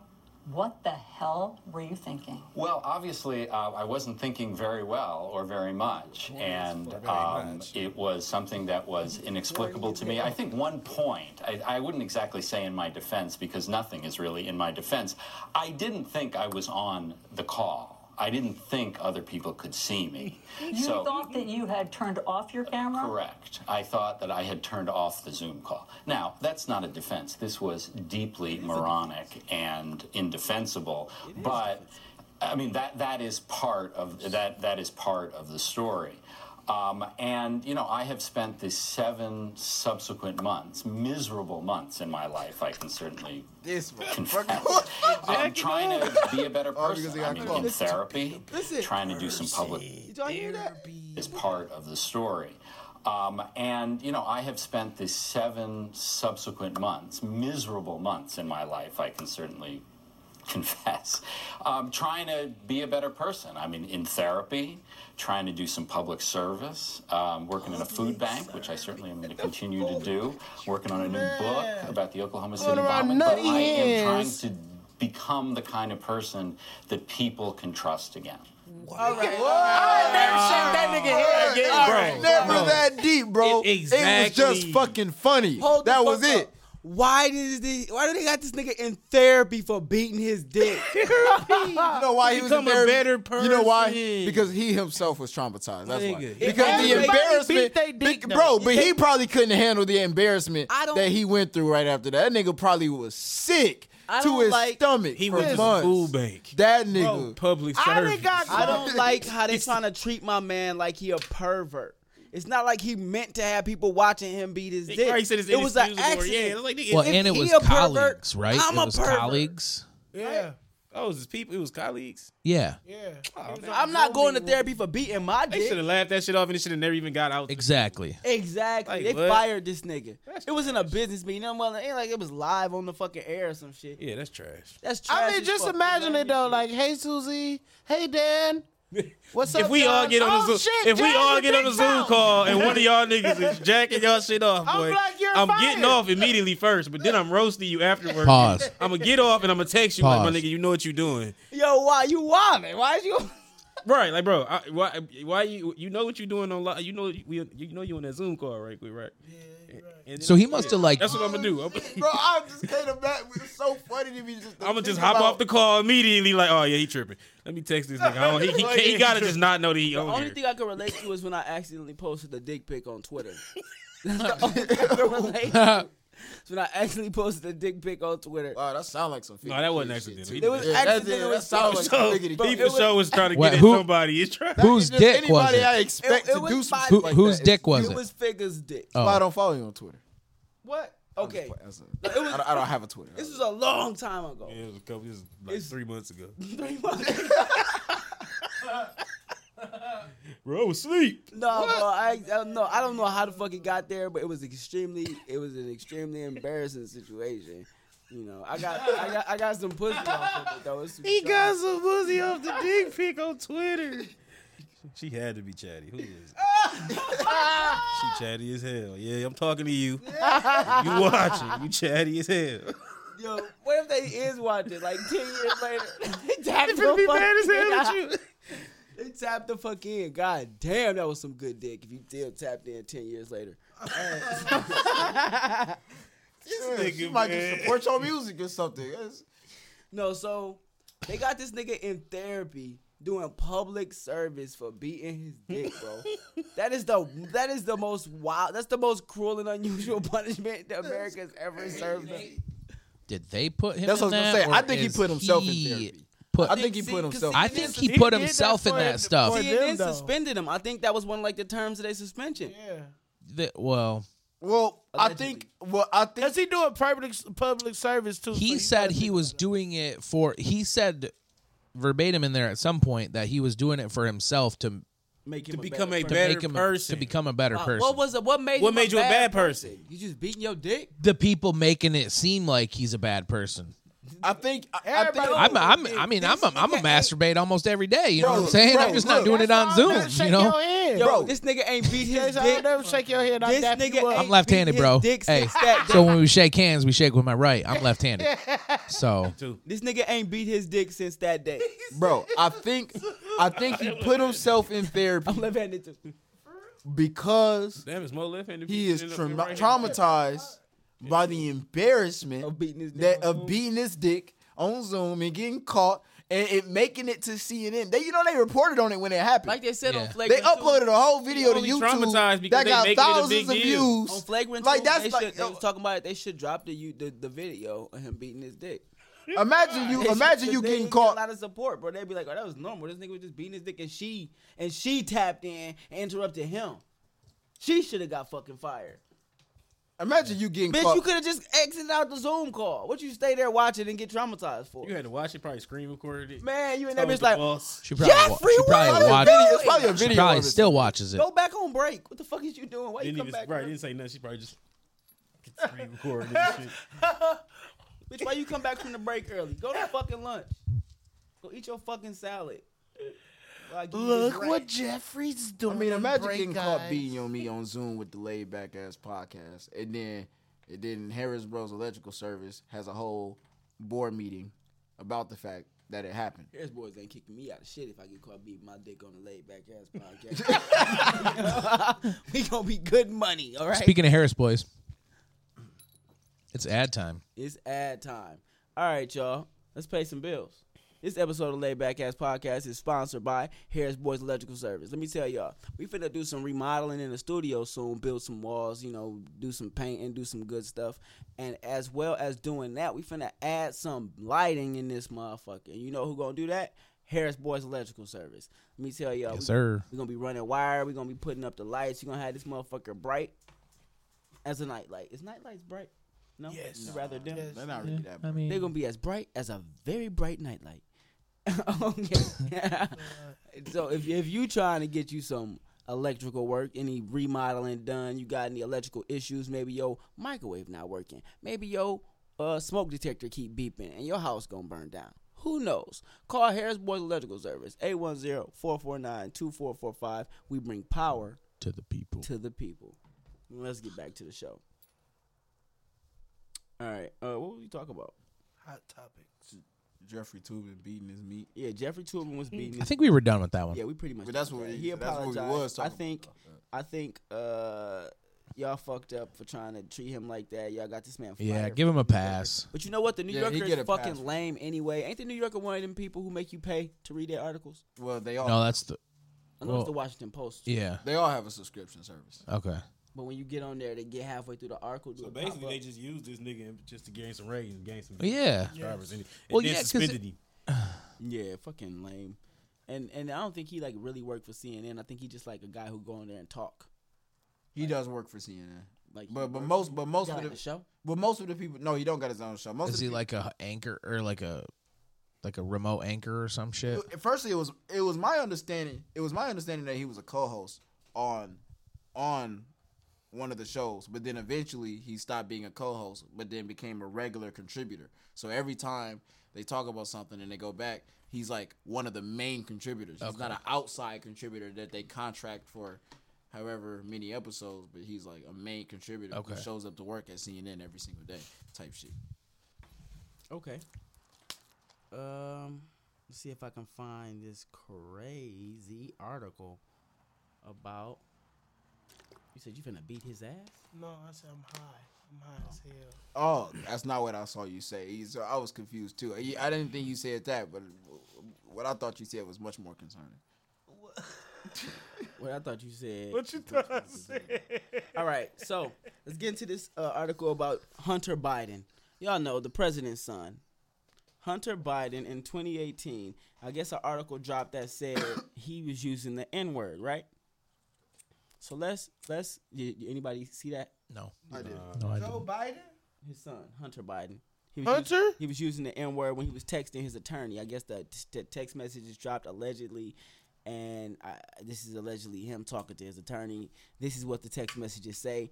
S13: what the hell were you thinking?
S14: Well, obviously, uh, I wasn't thinking very well or very much, and um, it was something that was inexplicable to me. I think one point, I, I wouldn't exactly say in my defense because nothing is really in my defense. I didn't think I was on the call. I didn't think other people could see me.
S13: You thought that you had turned off your camera?
S14: Correct. I thought that I had turned off the Zoom call. Now, that's not a defense. This was deeply moronic and indefensible. But I mean that that is part of that that is part of the story. Um, and you know, I have spent the seven subsequent months, miserable months in my life. I can certainly
S2: This motherfucker.
S14: confess. I'm trying to be a better
S2: because he
S14: person.
S2: got
S14: I mean,
S2: caught.
S14: in therapy,
S3: Listen.
S14: trying to do some public
S3: Did y'all hear that?
S14: is part of the story. Um, and, you know, I have spent the seven subsequent months, miserable months in my life, I can certainly [LAUGHS] confess, um, trying to be a better person. I mean, in therapy, trying to do some public service, um, working in a food bank, which I certainly am going to continue to do, working on a new book about the Oklahoma City bombing. But I am trying to become the kind of person that people can trust again.
S2: Never that deep, bro. It, was
S10: Exactly.
S2: just fucking funny.
S3: Hold the
S2: that was
S3: fuck
S2: it.
S3: up. Why does the why do they got this nigga in therapy for beating his dick?
S2: You know why he was in
S10: Become a
S2: therapy?
S10: better
S2: You know why?
S10: person.
S2: Because he himself was traumatized. That's why.
S10: Nigga.
S2: Because the
S3: Everybody
S2: embarrassment,
S6: beat they dick,
S2: be-
S6: though.
S2: bro. But he probably couldn't handle the embarrassment
S3: I don't-
S2: that he went through right after that. That nigga probably was sick
S3: I
S2: to
S3: don't
S2: his
S3: like-
S2: stomach
S10: He
S2: for
S10: was just a
S2: months.
S10: food bank.
S2: That
S10: Bro,
S2: nigga.
S10: public
S6: I done
S10: service.
S6: got
S3: I don't like how they trying to treat my man like he a pervert. It's not like he meant to have people watching him beat his dick.
S10: They already said it's
S3: it was an
S10: inexcusable. Yeah,
S3: accident.
S10: it's like, nigga,
S4: Well,
S3: If
S4: and it
S3: he
S4: was
S3: a pervert,
S4: colleagues, right?
S3: I'm
S4: it
S3: a
S4: was
S3: pervert.
S4: colleagues.
S6: Yeah,
S10: oh, it was his people. It was colleagues.
S4: Yeah,
S6: yeah.
S3: I'm not going to therapy for beating my
S10: They should
S3: dick.
S10: have laughed that shit off, and it should have never even got out.
S4: exactly.
S3: Exactly.
S10: Like,
S3: they
S10: what?
S3: fired this nigga.
S10: That's
S3: it was in a business meeting. I'm well, it ain't like it was live on the fucking air or some shit.
S10: Yeah, that's trash.
S3: That's trash.
S6: I mean,
S3: as
S6: just
S3: fuck.
S6: imagine it though. Like, hey, Susie. Hey, Dan. What's up?
S10: If we all
S6: John?
S10: get on
S6: Oh,
S10: the Zoom,
S6: shit,
S10: if we
S6: John's
S10: all
S6: a
S10: get on the
S6: big
S10: Zoom
S6: dog.
S10: call and one of y'all niggas is jacking y'all shit off,
S6: I'm
S10: boy,
S6: like, you're
S10: I'm
S6: fired.
S10: getting off immediately first, but then I'm roasting you afterwards.
S4: Pause.
S10: I'm gonna get off and I'm gonna text you like, my
S4: Pause.
S10: nigga, you know what you doing,
S3: Yo, why you wildin'? Why
S10: [LAUGHS]
S3: is you?
S10: right? Like, bro, I, why, why you, you know what you doing on, li- you know, we, you know you on that Zoom call, right? Quick, right? And-
S4: So he must have like
S10: That's what I'm gonna do. I'm,
S2: Bro, I just can't imagine. It's so funny to me. Just
S10: [LAUGHS] I'm gonna just hop off the call immediately. Like, oh yeah, he tripping. Let me text this nigga. I don't, he, he, can't- he gotta just not know that he
S3: The
S10: on
S3: only
S10: here.
S3: thing I can relate to is when I accidentally posted a dick pic on
S10: [LAUGHS]
S3: Twitter. That's the only thing I can relate to. It's when I accidentally posted a dick pic on Twitter.
S2: Wow, that sound like some.
S10: No, that wasn't
S2: figgity shit,
S10: accidental.
S2: too.
S10: He
S3: It was
S2: Yeah, that's it.
S3: accidental.
S2: That
S3: as
S2: sounds
S3: fuck.
S2: like some
S10: So,
S2: figgity
S10: he
S2: shit.
S10: for sure was trying to
S4: What,
S10: get at
S4: who-
S10: somebody. He's trying.
S4: whose
S2: Just
S4: dick was
S2: anybody I
S4: it?
S2: expect
S3: It- it
S2: to
S3: was
S2: do something.
S3: Who-
S2: like
S4: whose
S2: that.
S4: dick was
S3: It was Figga's dick.
S10: Uh,
S4: Oh.
S2: Why I don't follow you on Twitter?
S3: What? Okay.
S2: That's a- I don't- I don't have a Twitter.
S3: This was a long time ago.
S10: Yeah, it was a couple. It was like
S3: It's-
S10: three months ago.
S3: Three months.
S10: [LAUGHS] Bro, I was asleep.
S3: No, bro, I, I don't know. I don't know how the fuck it got there, but it was extremely. It was an extremely embarrassing situation. You know, I got, I got, I got some pussy off of it though. It's some
S10: He
S3: shit.
S10: got some pussy off the dick pic on Twitter. [LAUGHS] She had to be chatty. Who is it? she chatty as hell. Yeah, I'm talking to you. you watching. You chatty as hell.
S3: Yo, what if they is watching? Like ten years later, [LAUGHS] they tapped the
S10: Finna be mad as
S3: fuck
S10: hell
S3: in.
S10: at you.
S3: [LAUGHS] They tapped the fuck in. God damn, that was some good dick. If you still tapped in ten years later,
S10: Nigga,
S2: You might
S10: man.
S2: just support your music or something. That's-
S3: no. So they got this nigga in therapy doing public service for beating his dick, bro. that is the that is the most wild. That's the most cruel and unusual [LAUGHS] punishment that America's ever served. them.
S4: did they put him?
S2: That's
S4: in
S2: what I was gonna
S4: that,
S2: say.
S4: or
S2: I think he
S4: is
S2: put himself in
S4: he
S2: therapy.
S4: Put,
S2: I think he put
S3: See,
S2: himself.
S3: cause he
S4: I think
S3: did
S4: he
S3: this-
S4: put
S6: did that
S4: himself in
S6: for
S4: that
S6: it-
S4: stuff.
S6: for it-
S3: CNN
S6: them, though.
S3: suspended him. I think that was one of like the terms of their suspension.
S6: Yeah.
S4: Th- well,
S2: Well, I
S3: Allegedly.
S2: think. Well, I think.
S6: Does he do a public public service too? so
S4: he
S6: you
S4: said
S6: gotta
S4: he
S6: think
S4: was
S6: about
S4: doing it for. He said verbatim in there at some point that he was doing it for himself to
S3: Make him
S10: To become
S3: better
S10: a
S3: person.
S4: to
S10: better
S4: make him
S10: person.
S4: to become a better
S3: Uh,
S4: person.
S3: What was it? What made
S10: What
S3: him
S10: made you a bad person?
S3: You just beating your dick?
S4: the people making it seem like he's a bad person?
S2: I think. I, I think.
S3: Everybody-
S4: I'm I'm I mean I'm a, I'm a masturbate almost every day. You know
S2: Bro,
S4: what I'm saying?
S2: bro,
S4: I'm just
S2: look.
S4: not doing it on
S6: That's why I never
S4: Zoom.
S6: shake
S4: You know.
S6: your hand.
S3: Yo,
S2: Bro.
S3: this nigga ain't beat his
S2: [LAUGHS]
S6: That's how I
S3: dick.
S6: never shake your head. I
S3: This
S6: dap
S3: nigga
S6: you up.
S3: ain't-
S4: I'm left-handed,
S3: His
S4: bro.
S3: dick
S4: Hey,
S3: sticks that
S4: so when we shake hands, we shake with my right. I'm left-handed, so
S3: This nigga ain't beat his dick since
S2: [LAUGHS]
S3: that day.
S2: Bro, I think. I think he put himself in therapy
S3: I'm left-handed too.
S2: because
S10: Damn, it's Mo left handed.
S2: he is trauma traumatized by the embarrassment
S3: Of beating his dick
S2: that
S3: on
S2: of beating his dick on Zoom and getting caught and it making it to CNN. They, you know, they reported on it when it happened.
S3: Like they said on
S4: Yeah.
S3: Flagrant
S2: they
S3: 2,
S2: uploaded a whole video to
S10: only
S2: YouTube
S10: traumatized
S2: that
S10: because they
S2: got
S10: making it a
S2: thousands
S10: big
S2: of
S10: deal.
S2: views.
S3: on Flagrant 2,
S2: like that's
S3: they,
S2: like
S3: should, they was talking about it. They should drop the, you- the the video of him beating his dick.
S2: Imagine
S3: They
S2: you,
S3: should-
S2: imagine you
S3: they
S2: getting
S3: get a
S2: caught.
S3: lot of support, bro. They'd be like, "Oh, that was normal. This nigga was just beating his dick," and she and she tapped in and interrupted him. She should have got fucking fired.
S2: Imagine you getting
S3: Bitch,
S2: caught.
S3: you could have just exited out the Zoom call. What you stay there watching and get traumatized for?
S10: You had to watch it, probably screen recorded it.
S3: Man, you and that
S10: Told
S3: bitch
S10: the
S3: like,
S10: boss.
S4: she probably wa-
S3: Jeffrey,
S4: she
S3: what
S4: probably
S3: are you
S4: watch-
S3: doing?
S2: It's probably a
S4: she
S2: video.
S4: probably
S2: of it.
S4: still watches it.
S3: go back on break. What the fuck is you doing? Why you
S10: Didn't
S3: come
S10: even,
S3: back?
S10: right,
S3: on-
S10: didn't say nothing. She probably just screen recorded and shit.
S3: Bitch, why you come back from the break early? Go
S10: [LAUGHS]
S3: to fucking lunch. Go eat your fucking salad. Look what
S6: Jeffrey's doing.
S2: I mean, imagine
S6: break,
S2: getting caught
S6: guys.
S2: beating on me on Zoom with the laid back ass podcast, and then and then Harris Bros Electrical Service has a whole board meeting about the fact that it happened.
S3: Harris boys ain't kicking me out of shit if I get caught beating my dick on the laid back ass [LAUGHS] podcast. [LAUGHS] we gonna be good money, all right?
S4: Speaking of Harris boys, It's ad time.
S3: It's ad time. All right, y'all. Let's pay some bills. This episode of Laid Back Ass Podcast is sponsored by Harris Boys Electrical Service. Let me tell y'all, we finna do some remodeling in the studio soon, build some walls, you know, do some painting, do some good stuff. And as well as doing that, we finna add some lighting in this motherfucker. And you know who gonna do that? Harris Boys Electrical Service. Let me tell y'all,
S4: Yes, sir.
S3: we're gonna be running wire, we're gonna be putting up the lights, you're gonna have this motherfucker bright as a night light. Is night lights bright? No, yes. rather dim.
S15: They're not really that.
S4: I mean,
S3: They're gonna be as bright as a very bright nightlight. [LAUGHS] okay. so if if you trying to get you some electrical work, any remodeling done, you got any electrical issues, maybe your microwave not working, maybe your uh, smoke detector keep beeping, and your house gonna burn down. Who knows? Call Harris Boys Electrical Service 810-449-2445. We bring power
S4: to the people.
S3: to the people. Let's get back to the show. All right. Uh, what were we talking about?
S6: Hot topic.
S2: Jeffrey Tubin beating his meat.
S3: Yeah, Jeffrey Toobin was beating.
S4: I
S3: his-
S4: think we were done with that one.
S3: yeah, we pretty much.
S2: But that's
S3: did
S2: what
S3: that.
S2: we-
S3: he
S2: that's what we
S3: apologized.
S2: was
S3: I
S2: talking
S3: think. I think. Uh, y'all fucked up for trying to treat him like that. Y'all got this man.
S4: Yeah,
S3: fired
S4: give
S3: for
S4: him a
S3: being New Yorker.
S4: pass.
S3: But you know what? The New
S2: Yeah, he
S3: Yorker
S2: get
S3: is
S2: a
S3: fucking
S2: pass.
S3: lame anyway. Ain't the New Yorker one of them people who make you pay to read their articles?
S2: Well, they all
S4: No, that's the
S3: I know
S4: Well-
S3: it's the Washington Post,
S4: yeah.
S2: they all have a subscription service.
S4: Okay.
S3: but when you get on there, they get halfway through the article. do
S10: So
S3: a
S10: basically,
S3: pop-up.
S10: they just used this nigga just to gain some ratings, gain some
S4: Yeah.
S10: subscribers, and, and
S4: Well,
S10: then
S4: yeah, 'cause
S10: suspended
S4: it-
S10: him.
S3: Yeah, fucking lame. And and I don't think he like really worked for CNN. I think he just like a guy who go on there and talk.
S2: He does work for CNN,
S3: Like,
S2: but but most but most
S3: got,
S2: of
S3: like,
S2: the
S3: a show.
S2: but most of the people no, he don't got his own show. Most
S4: Is
S2: of
S4: he
S2: the
S4: like a anchor or like a like a remote anchor or some shit?
S2: people, firstly it was it was my understanding it was my understanding that he was a co-host on on one of the shows, but then eventually he stopped being a co-host, but then became a regular contributor. So every time they talk about something and they go back, he's like one of the main contributors. He's not an outside contributor that they contract for however many episodes, but he's like a main contributor
S4: Okay.
S2: who shows up to work at CNN every single day, type shit.
S3: Okay. Um, let's see if I can find this crazy article about. You said you finna beat his ass.
S6: No, I said I'm high. I'm high as hell.
S2: Oh, that's not what I saw you say. You- So I was confused too. You- I didn't think you said that, but what I thought you said was much more concerning.
S3: Well, I thought you said.
S6: What you thought I said?
S3: All right, so let's get into this uh, article about Hunter Biden. Y'all know the president's son, Hunter Biden, in 2018. I guess an article dropped that said [COUGHS] he was using the N word, right? So let's let's. y- y- anybody see that?
S4: No.
S2: I did.
S4: No, I
S6: Joe
S4: didn't.
S6: Biden?
S3: his son, Hunter Biden. He was us-
S6: Hunter?
S3: he was using the N word when he was texting his attorney. I guess the, the text message is dropped allegedly, and I, this is allegedly him talking to his attorney. This is what the text messages say.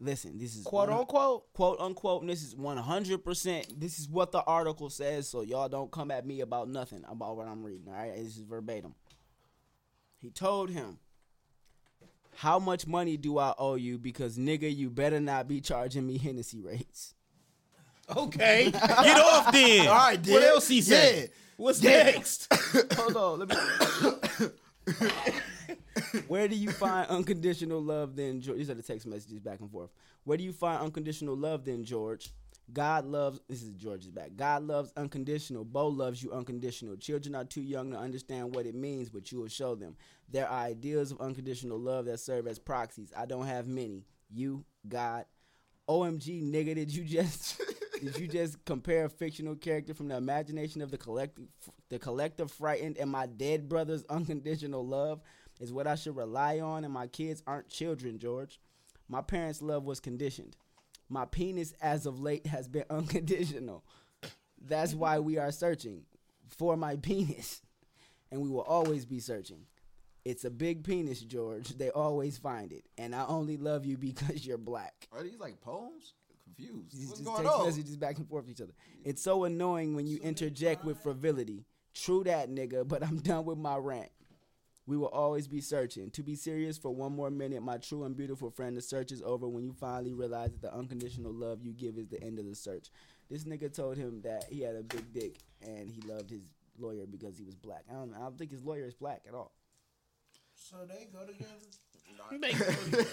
S3: Listen, this is
S6: Quote
S3: one-
S6: unquote.
S3: quote unquote. And this is one hundred percent. This is what the article says. So y'all don't come at me about nothing about what I'm reading. All right, this is verbatim. He told him. How much money do I owe you? Because nigga, you better not be charging me Hennessy rates.
S10: Okay, get off then. All right, what else he said? What's next?
S3: Hold on, let me. [COUGHS] Where do you find unconditional love then, George? These are the text messages back and forth. Where do you find unconditional love then, George? God loves, this is George's back. God loves unconditional. Bo loves you unconditional. Children are too young to understand what it means, but you will show them. There are ideas of unconditional love that serve as proxies. I don't have many. You, God, OMG, nigga, did you just [LAUGHS] did you just compare a fictional character from the imagination of the collective, the collective frightened, and my dead brother's [LAUGHS] unconditional love is what I should rely on, and my kids aren't children, George. My parents' love was conditioned. My penis, as of late, has been [LAUGHS] unconditional. That's why we are searching for my penis, and we will always be searching. It's a big penis, George. They always find it, and I only love you because you're black.
S2: Are these like poems? Confused.
S3: Just,
S2: What's
S3: just
S2: going
S3: text
S2: on?
S3: messages back and forth to each other. It's so annoying when you interject with frivolity. True that, nigga, but I'm done with my rant. We will always be searching. To be serious for one more minute, my true and beautiful friend, the search is over when you finally realize that the unconditional love you give is the end of the search. This nigga told him that he had a big dick and he loved his lawyer because he was black. I don't know. I don't think his lawyer is black at all.
S6: So they go together?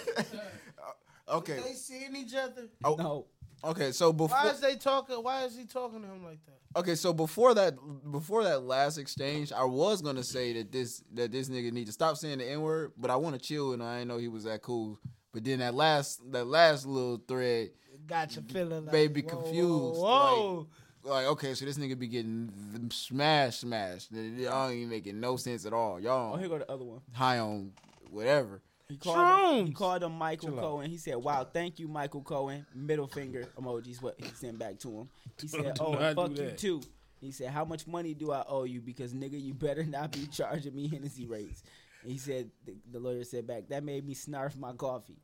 S2: Okay.
S6: They seeing each other?
S2: Oh,
S3: No.
S2: Okay, so
S6: Why
S2: before
S6: is they talking? Why is he talking to him like that?
S2: okay, so before that before that last exchange, I was gonna say that this that this nigga need to stop saying the N word, but I want to chill, and I didn't know he was that cool. But then that last that last little thread,
S6: Got you feeling like
S2: Baby
S6: whoa,
S2: confused,
S6: Whoa, whoa.
S2: like okay, so this nigga be getting th- smash smash. Y'all ain't making no sense at all. Y'all
S3: Oh, here go the other one.
S2: high on whatever.
S3: He called, him, he
S6: Shrooms.
S3: called him Michael Cohen. He said, "Wow, thank you, Michael Cohen." Middle finger emojis. What he sent back to him. He said,
S10: [LAUGHS] Do
S3: "Oh, and
S10: not
S3: fuck
S10: do
S3: you
S10: that."
S3: too." He said, "How much money do I owe you? Because nigga, you better not be [LAUGHS] charging me Hennessy rates." And he said, the, the lawyer said back, "That made me snarf my coffee."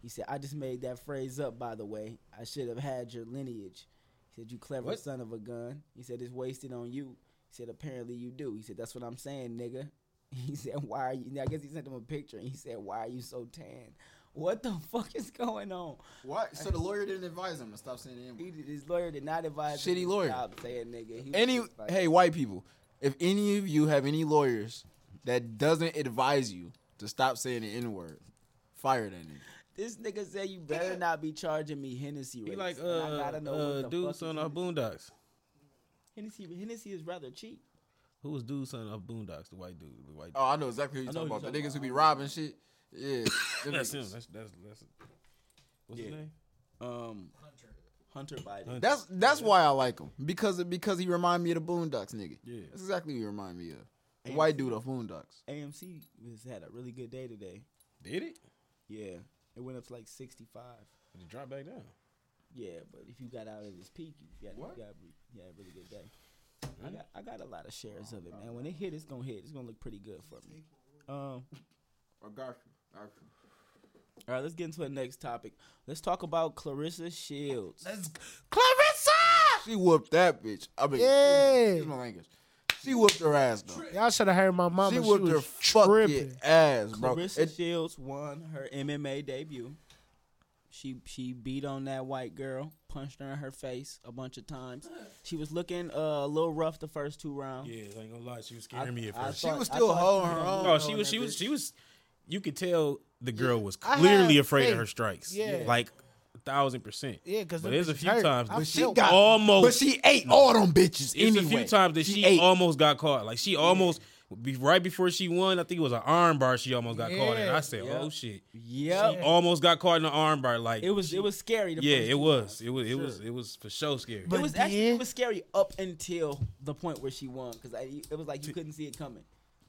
S3: He said, "I just made that phrase up, by the way. I should have had your lineage." He said, "You clever son of a gun." He said, "It's wasted on you." He said, "Apparently you do." He said, "That's what I'm saying, nigga." [LAUGHS] He said, "Why are you?" I guess he sent him a picture, and he said, "Why are you so tan? What the [LAUGHS] fuck is going on?"
S2: What? So the lawyer didn't advise him to stop saying the N word.
S3: He, his lawyer did not advise.
S2: Shitty
S3: him to
S2: lawyer.
S3: Stop saying, nigga. He was
S2: any
S3: just like-
S2: hey white people if any of you have any lawyers that doesn't advise you to stop saying the n-word fire that nigga
S3: this nigga said you better not be charging me Hennessy
S10: He
S3: rates.
S10: like uh,
S3: and I gotta know what
S10: uh
S3: the fuck
S10: dude's
S3: is
S10: son off
S3: Hennessy-
S10: Boondocks.
S3: Hennessy, Hennessy is rather cheap.
S10: Who was dude's son off Boondocks? The white dude. The white. Dude.
S2: oh i know exactly who you're talking
S3: who
S2: about the
S3: you
S2: niggas
S3: talking
S2: who be robbing shit [LAUGHS] yeah them
S10: that's him.
S2: niggas.
S10: That's that's that's. What's his
S3: Yeah.
S10: name?
S3: Um, Hunter Biden.
S2: that's that's why i like him because because he remind me of the boondocks nigga
S10: Yeah.
S2: that's exactly who he remind me of the white dude off boondocks
S3: AMC has had a really good day today.
S10: Did it?
S3: Yeah, it went up to like sixty five.
S10: Did it drop back down?
S3: Yeah, but if you got out of this peak, you got, you got re- you had a really good day. I got I got a lot of shares of it, man. When it hit, it's gonna hit. It's gonna look pretty good for me. Um,
S2: or garfield
S3: all right, let's get into the next topic. Let's talk about Clarissa Shields.
S6: Clarissa.
S2: Ah! she whooped that bitch i mean
S6: Yeah.
S2: excuse my language she whooped her ass though
S6: Y'all should have heard my mama.
S2: she
S6: She,
S2: whooped her
S6: was
S2: fucking
S6: tripping.
S2: ass bro
S3: Clarissa
S2: It-
S3: Shields won her MMA debut. She she beat on that white girl, punched her in her face a bunch of times. She was looking uh, a little rough the first two rounds.
S10: Yeah, I ain't gonna lie. She was scaring me at
S3: I
S10: first.
S2: she
S3: thought-
S2: was
S3: I
S2: still
S3: thought she
S2: holding
S3: was
S2: her
S3: gonna
S2: own
S10: No, Oh, she was. She was. She was. You could tell the girl was
S6: I had
S10: clearly afraid
S6: faith.
S10: of her strikes.
S6: Yeah.
S10: like a thousand percent.
S6: Yeah, 'cause
S10: but
S6: them
S10: there's a
S6: bitches
S10: few
S6: hurt.
S10: times.
S6: I
S10: But
S2: she
S6: felt-
S2: got
S10: almost.
S2: But she ate all them bitches
S10: it's
S2: anyway.
S10: a few times that she,
S2: ate.
S10: almost got caught. Like she almost be, right before she won. I think it was an arm bar. She almost got caught, and
S6: Yeah.
S10: I said, "Oh shit!"
S3: Yep.
S10: She almost got caught in an arm bar. Like
S3: It was it was scary. The
S10: Yeah,
S3: first
S10: it
S3: two
S10: was. It was. It was. It was for sure scary.
S3: it was actually
S6: then-
S3: it was scary up until the point where she won because it was like you couldn't see it coming.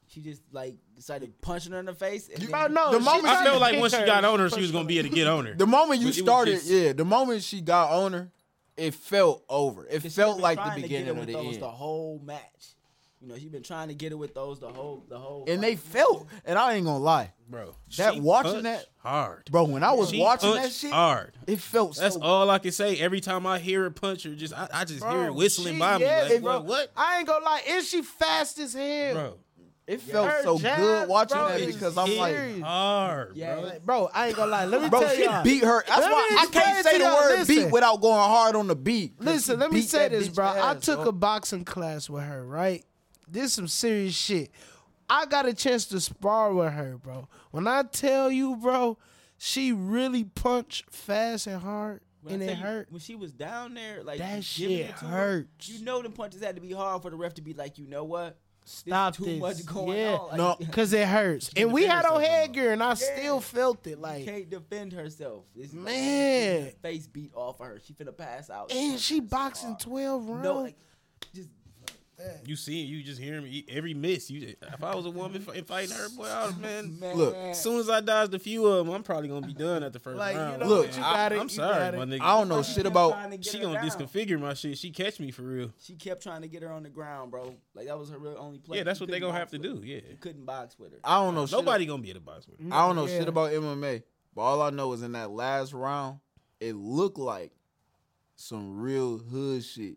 S3: She just like started punching her in the face. And
S6: Oh,
S3: then,
S6: no,
S2: The
S6: she
S2: moment-
S10: I
S6: tried
S10: felt
S6: to
S10: like
S6: kick
S10: once she got on her, she
S6: pushed
S10: was gonna be able to get on her.
S2: The moment you
S10: But it was
S2: started,
S10: just-
S2: yeah, the moment she got on her, it felt over. It
S3: she's
S2: felt
S3: been
S2: like
S3: trying
S2: the
S3: to get
S2: beginning
S3: it
S2: of
S3: with
S2: the
S3: those
S2: end.
S3: the whole match. You know, she's been trying to get it with those the whole the whole.
S2: And they
S3: fight.
S2: felt, and I ain't gonna lie,
S10: bro.
S2: That-
S10: she
S2: watching
S10: punched
S2: that-
S10: hard,
S2: bro. When I was
S10: She
S2: watching that
S10: punched
S2: shit,
S10: hard.
S2: it felt
S10: That's
S2: so.
S10: all I can say. Every time I hear it punch her, just I, I just hear it whistling
S6: she-
S10: by me.
S6: yeah,
S10: Like,
S6: it-
S10: bro, what,
S6: I ain't gonna lie, is she fast as hell?
S10: bro?
S2: It felt
S6: Her
S2: so
S6: jab,
S2: good watching
S6: bro,
S2: that
S6: is
S2: because I'm like,
S6: serious.
S10: Hard,
S3: Yeah,
S10: bro.
S3: like,
S6: bro, I ain't gonna lie. Let me
S2: bro,
S6: tell
S2: she
S6: y'all.
S2: beat her. That's
S6: Let
S2: why
S6: me
S2: I
S6: explain
S2: can't say
S6: to
S2: the
S6: y'all,
S2: word
S6: listen.
S2: beat without going hard on the beat. 'cause
S6: Listen,
S2: she
S6: let me
S2: beat
S6: say
S2: that
S6: this,
S2: bitch
S6: bro. I
S2: ass,
S6: took
S2: bro.
S6: a boxing class with her, right? This some serious shit. I got a chance to spar with her, bro. When I tell you, bro, she really punched fast and hard,
S3: when I
S6: and
S3: tell
S6: it
S3: you,
S6: hurt.
S3: when she was down there. Like
S6: That
S3: you giving
S6: shit
S3: it to her,
S6: hurts.
S3: You know, the punches had to be hard for the ref to be like, you know what?
S6: Stop
S3: too
S6: this.
S3: much going
S6: yeah.
S3: on. Like,
S6: No, because it hurts. And we had on headgear, and I still felt it.
S3: She
S6: Like,
S3: can't defend herself. This is like-
S6: Man.
S3: her face beat off of her. She finna pass out.
S6: and she
S3: It's
S6: boxing
S3: hard.
S6: 12 rounds.
S3: No, like, just
S10: You see, you just hear me e, every miss. You, if I was a woman fi- fighting her, boy, I was,
S2: [LAUGHS]
S10: man,
S3: man.
S2: Look,
S10: As soon as I dodged a few of them, I'm probably gonna be done at the first
S6: Like, you
S10: round.
S6: know
S2: Look,
S6: what you
S10: I,
S6: got it,
S10: am
S6: you
S10: sorry,
S6: got it.
S10: my nigga.
S2: I don't know shit about.
S10: she gonna
S3: disconfigure.
S10: disconfigure my shit. She catch me for real.
S3: She kept trying to get her on the ground, bro. Like that was her real only play.
S10: Yeah, that's
S3: You
S10: what they
S3: couldn't
S10: gonna have
S3: box
S10: to
S3: with her.
S10: do. Yeah,
S3: You couldn't box with her.
S2: I don't know. shit
S10: nobody gonna be in the box with her.
S2: I don't know
S6: Yeah.
S2: shit about MMA, but all I know is in that last round, it looked like some real hood shit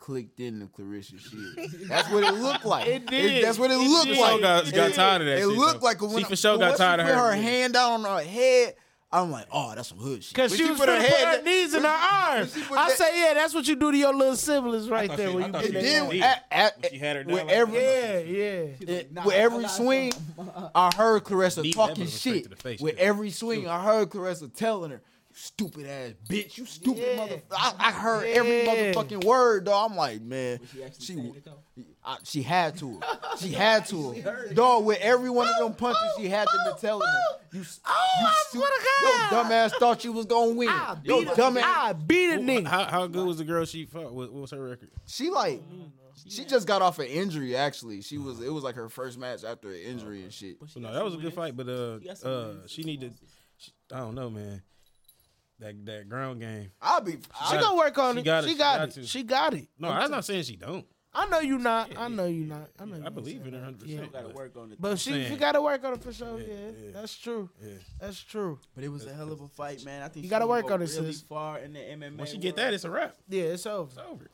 S2: clicked into Clarissa Shields. that's what it
S6: [LAUGHS]
S2: looked like. It
S6: did.
S2: that's what it,
S6: It
S2: looked
S10: She
S6: did.
S10: sure
S2: like.
S10: got,
S2: it,
S10: got tired of that.
S2: it
S10: shit,
S2: looked
S10: though.
S2: like when
S10: she
S2: I-
S10: for sure
S2: when
S10: got
S2: she
S10: tired of
S2: put
S10: her.
S2: her hand down on her head. I'm like, oh, that's some hood shit.
S6: Cause
S2: When
S6: she, was put her, put her knees in her arms.
S2: when she put
S6: I
S2: that-
S6: say, yeah, that's what you do to your little siblings right
S10: thought
S6: there.
S10: she-
S6: when
S10: I
S6: you
S10: thought
S6: get
S10: she
S6: that-
S10: was
S2: Then
S10: Indeed.
S2: at, at,
S10: Mm, She had her down
S2: with
S10: like
S2: every
S6: yeah, yeah.
S2: it- with every swing, [LAUGHS] I heard Clarissa
S10: Knee
S2: talking
S10: level was straight
S2: shit.
S10: to the face,
S2: with
S10: too.
S2: every swing, I heard Clarissa telling her, stupid ass bitch, you stupid
S6: Yeah.
S2: motherfucker. I, I heard every
S6: Yeah.
S2: motherfucking word, dog. I'm like, man, she I, she had to,
S6: [LAUGHS]
S2: she had to, dog. With every one of
S6: Oh,
S2: them punches, she had to be telling her, you, s- you stu-
S6: swear to
S2: your dumbass thought you was gonna win. Yo, dumbass,
S6: I beat a
S10: Wh-
S6: nigga.
S10: How, how good was the girl she fought? What, what was her record?
S2: she like, she just got off an injury. Actually, she was it was like her first match after an injury and shit.
S10: no, that was a good fight, but uh, uh, she need to. She, I don't know, man. That that ground game.
S2: I'll be,
S6: She
S2: I,
S10: got
S6: gonna work on
S10: She
S6: it.
S10: got it.
S6: She
S10: She
S6: got
S10: got
S6: it.
S10: to.
S6: She got it.
S10: No, I'm not saying she don't.
S6: I know you not. I know you not. I know. you
S10: I
S6: not.
S10: believe in her 100. percent
S3: Work on it.
S6: But she, she
S10: saying.
S6: got to work on it for sure. Yeah,
S10: yeah.
S6: that's true. That's true.
S3: But it was a hell of a fight, man. I think
S6: You gotta
S3: she
S6: work
S3: go
S6: on it,
S3: really
S6: sis.
S3: far in the MMA.
S10: When she get that, it's a wrap.
S6: Yeah, it's over.
S10: It's over.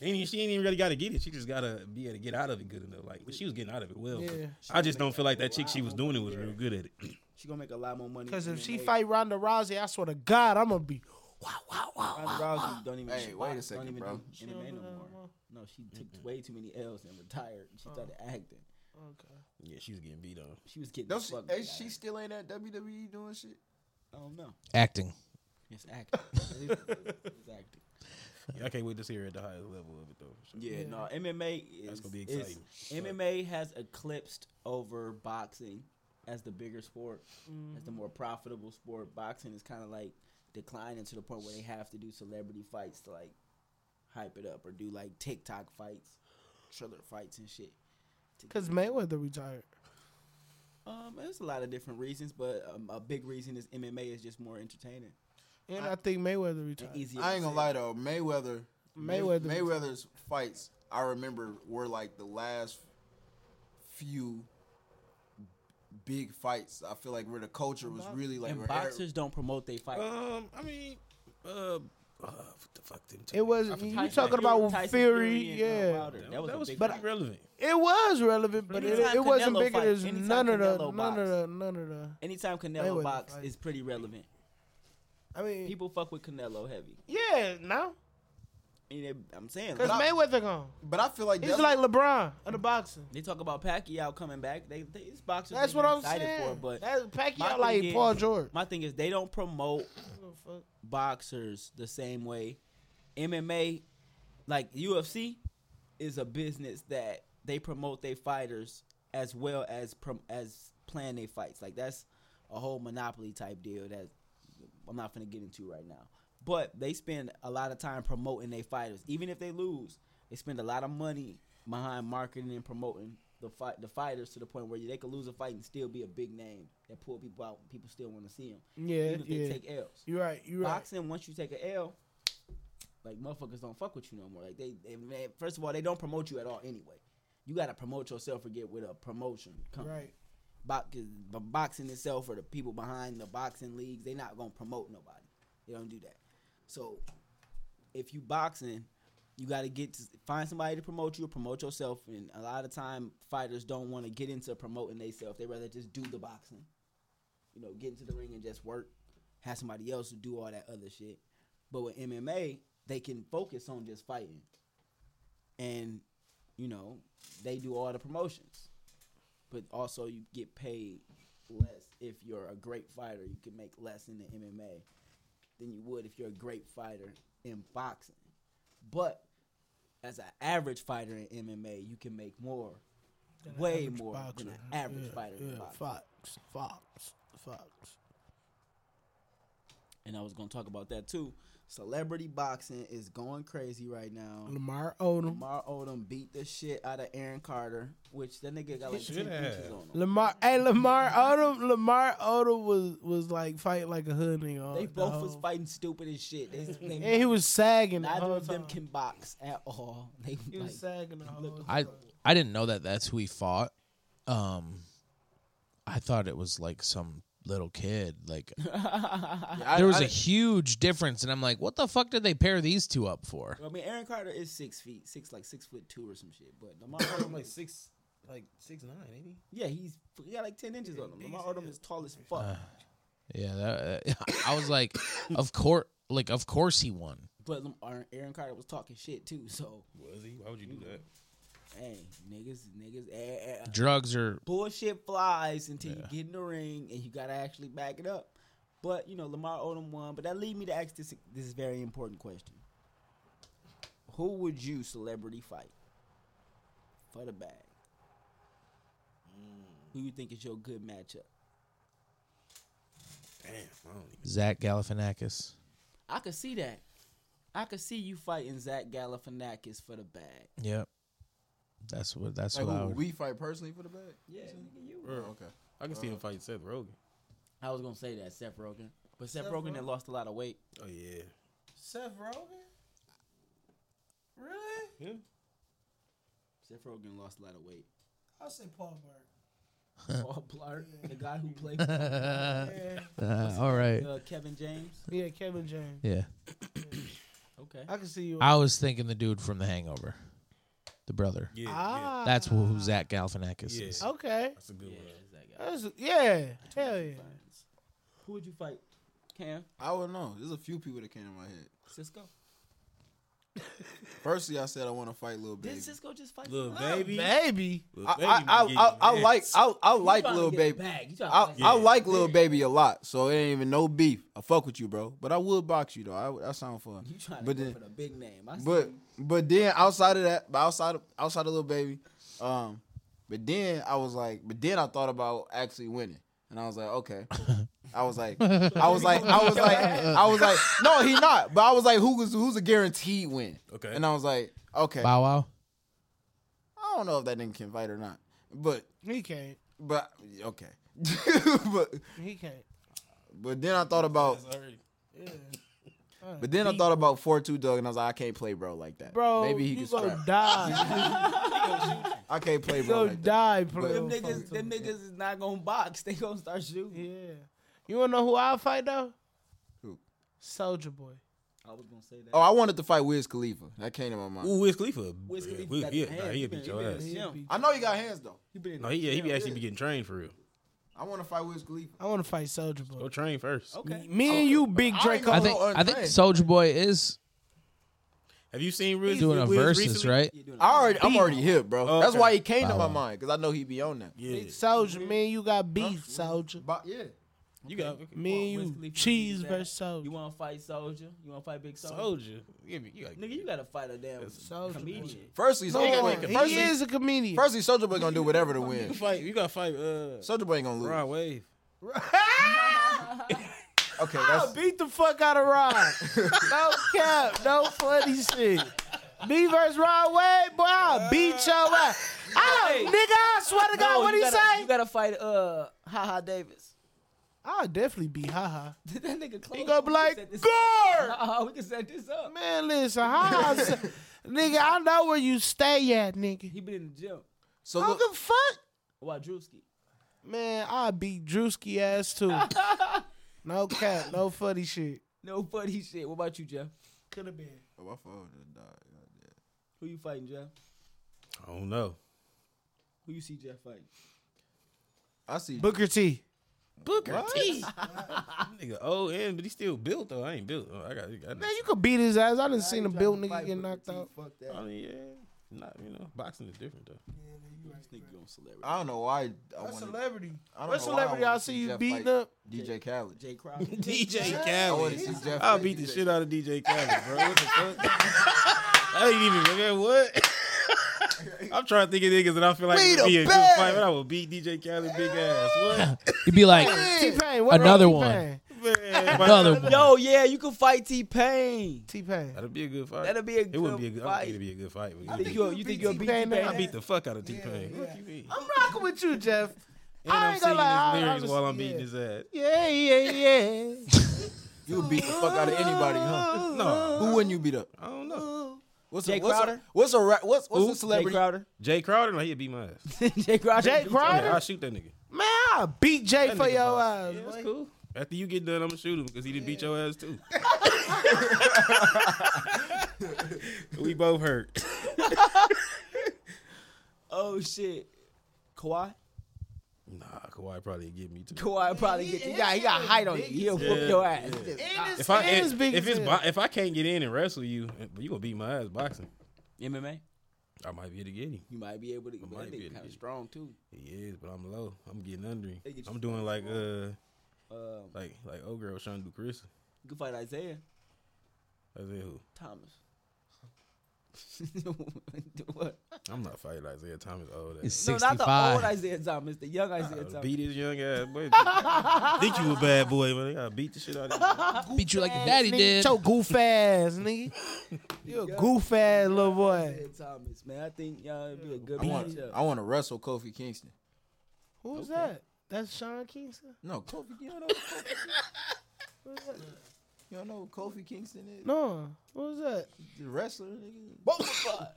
S10: Ain't even, she ain't even really got to get it. She just got to be able to get out of it good enough. Like she was getting out of it well. but
S6: Yeah.
S10: I just don't feel like that chick she was doing it was real good at it.
S3: she gonna make a lot more money.
S6: Because
S3: in
S6: if she
S3: MMA.
S6: fight Ronda Rousey, I swear to God, I'm gonna be wow, wow, wow,
S3: Ronda
S6: wow.
S3: Rousey don't even.
S2: Hey,
S3: she
S2: wait a
S3: box,
S2: second,
S3: don't even
S2: bro.
S3: do MMA no more. No, she took way too many L's and retired. She started
S6: Oh.
S3: acting.
S10: Yeah, she was getting beat on.
S3: She was getting.
S2: don't she,
S3: fucked
S2: hey,
S3: by
S2: she
S3: it.
S2: still ain't at WWE doing shit.
S3: I don't
S2: [LAUGHS]
S3: know.
S4: Acting.
S3: It's acting. it's, it's acting.
S10: Yeah, I can't wait to see her at the highest level of it though. So,
S3: Yeah, no, MMA is
S10: That's gonna be
S3: is-
S10: exciting.
S3: MMA has eclipsed over boxing as the bigger sport, as the more profitable sport. Boxing is kind of like declining to the point where they have to do celebrity fights to like hype it up or do like TikTok fights, trailer fights and shit. to get
S6: Because
S3: it.
S6: Mayweather retired.
S3: um, there's a lot of different reasons, but um, a big reason is MMA is just more entertaining.
S6: And I, think Mayweather
S3: and
S6: retired.
S3: easier
S2: I
S3: to
S2: ain't gonna
S3: sell.
S2: lie though, Mayweather, May-
S6: Mayweather-
S2: Mayweather's fights I remember were like the last few big fights. I feel like where the culture was really like
S3: And
S2: where
S3: boxers don't promote their fights.
S10: Um, I mean, uh, uh what the fuck did
S6: It was
S10: That,
S6: you talking about Fury,
S3: and, uh,
S6: yeah.
S3: Wilder.
S10: that
S3: a
S10: was, that was
S3: big
S10: pretty
S3: fight.
S10: relevant.
S6: It was relevant, but it,
S3: Anytime
S6: it wasn't
S3: Canelo
S6: bigger
S3: fight-
S6: than
S3: anytime
S6: none of the
S3: Canelo
S6: none of
S3: boxed.
S6: the none of the.
S3: Anytime
S6: Mayweather
S3: Canelo box
S6: fight.
S3: is pretty relevant.
S6: I mean,
S3: People fuck with Canelo heavy.
S6: yeah, now
S3: I mean, they- I'm saying
S6: because
S3: like,
S6: Mayweather gone.
S2: But I feel like
S6: He's
S2: that's-
S6: like LeBron of the boxing.
S3: they talk about Pacquiao coming back. They, they it's boxers.
S6: That's
S3: they
S6: what
S3: get
S6: I'm
S3: excited
S6: saying.
S3: For, but
S6: That's
S3: my
S6: Pacquiao
S3: thing
S6: like
S3: is-
S6: Paul George.
S3: my thing is they don't promote
S6: fuck?
S3: boxers the same way. MMA, like UFC, is a business that they promote their fighters as well as prom- as plan their fights. Like that's a whole monopoly type deal that I'm not gonna get into right now. But they spend a lot of time promoting their fighters, even if they lose. They spend a lot of money behind marketing and promoting the fight the fighters to the point where they could lose a fight and still be a big name that pull people out. and People still want to see them,
S6: Yeah,
S3: even if
S6: yeah.
S3: they take L's.
S6: You're right. You're right.
S3: Boxing, once you take a L, like motherfuckers don't fuck with you no more. Like they, they man, first of all, they don't promote you at all anyway. You gotta promote yourself or get with a promotion company.
S6: Right.
S3: Bo- 'cause the boxing itself or the people behind the boxing leagues, they not gonna promote nobody. They don't do that. So if you boxing, you gotta get to find somebody to promote you or promote yourself. And a lot of time, fighters don't want to get into promoting themselves. They rather just do the boxing. You know, get into the ring and just work. Have somebody else to do all that other shit. But with MMA, they can focus on just fighting. And, you know, they do all the promotions. But also, you get paid less if you're a great fighter. You can make less in the MMA than you would if you're a great fighter in boxing. But as an average fighter in MMA, you can make more, way more than an average fighter in boxing.
S6: Fox, Fox, Fox.
S3: and I was gonna talk about that too. Celebrity boxing is going crazy right now.
S6: Lamar Odom.
S3: Lamar Odom beat the shit out of Aaron Carter, which that nigga got like ten
S10: Should have.
S3: inches on him.
S6: Lamar, hey Lamar Odom, Lamar Odom was was like fighting like a hood nigga. all-
S3: They
S6: the
S3: both
S6: whole-
S3: was fighting stupid as shit. They,
S6: [LAUGHS]
S3: they-
S6: And he was sagging. the
S3: neither
S6: whole
S3: of them
S6: time.
S3: can box at all. [LAUGHS] They
S6: He
S3: like,
S6: was sagging the whole
S4: I I didn't know that that's who he fought. Um, I thought it was like some little kid.
S2: [LAUGHS]
S4: Like
S2: I-
S4: there was
S2: I-
S4: a huge difference, and I'm like, what the fuck did they pair these two up for?
S3: I mean, Aaron Carter is six feet, six like six foot two or some shit. But
S6: [COUGHS]
S3: Lamar Odom like
S10: six, like six nine, ain't he?
S3: yeah, he's he got like ten inches on him. Lamar Odom is tall as fuck.
S4: Yeah, that, uh, [LAUGHS] I was like,
S2: [LAUGHS]
S4: of course, like of course he won.
S3: but Lam- Aaron- Aaron Carter was talking shit too. So
S10: Was he? Why would you do that?
S3: hey, niggas, niggas, eh, eh,
S4: Drugs are
S3: bullshit flies until you get in the ring and you gotta actually back it up. But you know, Lamar Odom won. But that leads me to ask this this very important question: Who would you celebrity fight for the bag? Mm. Who you think is your good matchup?
S4: Zach Galifianakis.
S3: I could see that. I could see you fighting Zach Galifianakis for the bag.
S4: Yep. That's what. That's
S2: Like,
S4: what I
S2: who
S4: would.
S2: we fight personally for the bag?
S3: Yeah,
S2: Oh, okay.
S10: I can see him fighting Seth Rogen.
S3: I was gonna say that Seth Rogen, but Seth, Rogen had lost a lot of weight.
S10: Oh yeah.
S6: Seth Rogen? Really?
S10: Yeah.
S3: Seth Rogen lost a lot of weight.
S6: I'll say Paul Burke.
S3: Paul Blart, the guy who played uh,
S6: Yeah.
S4: Uh, [LAUGHS] all right.
S3: Kevin James.
S6: yeah, Kevin James.
S4: Yeah.
S3: Okay,
S6: I can see you.
S4: I was thinking the dude from The Hangover, the brother.
S10: Yeah. yeah.
S6: ah,
S4: That's who, who Zach Galifianakis
S10: Yeah.
S4: is.
S6: okay.
S10: That's a good one.
S6: That's, yeah, hell yeah.
S3: who would you fight? Cam,
S2: I don't know. There's a few people that came in my head.
S3: Cisco.
S2: Firstly, I said I want to fight Lil Baby.
S3: Did Cisco just fight?
S10: Little
S3: Cisco?
S10: baby.
S6: Baby.
S10: Lil
S2: I,
S10: Baby
S2: I, I,
S10: was
S2: I, I
S10: getting
S2: like
S10: hits.
S2: I, I
S3: You
S2: like
S3: trying to
S2: Lil
S3: get
S2: Baby.
S3: back. You trying to
S2: I,
S3: fight
S2: I
S3: back.
S2: like Lil Baby a lot, so it ain't even no beef. I fuck with you, bro. But I would box you though. I, that sound fun.
S3: You trying to
S2: but
S3: go
S2: then,
S3: for the big name? I see
S2: but
S3: you.
S2: but then outside of that, but outside of outside of Lil Baby, um, but then I was like, but then I thought about actually winning, and I was like, okay. I was like, I was like, I was like, I was like, no, he not. But I was like, who was who's a guaranteed win?
S10: Okay.
S2: And I was like, okay, I
S4: Bow Wow.
S2: don't know if that nigga can fight or not, but
S6: He can't.
S2: but okay, [LAUGHS] but
S6: He can't.
S2: but then I thought about, but then I thought about four two Doug, and I was like, I can't play bro like that.
S6: Bro,
S2: maybe he
S6: you
S2: can
S6: gonna
S2: scrap.
S6: die.
S2: I can't play
S6: you
S2: bro
S6: gonna
S2: like that.
S6: die, bro.
S3: Them niggas, them niggas is not gonna box. They gonna start shooting.
S6: Yeah. You wanna know who I'll fight though?
S2: Who?
S6: Soldier Boy.
S3: I was gonna say that.
S2: Oh, I wanted to fight Wiz Khalifa. That came to my mind.
S10: Ooh, Wiz Khalifa.
S3: Wiz
S10: Yeah,
S3: Khalifa
S10: Wiz-
S3: got
S10: yeah,
S3: the
S10: nah,
S3: hands.
S10: he'd
S3: He
S10: beat
S3: been-
S10: your
S3: he been
S10: ass.
S3: in the
S6: Yeah.
S3: gym.
S2: I know he got hands though.
S3: He been in
S10: No,
S3: the
S10: he, yeah, he be
S3: gym.
S10: actually be getting trained for real.
S2: I want to fight Wiz Khalifa.
S6: I wanna fight Soldier
S10: Go
S6: Boy.
S10: train first.
S3: Okay.
S6: Me and you, Big
S2: Oh, I ain't
S6: Draco.
S4: I
S2: gonna-
S4: think
S2: Oh,
S4: I think
S2: Andre.
S4: Soldier Boy is
S10: Have you seen Wiz?
S4: doing a
S10: Wiz
S4: versus,
S10: recently?
S4: right?
S3: He doing
S2: I already, I'm already here, bro.
S6: Oh,
S2: That's
S10: Okay.
S2: why he came to my
S4: Wow.
S2: mind because I know he be on that.
S10: Yeah.
S6: Soldier, me and you got beef, Soldier.
S2: But yeah,
S10: You got
S6: Me
S3: Wiz
S6: and you,
S3: Khalifa
S6: cheese
S3: beat his
S6: versus
S3: ass.
S6: Soldier.
S3: You want to fight Soldier? You want to fight Big Soldier?
S10: soldier. You got- you got-
S3: Nigga, you gotta fight a damn
S6: Soldier
S3: comedian.
S2: firstly,
S6: Come
S2: Soulja Boy-
S6: on,
S2: firstly,
S6: he is a comedian.
S2: firstly, Soldier Boy gonna do whatever to win.
S10: fight. You got to fight. Uh,
S2: Soldier Boy ain't gonna lose.
S10: Rod Wave.
S2: Okay,
S6: I'll
S2: that's
S6: beat the fuck out of
S3: [LAUGHS]
S6: Rod. no cap, no funny shit. Me versus Rod Wave, boy, I'll beat your ass. I, nigga, I swear to God,
S3: No,
S6: what
S3: you
S6: he
S3: gotta,
S6: say?
S3: You gotta fight uh Ha Ha Davis. [LAUGHS]
S6: I'll definitely beat haha.
S3: that nigga close.
S6: He gonna be
S3: We can
S6: like,
S3: set this up. [LAUGHS]
S6: Gore!
S3: Uh-uh, we can set this up.
S6: Man, listen, haha.
S3: [LAUGHS]
S6: nigga, I know where you stay at, nigga.
S3: He been in the gym.
S2: so.
S6: How
S2: Look,
S6: the fuck?
S3: Wadrewski.
S6: Man, I'll beat Drewski
S3: [LAUGHS]
S6: ass too. no cap, no funny shit.
S3: No funny shit. What about you, Jeff?
S6: Could have been.
S2: Oh, my phone just died.
S3: Who you fighting, Jeff?
S10: I don't know.
S3: Who you see Jeff fighting?
S2: I see.
S6: Booker T.
S10: Booker T. Nigga, oh, and but he still built though. I ain't built. Oh, I got. I,
S6: Man, you could beat his ass. I done seen a
S3: ain't
S6: built
S3: tryna fight
S6: nigga get
S3: Booker
S6: knocked
S3: T.
S6: out.
S3: Fuck that.
S10: I mean, yeah, not you know, boxing is different though.
S3: This nigga on celebrity.
S2: I don't know why. I wanted,
S6: celebrity.
S2: I don't
S6: What
S2: know
S6: celebrity
S2: why I
S6: I
S2: wanted to
S6: see you
S2: Jeff
S6: beating
S2: fight
S6: up?
S2: DJ Khaled.
S3: Jay Crowder.
S10: DJ
S2: I want to
S10: Khaled.
S2: see Jeff.
S10: I'll
S2: fight
S10: beat the
S2: DJ.
S10: shit out of DJ Khaled, bro. What the fuck? I ain't even man, what. [LAUGHS] I'm trying to think of niggas that I feel like
S2: Beat
S10: would be
S2: a
S10: a good
S2: bag.
S10: fight, but I will beat DJ Khaled big ass.
S4: He'd be like,
S6: T Pain. What
S4: Another
S6: wrong with
S4: one.
S6: T-Pain?
S10: What? Man,
S4: Another
S10: why-
S4: one.
S3: Yo, Oh, yeah, you can fight T Pain.
S6: T Pain.
S10: That'd be a good fight.
S3: That'd be a
S10: it wouldn't
S3: good
S10: be a good. I don't think it'd be a good fight. but
S3: You think
S10: it'd be-
S3: you'll, you think you'll beat T
S6: T-Pain
S3: Pain?
S10: I beat the fuck out of T Pain. What you mean?
S6: I'm rocking with you, Jeff.
S10: And
S6: I
S10: I'm
S6: ain't gonna
S10: singing
S6: lie, I-
S10: his
S6: I
S10: lyrics
S6: was-
S10: while I'm
S6: yeah.
S10: beating his ass.
S6: Yeah, yeah, yeah.
S10: [LAUGHS]
S2: You would beat the fuck out of anybody, huh?
S10: No,
S2: Who wouldn't you beat up?
S10: I don't know.
S2: What's
S3: Jay
S2: a, what's
S3: Crowder?
S2: A, what's a ra- what's what's
S10: Who?
S2: a
S3: Jay
S2: celebrity?
S3: Crowder.
S10: Jay Crowder, like he'd beat my ass.
S3: Jay Crowder.
S6: Jay Crowder?
S10: Yeah, I'll shoot that nigga.
S6: Man, I'll beat Jay
S10: That
S6: for
S10: nigga
S6: your
S10: boss.
S6: eyes.
S10: Yeah,
S6: boy.
S10: that's cool. After you get done, I'm gonna shoot him because he didn't beat your ass
S6: [LAUGHS]
S10: too. we both hurt. [LAUGHS]
S3: Oh shit. Kawhi.
S10: Nah, Kawhi probably get me too.
S3: Kawhi probably get you. Yeah, he got height on you. He'll
S10: Yeah,
S3: whoop your ass. [LAUGHS]
S10: If I
S6: It is
S10: if,
S6: big
S10: if
S6: as
S10: it's
S6: hell.
S10: bo- if I can't get in and wrestle you, you gonna beat my ass boxing.
S3: MMA.
S10: I might be able to get him.
S3: You might be able to. But
S10: might
S3: that nigga
S10: be able to
S3: kind
S10: get
S3: of
S10: it.
S3: strong too.
S10: He is, but I'm low. I'm getting under him.
S3: They get you
S10: I'm doing like uh,
S3: Um,
S10: Like like old girl was trying to do Chris.
S3: you can fight Isaiah
S10: Isaiah who?
S3: Thomas. [LAUGHS] what?
S10: I'm not fighting Isaiah Thomas. All that.
S4: It's
S3: No, not the old
S4: 65.
S3: Isaiah Thomas, the young Isaiah
S10: I'll
S3: Thomas.
S10: [LAUGHS] beat his young ass boy. [LAUGHS] Think you a bad boy, man? They gotta beat the shit out of you.
S4: Beat you like your daddy
S6: nigga,
S4: did.
S6: Your goof ass, nigga. You a goof ass little boy.
S3: Isaiah Thomas, man. I think y'all would be a good
S2: I want,
S3: matchup.
S2: I want to wrestle Kofi Kingston.
S6: Who's that? That's Sean Kingston.
S2: No, Kofi, you don't know. Kofi, you don't know who Kofi Kingston is?
S6: No, who's that?
S2: He's a wrestler, nigga.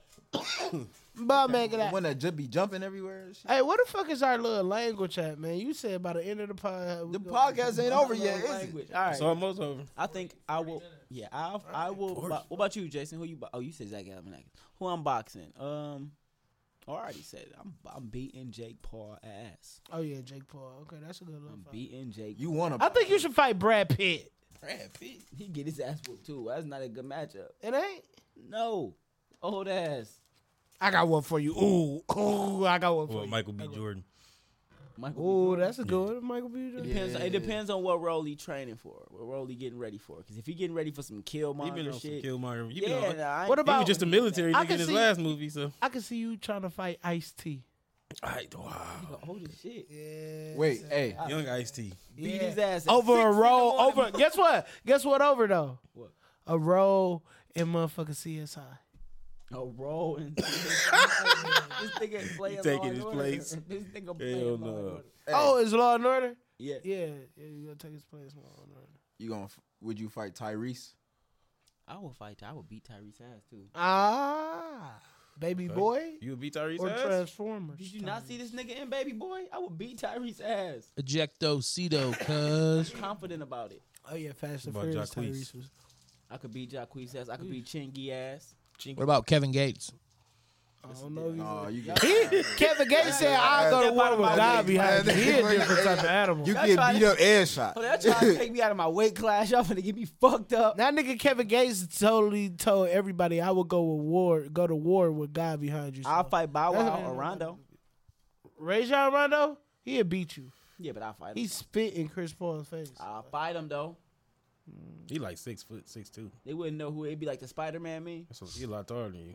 S6: Bob making
S2: The
S6: that.
S2: one that just be jumping everywhere. and shit.
S6: Hey, what the fuck is our little language at, man? You said by the end of the pod. we
S2: The
S6: gonna-
S2: podcast ain't over yet, is it?
S3: Language.
S6: All right.
S10: It's almost over.
S3: I think I will. Yeah, I'll, I will. What about you, Jason? Who you? bo- Oh, you said Zach Galifianakis. Who I'm boxing? Um, I already said it. I'm. I'm beating Jake Paul ass.
S6: oh yeah, Jake Paul. Okay, that's a good little
S3: I'm
S6: fight.
S3: beating Jake.
S2: You want to?
S6: I think you should fight Brad Pitt.
S3: He get his ass whooped too. That's not a good matchup.
S6: It ain't.
S3: No, old ass.
S6: I got one for you. Ooh, ooh, I got one for
S10: Well,
S6: you.
S10: Michael B. Jordan.
S3: Michael.
S6: Ooh, that's a good one, Michael B. Jordan.
S3: Depends it depends on what role he training for, what role he getting ready for. Because if he getting ready for some
S10: He been
S3: Killmonger
S10: on some
S3: shit,
S10: Killmonger. He been
S3: yeah,
S10: on.
S3: nah, I ain't-
S6: What
S10: He
S6: about
S10: was just a military
S6: I
S10: nigga
S6: can
S10: in his
S6: see-
S10: last movie, so.
S6: I can see you trying to fight Ice T.
S10: I, wow.
S3: holy shit,
S6: Yeah.
S2: Wait, hey,
S10: Young Ice T.
S3: beat his ass at
S6: Over
S3: six
S6: a
S3: in the
S6: roll.
S3: morning.
S6: Over. Guess what? Guess what? Over though.
S3: What?
S6: A roll in motherfucking CSI.
S3: a roll [LAUGHS] and this nigga playing
S10: taking
S3: Law and
S10: his
S3: Order.
S10: place.
S3: [LAUGHS] This nigga
S10: Hell
S3: playing Law and
S10: no.
S3: Order.
S6: Oh, is Law and Order?
S3: Yeah.
S6: Yeah, yeah. You gonna take his place, Law and Order.
S2: you gonna? f- Would you fight Tyrese?
S3: I would fight. I would beat Tyrese ass too.
S6: Ah, baby boy
S10: You would beat Tyrese
S6: or
S10: ass?
S6: Transformers?
S3: Did you not see this nigga in Baby Boy? I would beat Tyrese ass.
S4: Ejecto Cedo, cuz.
S3: Confident about it.
S6: Oh yeah, Fast and
S10: About
S6: Furious.
S10: Jacquees.
S6: Tyrese was.
S3: I could beat Jacquees ass. I could beat Chingy ass.
S4: What about Kevin Gates?
S6: I don't know. if he's-
S2: Oh, you get.
S6: Kevin Gates said, "I go to
S3: Step out
S6: war
S3: of
S6: with
S3: my
S6: God
S3: way.
S6: behind me." He a different type of animal.
S2: You
S3: Y'all
S2: get
S3: try
S2: beat
S3: to-
S2: up and shot.
S3: Oh, they're trying to take me out of my weight class. Y'all finna get me fucked up.
S6: That nigga Kevin Gates totally told everybody I would go with war, go to war with God behind you. So.
S3: I'll fight Bow
S6: That's-
S3: Wow or Rondo.
S6: Rajon Rondo, he'll beat you.
S3: Yeah, but I'll fight him.
S6: He spit in Chris Paul's face. [LAUGHS]
S3: I'll fight him though.
S10: He like six foot, six two.
S3: They wouldn't know who it'd be like the Spider Man me.
S10: So he a lot taller than you.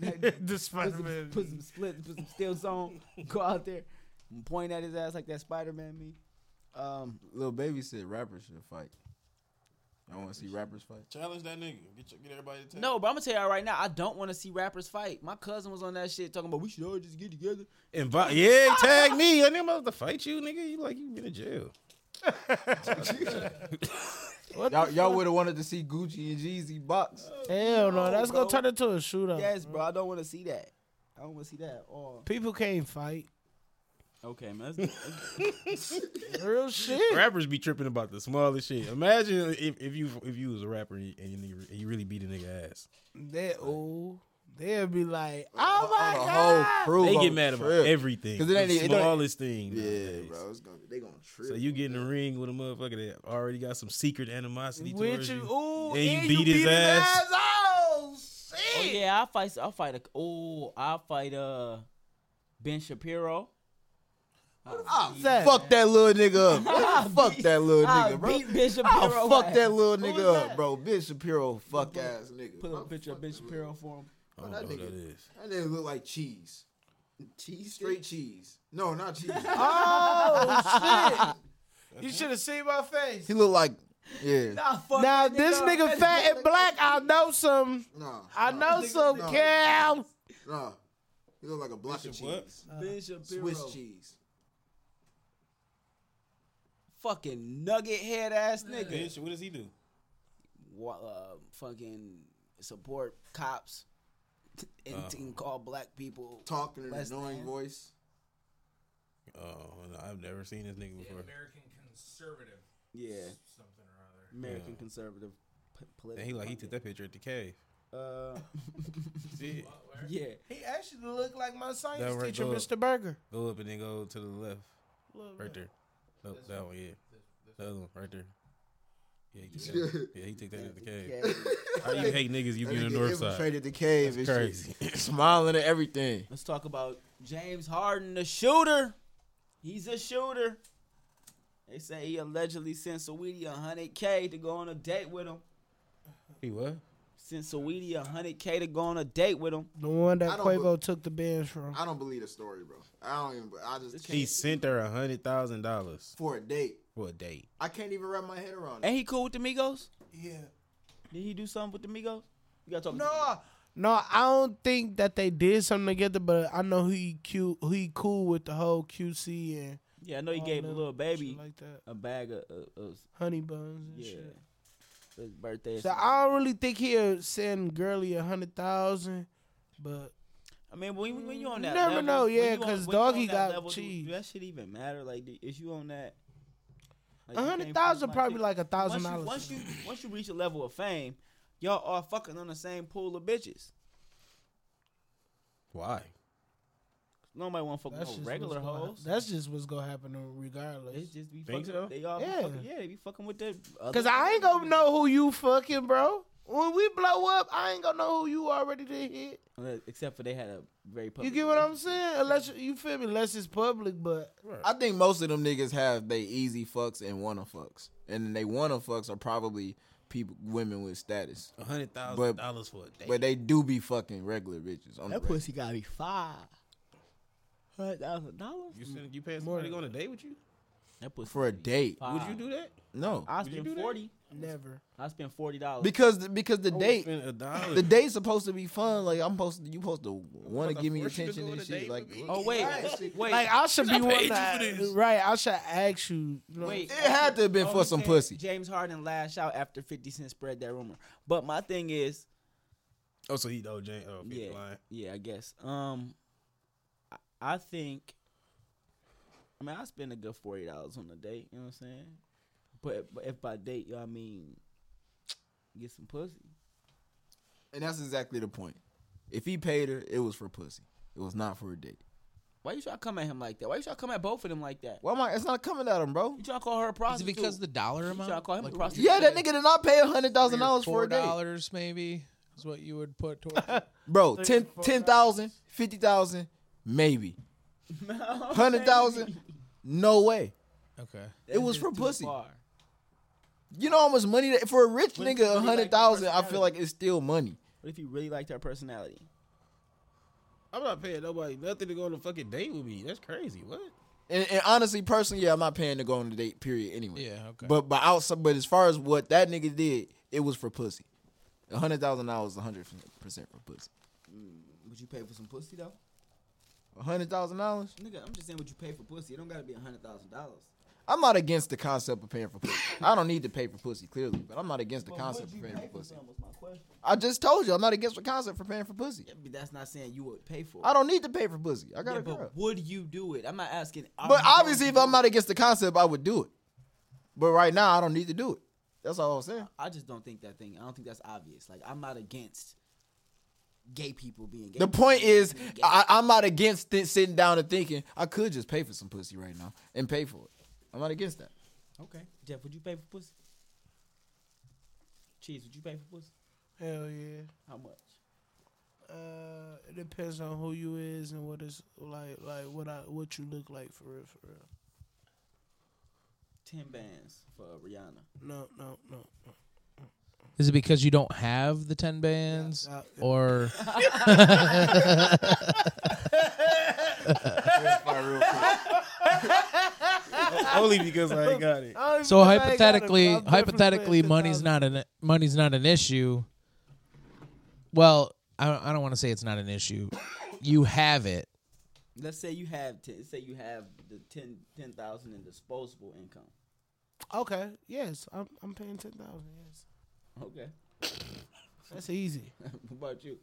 S6: the
S3: Put
S6: Spider
S3: some, put some split, put some steel zone, [LAUGHS] go out there, and point at his ass like that Spider Man me. Um,
S2: Little baby said rappers should fight. I want to see rappers fight.
S10: Challenge that nigga. Get, get everybody to
S3: No, but I'm gonna tell y'all right now, I don't want to see rappers fight. My cousin was on that shit talking about we should all just get together.
S10: Invite, yeah, tag me. I am about to fight you, nigga. You like you been in jail.
S2: Oh, Y'all, y'all would have wanted to see Gucci and Jeezy box.
S6: Hell no, that's
S3: bro.
S6: gonna turn into a shootout.
S3: Yes, bro, I don't want to see that. I don't want to see that. Oh,
S6: People can't fight.
S3: okay, man. That's, [LAUGHS]
S6: Real shit.
S10: Rappers be tripping about the smallest shit. Imagine if, if you if you was a rapper and you, and you- and you really beat a nigga ass.
S6: They oh, they'll be like, oh my
S2: A whole
S6: god.
S2: crew
S10: They
S2: gonna
S10: get mad about
S2: trip.
S10: everything.
S2: 'Cause it ain't-
S10: the
S2: it don't-
S10: smallest thing.
S2: Yeah,
S10: nowadays.
S2: bro, it's gonna, they gonna trip.
S10: So you get in the ring with a motherfucker that already got some secret animosity
S6: With
S10: towards
S6: you,
S10: you.
S2: Oh,
S6: ooh,
S10: and you
S6: and
S10: beat, his, ass.
S6: Oh
S3: oh
S6: shit.
S3: yeah, I fight. I fight. A, oh, I fight. Uh, Ben Shapiro. Oh,
S6: What's that?
S2: fuck that little nigga up. fuck that little
S3: I
S2: nigga, bro.
S3: Ah, beat Ben Shapiro.
S2: I'll fuck
S3: ass.
S2: that little nigga
S6: was
S2: up,
S6: that?
S2: bro. Bitch Shapiro, fuck ass nigga.
S3: Put
S2: Bro,
S3: up a picture of Ben Shapiro for him.
S10: I don't
S2: that
S10: know who
S2: nigga-
S10: that is.
S2: That nigga look like cheese. Cheese? Straight cheese. No, not cheese.
S6: Oh shit. You should have seen my face.
S2: he look like, yeah.
S3: Nah, fuck
S6: Now
S3: that
S6: this
S3: up.
S6: nigga
S3: That's-
S6: fat and black, I know some.
S2: Nah,
S6: I know some
S2: no.
S6: Cam.
S2: nah. He look like a block of
S10: Bishop what?
S2: cheese.
S3: Ben Shapiro.
S2: Swiss cheese.
S3: Fucking nugget head ass nigga.
S10: Bitch, what does he do?
S3: wa- uh, fucking support cops and,
S10: Uh-huh.
S3: and call black people.
S2: Talking in an
S3: Less
S2: annoying
S3: than.
S2: voice.
S10: Oh, no, I've never seen this nigga before.
S4: conservative.
S3: Yeah, American conservative p-
S10: And he
S3: political.
S10: like he took that picture at the cave.
S3: uh,
S10: See,
S3: yeah,
S6: He actually looked like my
S10: That
S6: science
S10: right
S6: teacher,
S10: there.
S6: Mr. Burger.
S10: go up and then go to the left, right there. Nope, that one, yeah. The other one, right there. Yeah, he took that. yeah, he took that at the cave.
S3: yeah.
S10: How you hate niggas? You be in the north side.
S2: infiltrated the cave and
S10: Crazy.
S2: [LAUGHS] shit. Smiling at everything.
S3: Let's talk about James Harden, the shooter. He's a shooter. They say he allegedly sent Saweetie 100K to go on a date with him.
S10: He what?
S3: Sent Saweetie 100K to go on a date with him.
S6: The one
S2: I
S6: that
S2: don't
S6: Quavo
S2: bel-
S6: took the bands from.
S2: I don't believe the story, bro. I don't even. I just
S10: He
S2: can't
S10: sent her a hundred thousand dollars
S2: for a date.
S10: for a date.
S2: I can't even wrap my head around it.
S3: Ain't he cool with the Migos?
S16: Yeah.
S3: Did he do something with the Migos? You gotta talk.
S16: No,
S6: No, I don't think that they did something together, but I know who he cute, who he cool with the whole QC and
S3: Yeah, I know he
S6: all
S3: gave
S6: that
S3: little baby
S6: shit Oh, like that,
S3: a bag of, of, of
S6: honey buns and
S3: yeah,
S6: shit.
S3: for his birthday. or
S6: So
S3: something.
S6: I don't really think he'll send Gurley a hundred thousand, but
S3: I mean, when, when you on
S6: You
S3: that,
S6: never
S3: level,
S6: know,
S3: when
S6: yeah,
S3: you on-
S6: 'cause
S3: when you
S6: Doggy
S3: on that
S6: got
S3: level, do-
S6: cheese.
S3: Do that shit even matter? Like, do- is you on that? Like,
S6: a
S3: you
S6: hundred
S3: can't
S6: thousand
S3: fuck
S6: probably
S3: chick-
S6: like a thousand
S3: once you-
S6: dollars.
S3: Once you once you reach a level of fame, y'all are fucking on the same pool of bitches.
S10: Why?
S3: Nobody want to fuck with no regular
S6: what's gonna,
S3: hoes.
S6: That's just what's gonna happen
S3: They
S6: regardless.
S3: just be fucking.
S10: Think so?
S3: They all
S6: Yeah.
S3: yeah. Fucking, yeah, they be fucking with their. other-
S6: Cause I ain't gonna know who you fucking, bro. When we blow up, I ain't gonna know who you already did hit.
S3: Unless- uh, Except for they had a very
S6: You
S3: public.
S6: get what I'm saying? Unless you, you feel me, unless it's public, but
S2: I think most of them niggas have they easy fucks and wanna fucks, and they wanna fucks are probably people women with status,
S10: A hundred thousand dollars for a date.
S2: but they do be fucking regular bitches. On
S3: That
S2: the pussy.
S3: pussy gotta be five. Hundred thousand dollars?
S10: you send, you pay somebody to go on a date with you?
S3: That pussy
S2: For a
S3: gotta be
S2: date,
S3: Five.
S10: Would you do that?
S2: no,
S3: I
S10: you do
S3: spend
S10: that?
S3: forty.
S6: never.
S3: I spend forty dollars.
S2: because the, because the date
S10: Spend a dollar.
S2: the date's supposed to be fun. Like I'm supposed to, you supposed to want to
S10: Motherfucker
S2: give me
S10: force you to
S2: attention
S10: go on
S2: and
S10: a
S2: shit. [LAUGHS]
S10: date
S2: Like,
S10: with me?
S3: oh wait, wait.
S6: Like I should be one
S10: paid you for
S6: that,
S10: this.
S6: right? I should ask you. you know,
S3: wait.
S2: it had to have been
S3: Oh,
S2: for
S3: he
S2: some
S3: said
S2: pussy.
S3: James Harden lash out after Fifty Cent spread that rumor. But my thing is,
S10: oh, so he know Jane. Oh,
S3: yeah,
S10: yeah. lying.
S3: yeah, I guess. Um, I, I think. I mean, I spend a good forty dollars on a date. You know what I'm saying? But, but if by date, you know what I mean, get some pussy.
S2: And that's exactly the point. If he paid her, it was for pussy. It was not for a date.
S3: Why you try to come at him like that? Why you try to come at both of them like that?
S2: Why am I? It's not coming at him, bro.
S3: You trying to call her a
S4: Is it
S3: prostitute?
S4: because the dollar
S3: you
S4: amount?
S3: trying to call him
S4: Like,
S3: a prostitute?
S2: Yeah, that nigga did not pay a hundred
S4: three or
S2: thousand dollars for
S4: four
S2: a date,
S4: dollars maybe is what you would put towards. it.
S2: bro. Ten, ten thousand, fifty thousand,
S3: [LAUGHS]
S2: maybe hundred thousand. No way.
S4: Okay.
S2: It was for pussy.
S3: Far.
S2: You know how much money that, for a rich
S3: But it's
S2: nigga, a
S3: really like
S2: hundred thousand.
S3: the
S2: I feel like it's still money.
S3: What if you really liked her personality?
S10: I'm not paying nobody nothing to go on a fucking date with me. That's crazy. What?
S2: And, and honestly, personally, yeah, I'm not paying to go on a date. Period. Anyway.
S4: Yeah, okay.
S2: But but outside, but as far as what that nigga did, it was for pussy. A hundred thousand dollars, a hundred percent for pussy.
S3: Would you pay for some pussy though?
S2: A hundred thousand dollars.
S3: Nigga, I'm just saying, would you pay for pussy? It don't gotta be a hundred thousand dollars.
S2: I'm not against the concept of paying for pussy. I don't need to pay for pussy, clearly, but I'm not against the concept of paying for pussy.
S3: was my question.
S2: I just told you I'm not against the concept for paying for pussy.
S3: Yeah, but that's not saying you would pay for it.
S2: I don't need to pay for pussy. I got
S3: yeah,
S2: a
S3: but
S2: girl.
S3: would you do it? I'm not asking. are
S2: But
S3: you going
S2: obviously,
S3: to
S2: if
S3: do
S2: I'm
S3: it?
S2: not against the concept, I would do it. But right now, I don't need to do it. That's all I'm saying.
S3: I just don't think that thing. I don't think that's obvious. Like I'm not against gay people being gay.
S2: The point is, I, I'm not against th- sitting down and thinking I could just pay for some pussy right now and pay for it. I'm not against that.
S3: okay, Jeff, would you pay for pussy? Cheese, would you pay for pussy?
S6: hell yeah.
S3: How much?
S6: Uh, it depends on who you is and what is like, like what I what you look like for real, for real.
S3: Ten bands for Rihanna.
S6: No, no, no.
S4: Is it because you don't have the ten bands,
S6: Yeah,
S4: or
S10: [LAUGHS] Only because I ain't got it.
S4: so hypothetically, hypothetically, money's not an money's not an issue. Well, I, I don't want to say it's not an issue. You have it.
S3: Let's say you have ten. Say you have the ten ten thousand in disposable income.
S6: Okay, yes, I'm I'm paying ten thousand. Yes,
S3: Okay. [LAUGHS]
S6: that's easy.
S3: what about you?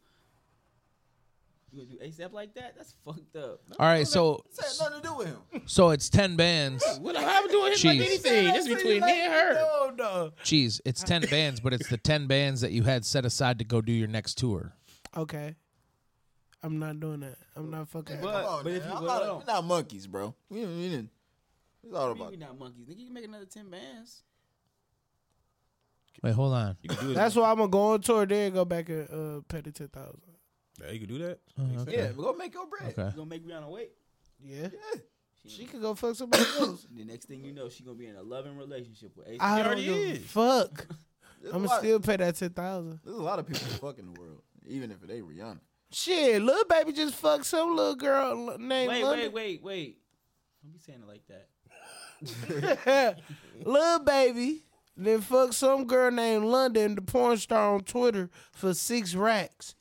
S3: You gonna do ASAP like that? That's fucked up.
S4: All right, so
S2: This had nothing to do with him.
S4: so it's ten bands.
S10: What am I doing him like
S4: Cheese.
S10: anything? It's between me and her.
S6: Oh no.
S4: Jeez, it's ten bands, but it's the ten bands that you had set aside to go do your next tour.
S6: Okay, I'm not doing that. I'm not fucking.
S3: But,
S2: Come on,
S3: but if
S2: man.
S3: you
S2: I'm
S3: go
S2: not,
S3: on,
S2: we're not monkeys, bro. We, didn't- we didn't. It's all
S3: we
S2: about.
S3: not monkeys. Nigga, you can make another ten bands.
S4: Wait, hold on.
S10: You can do it.
S6: That's why I'm gonna go on tour. Then go back and uh, pay the ten thousand.
S10: Yeah, you can do that.
S4: Uh, okay.
S2: Yeah, go make your bread.
S4: Okay.
S3: You gonna make Rihanna wait?
S6: Yeah. She could go fuck
S10: [COUGHS]
S6: somebody else.
S3: The next thing you know, she gonna be in a loving relationship with AC.
S6: I don't
S10: already
S6: give a
S10: is.
S6: fuck. I'm
S2: why-
S6: gonna still pay that ten thousand.
S2: There's a lot of people fucking the world, even if it ain't Rihanna.
S6: Shit, little baby just fucked some little girl l- named
S3: wait, wait,
S6: London.
S3: wait, wait. Don't be saying it like that.
S6: Little baby then fucked some girl named London, the porn star on Twitter, for six racks.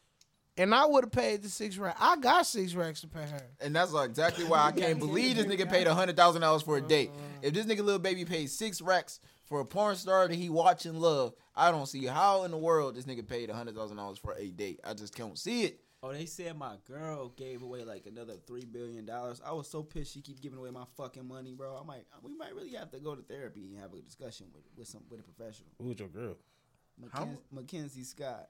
S6: And I would have paid the six racks. I got six racks to pay her.
S2: And that's like exactly why I can't believe this nigga paid hundred thousand dollars for a date. If this nigga little baby paid six racks for a porn star that he watch and love, I don't see how in the world this nigga paid hundred thousand dollars for a date. I just can't see it.
S3: Oh, they said my girl gave away like another three billion dollars. I was so pissed she keep giving away my fucking money, bro. I might, we might really have to go to therapy and have a discussion with with some with a professional.
S10: Who was your girl?
S3: Mackenzie, Mackenzie Scott.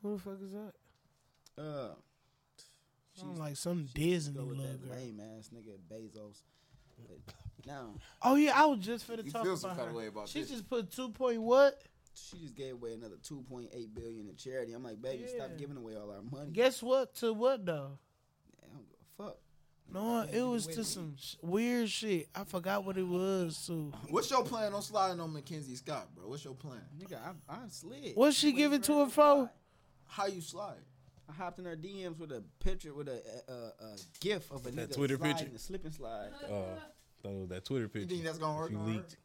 S6: Who the fuck is that?
S3: Uh,
S6: Sound like some Disney
S3: go with
S6: little
S3: that
S6: girl.
S3: lame ass nigga Bezos. But now
S6: Oh yeah, I was just finna
S2: You
S6: talk
S2: feel
S6: about
S2: some
S6: her.
S2: kind of way about
S6: she
S2: this.
S6: just put two point what?
S3: she just gave away another two point eight billion to charity. I'm like, baby,
S6: Yeah.
S3: stop giving away all our money.
S6: Guess what? To what though?
S3: I don't give a fuck.
S6: No, it was to some sh- weird shit. I forgot what it was. too.
S2: What's your plan on sliding on Mackenzie Scott, bro? What's your plan?
S3: Nigga, I, I slid.
S6: What's she
S3: Waiting
S6: giving
S3: for
S6: to
S3: her
S6: her for?
S3: reply.
S2: How you slide?
S3: I hopped in her DMs with a picture with a a, a, a gif of a
S10: That
S3: nigga
S10: Twitter
S3: sliding,
S10: picture?
S3: a slip and slide. [LAUGHS]
S10: Uh, thought it was that Twitter picture.
S2: think that's gonna work
S10: She
S2: on her?
S10: leaked.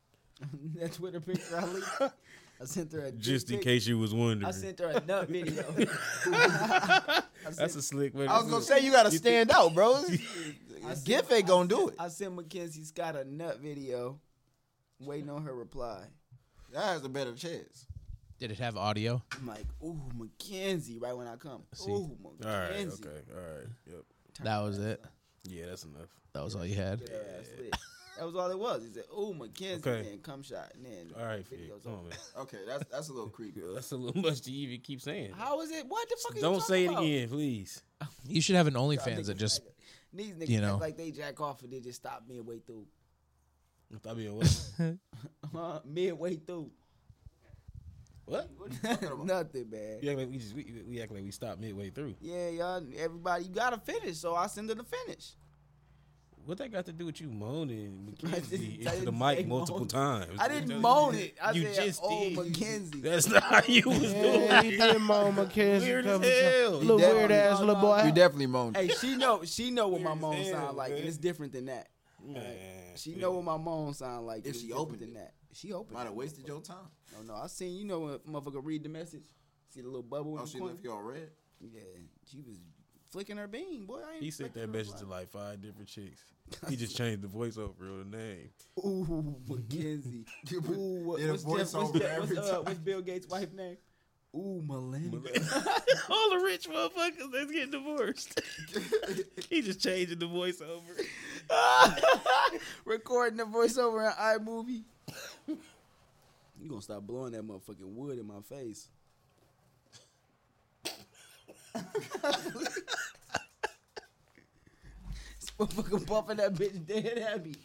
S3: that Twitter picture I
S10: [LAUGHS]
S3: leaked. I sent her a dick
S10: Just
S3: [LAUGHS]
S10: in
S3: pic.
S10: case you was wondering.
S3: I sent her a nut
S10: [LAUGHS]
S3: video. [LAUGHS]
S10: That's a slick way to
S2: I was
S10: do
S2: gonna
S10: it.
S2: say you gotta stand out, [LAUGHS] bro. Gift ain't gonna do it.
S3: I sent Mackenzie Scott a nut video, waiting on her reply.
S2: That has a better chance.
S4: Did it have audio?
S3: I'm like, ooh, Mackenzie, right when I come. Ooh,
S10: All right,
S3: Mackenzie.
S10: okay, all right, yep.
S4: That was it.
S10: Yeah, that's enough.
S4: That was all you had.
S3: Yeah, I slid. That was all it was. He said, ooh, Mackenzie,
S10: Okay.
S3: and then come shot, and then
S10: All right, Fig,
S3: video's
S10: come
S3: over.
S10: on, man.
S2: Okay, that's that's a little creepy.
S10: That's a little much to even keep saying.
S3: How is it? What the fuck are you
S10: Don't say
S3: talking
S10: it
S3: about?
S10: again, please.
S4: You should have an OnlyFans that just
S3: These niggas
S4: You know.
S3: act like they jack off and they just stop midway through. [LAUGHS]
S10: I mean, what?
S3: midway through.
S10: what?
S3: [LAUGHS] Nothing, man.
S10: We act like we just we, we act like we stopped midway through.
S3: Yeah, y'all, everybody, you gotta finish, so I send her the finish.
S10: What that got to do with you moaning
S3: [LAUGHS] I
S10: Mackenzie
S3: didn't- I
S10: into the
S3: didn't say
S10: mic multiple
S3: moan.
S10: times?
S3: I didn't moan it. I
S10: You
S3: said,
S10: just
S3: "Oh,
S10: did.
S3: Mackenzie."
S10: That's not how you was doing.
S6: Yeah, he did moan Mackenzie
S10: Weird as
S6: couple times.
S10: hell. You
S6: Little
S2: definitely-
S6: weird ass little boy.
S2: You definitely moaned.
S3: [LAUGHS] Hey, she know, she know what my
S10: Weird as
S3: moan
S10: hell,
S3: sound like, and
S10: man.
S3: it's different than that.
S10: Man,
S3: She know what my moan sound like. and
S2: she
S3: it's different
S2: opened
S3: than
S2: it.
S3: that, she opened.
S2: Might
S3: it.
S2: have wasted your time.
S3: No, no, I seen you know when a motherfucker read the message, see the little bubble in
S2: Oh,
S3: the
S2: she
S3: corner.
S2: left you all red.
S3: Yeah, she was flicking her bean, boy. I ain't
S10: He sent
S3: expecting
S10: that
S3: her
S10: message
S3: reply.
S10: to like five different chicks. He just changed the voiceover or the name.
S3: [LAUGHS] Ooh, Mackenzie. Ooh, what,
S2: Did a
S3: what's, Jeff, what's,
S2: voiceover
S3: Jeff, what's,
S2: every
S3: uh,
S2: time.
S3: what's Bill Gates' wife name? Ooh, Melinda. [LAUGHS]
S10: All the rich motherfuckers that's getting divorced. [LAUGHS] he just changing the voiceover.
S3: [LAUGHS] Recording the voiceover in iMovie. you gonna stop blowing that motherfucking wood in my face. This motherfucker bumping that bitch dead at me.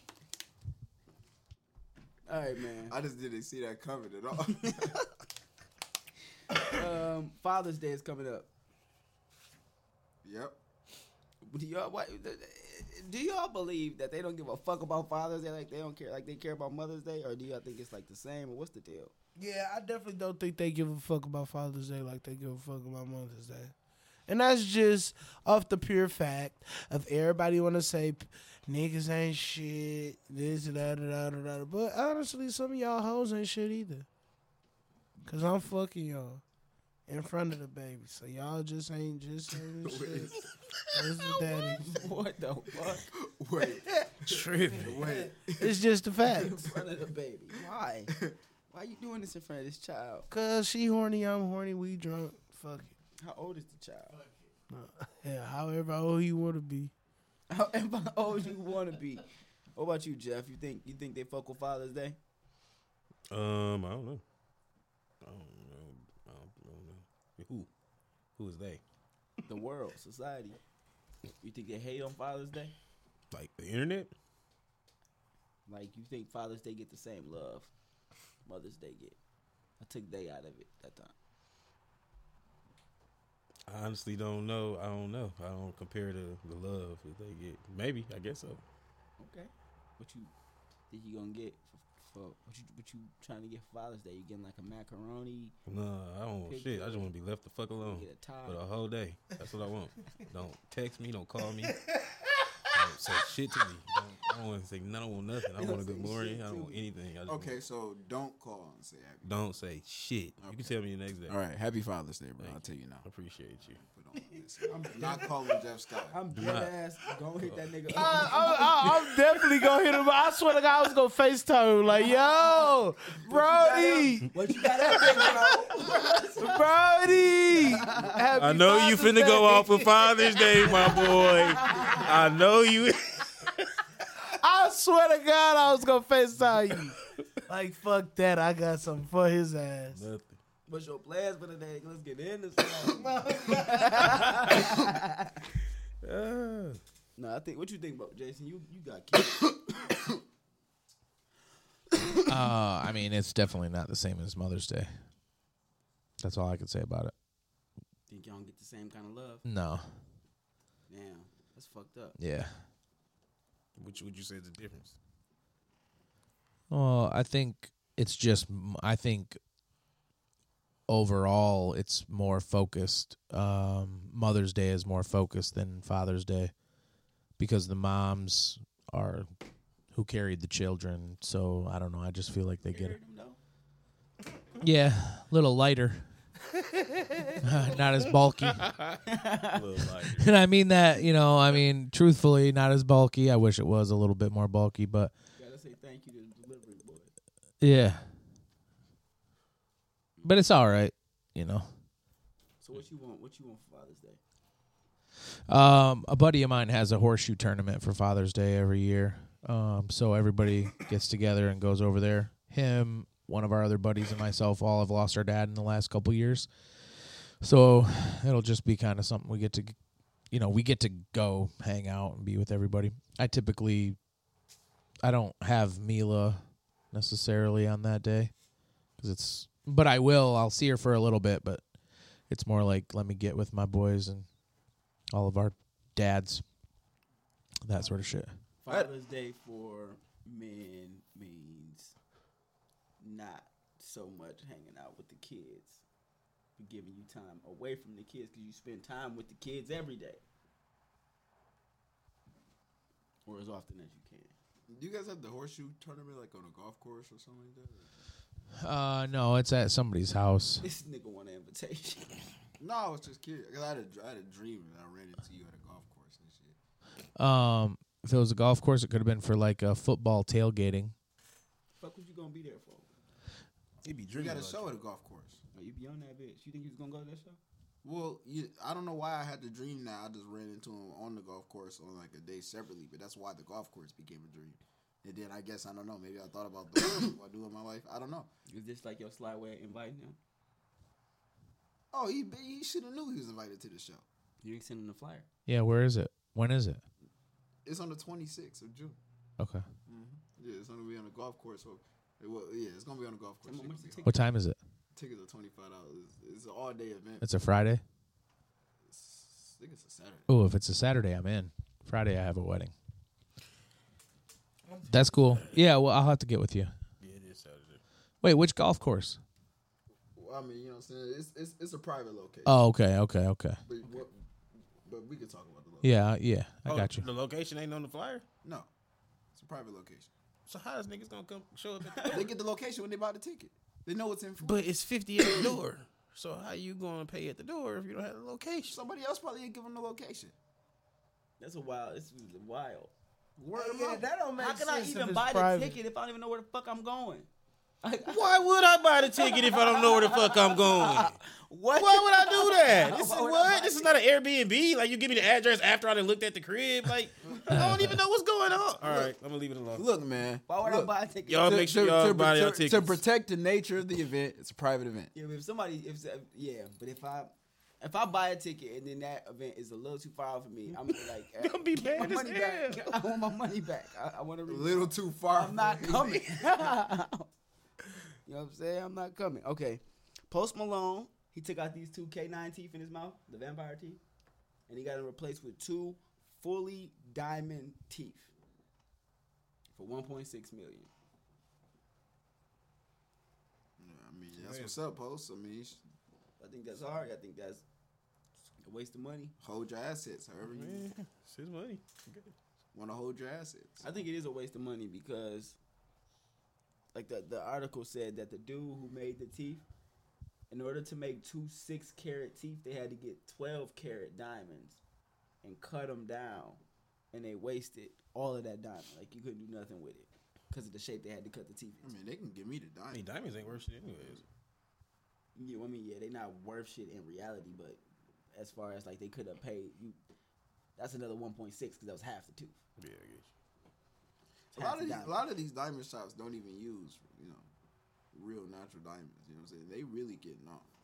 S3: All right, man.
S2: I just didn't see that coming at all. [LAUGHS]
S3: Um, Father's Day is coming up.
S2: yep.
S3: Do y'all what, do y'all believe that they don't give a fuck about Father's Day like they don't care like they care about Mother's Day or do y'all think it's like the same or what's the deal?
S6: Yeah, I definitely don't think they give a fuck about Father's Day like they give a fuck about Mother's Day. And that's just off the pure fact of everybody want to say p- niggas ain't shit, this, da, da, da, da, da. But honestly, some of y'all hoes ain't shit either. Because I'm fucking y'all in front of the baby. So y'all just ain't just ain't this shit. This is daddy.
S3: What the fuck?
S2: [LAUGHS] Wait.
S10: Tripping.
S2: Wait.
S6: It's just
S3: [LAUGHS]
S6: the
S3: in
S6: facts.
S3: front of the baby.
S2: [LAUGHS]
S3: Why? Why you doing this in front of this child?
S6: Because she horny, I'm horny, we drunk. Fuck it.
S3: How old is the child?
S6: Yeah, however old you want to be.
S3: However old you wanna be. What about you, Jeff? You think you think they fuck with Father's Day?
S10: Um, I don't know. I don't know. I don't, I don't know. Who? Who is they?
S3: The world, society. You think they hate on Father's Day?
S10: Like the internet?
S3: Like you think Father's Day get the same love Mother's Day get? I took they out of it that time.
S10: I honestly don't know. I don't know. I don't compare the the love that they get. Maybe I guess so.
S3: Okay. What you think you gonna get for, for what you what you trying to get for Father's Day? You getting like a macaroni?
S10: No, I don't want shit. I just want to be left the fuck alone
S3: Get a tie.
S10: for the whole day. That's what I want. don't text me. Don't call me. don't say shit to me. Don't, I don't want to say no. I don't want nothing. I want a good morning. I don't want anything. I just want-
S2: Okay, so don't call and say happy.
S10: don't say shit. You can tell me the next day.
S2: All right, happy Father's Day, bro. I'll tell you now.
S10: I appreciate you.
S2: I'm [LAUGHS] not calling Jeff Scott.
S3: I'm dead
S10: not.
S3: ass. Go hit that [LAUGHS] nigga.
S6: I, I, I, am definitely gonna hit him. I swear to God, I was gonna FaceTime him like, yo, Brody,
S3: What you got out there, bro?
S6: Brody. Happy
S10: I know you
S6: Father's
S10: finna go
S6: Day.
S10: off for Father's Day, my boy. I know you.
S6: I swear to God, I was gonna FaceTime you. Like, fuck that. I got something for his ass.
S10: Nothing.
S3: What's your plans for today? Let's get in [LAUGHS] this. thing.
S10: Uh,
S3: no, I think. What you think about Jason? You you got kids.
S4: Uh, I mean, it's definitely not the same as Mother's Day. That's all I can say about it.
S3: [COUGHS] think y'all don't get the same kind of love?
S4: No.
S3: Damn, that's fucked up.
S4: Yeah.
S10: Which would you say is the difference?
S4: Well, I think it's just m- I think overall it's more focused. Um, Mother's Day is more focused than Father's Day because the moms are who carried the children. So I don't know. I just feel like they get it. Yeah, a little lighter. [LAUGHS] not as bulky. [LAUGHS] and I mean that, you know, I mean, truthfully, not as bulky. I wish it was a little bit more bulky, but
S3: Gotta say thank you to the delivery boy.
S4: yeah. But it's all right, you know.
S3: So what you want? What you want for Father's Day?
S4: Um, a buddy of mine has a horseshoe tournament for Father's Day every year. Um, so everybody gets together and goes over there. Him, one of our other buddies, and myself all have lost our dad in the last couple years. So it'll just be kind of something we get to, you know, we get to go hang out and be with everybody. I typically, I don't have Mila necessarily on that day because it's, but I will. I'll see her for a little bit, but it's more like let me get with my boys and all of our dads, that sort of shit.
S3: Father's Day for men means not so much hanging out with the kids, but giving you time away from the kids because you spend time with the kids every day, or as often as you can.
S2: Do you guys have the horseshoe tournament like on a golf course or something like that?
S4: Uh, no, it's at somebody's house.
S3: This nigga want an invitation. [LAUGHS]
S2: No, I was just curious. 'cause I had a, I had a dream and I ran into you at a golf course and shit.
S4: Um, if it was a golf course, it could have been for like a football tailgating.
S3: Fuck, what you gonna be there for?
S10: He be
S2: We
S10: drinking.
S2: got a show at a golf course.
S3: Oh, you be on that bitch. You think you was gonna go to that show?
S2: Well, you, I don't know why I had the dream that I just ran into him on the golf course on like a day separately, but that's why the golf course became a dream. And then I guess I don't know. Maybe I thought about the what I do in my life. I don't know.
S3: Is this like your sly way of inviting him?
S2: Oh, he he should have knew he was invited to the show.
S3: You ain't sending the flyer.
S4: Yeah, where is it? When is it?
S2: It's on the 26th of June.
S4: Okay.
S2: Yeah, it's gonna be on the golf course. So, well, yeah, it's gonna be on the golf course.
S3: Come on,
S2: It
S3: what's
S2: could be
S3: the ticket?
S4: What time is it?
S2: hard. Tickets are twenty five dollars. It's an all day event.
S4: It's a Friday.
S2: I think it's a Saturday.
S4: Oh, if it's a Saturday, I'm in. Friday, I have a wedding. That's cool. Yeah, well, I'll have to get with you.
S10: Yeah, it is Saturday.
S4: Wait, which golf course?
S2: Well, I mean, you know what I'm saying? It's it's, it's a private location.
S4: Oh, okay, okay, okay.
S2: but, what- but we could talk about the location.
S4: Yeah, yeah, I got you.
S10: Oh, The location ain't on the flyer.
S2: No, it's a private location.
S10: So how is niggas gonna come show up at the
S2: They get the location when they buy the ticket. They know what's in for.
S10: [COUGHS] But it's fifty at the door. So how you gonna pay at the door if you don't have the location?
S2: Somebody else probably didn't give them the location.
S3: That's a wild. This is wild.
S2: Word of
S3: Yeah,
S2: mouth.
S3: that don't make How can
S6: sense if
S3: I even
S6: it's
S3: buy
S6: private.
S3: the ticket if I don't even know where the fuck I'm going?
S10: Why would I buy the ticket if I don't know where the fuck I'm going?
S3: What?
S10: Why would I do that? This is
S3: Why would I
S10: what?
S3: buy
S10: This is not an Airbnb. Like you give me the address after I done looked at the crib. Like I don't even know what's going on. All right, I'm gonna leave it alone.
S2: Look, man.
S3: Why would I
S2: Look,
S3: buy a ticket?
S10: Y'all make sure y'all buy y'all tickets.
S2: to protect the nature of the event, it's a private event.
S3: Yeah, but if somebody, if yeah, but if I, if I buy a ticket and then that event is a little too far for me, I'm gonna be like, eh,
S10: [LAUGHS] Gonna be
S3: my
S10: mad as
S3: money
S10: hell.
S3: back. [LAUGHS] I want my money back. I, I want to.
S2: A little too far.
S3: I'm not
S10: [LAUGHS]
S3: coming. [LAUGHS] you know what I'm saying? I'm not coming. Okay. Post Malone, He took out these two K9 teeth in his mouth, the vampire teeth, and he got them replaced with two fully diamond teeth for 1.6 million.
S2: Yeah, I mean, that's what's up, post. I mean, sh-
S3: I think that's hard. I think that's a waste of money.
S2: hold your assets however you
S10: It's his money.
S2: want to hold your assets.
S3: I think it is a waste of money because, like the the article said that the dude who made the teeth, in order to make two six carat teeth, they had to get twelve carat diamonds, and cut them down, and they wasted all of that diamond. Like you couldn't do nothing with it because of the shape they had to cut the teeth.
S2: I
S3: Into.
S2: mean, they can give me the
S10: I mean,
S2: dime.
S10: diamonds ain't worth shit anyways.
S3: You know, what I mean, yeah, they not worth shit in reality, but as far as like they could have paid you, that's another one point six because that was half the tooth.
S10: Yeah, I guess.
S2: A lot of these, a lot of these diamond shops don't even use, you know, real natural diamonds. You know what I'm saying? They really getting off.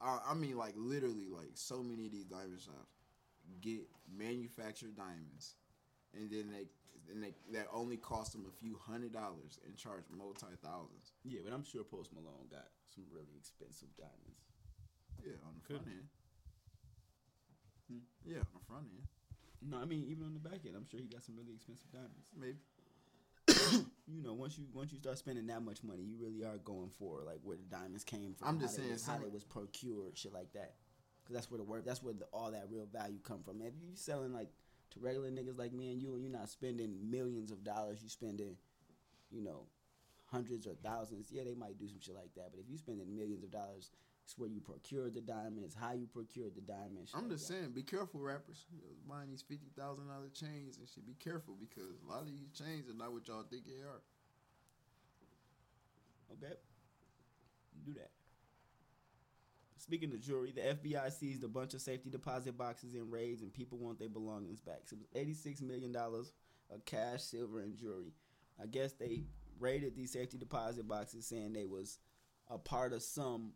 S2: I, I mean, like literally, like so many of these diamond shops get manufactured diamonds, and then they, and they that only cost them a few hundred dollars and charge multi thousands.
S3: Yeah, but I'm sure Post Malone got some really expensive diamonds.
S2: Yeah, on the front end. Yeah, on the front end,
S3: No, I mean even on the back end, I'm sure he got some really expensive diamonds.
S2: maybe.
S3: [COUGHS] You know, once you once you start spending that much money, you really are going for like where the diamonds came from.
S2: I'm
S3: how
S2: just
S3: they
S2: saying
S3: was, how
S2: some-
S3: they was procured, shit like that. Cause that's where the work, that's where the, all that real value come from. If you selling like to regular niggas like me and you, and you're not spending millions of dollars, you spending, you know, hundreds or thousands. Yeah, they might do some shit like that. But if you spending millions of dollars, it's where you procured the diamond. It's how you procured the diamond. shit
S2: I'm
S3: like
S2: just
S3: that.
S2: saying, be careful, rappers. You know, buying these fifty thousand dollar chains and shit. Be careful because a lot of these chains are not what y'all think they are.
S3: Okay. You do that. Speaking of jewelry, the FBI seized a bunch of safety deposit boxes in raids and people want their belongings back. So it was $86 million of cash, silver, and jewelry. I guess they raided these safety deposit boxes saying they was a part of some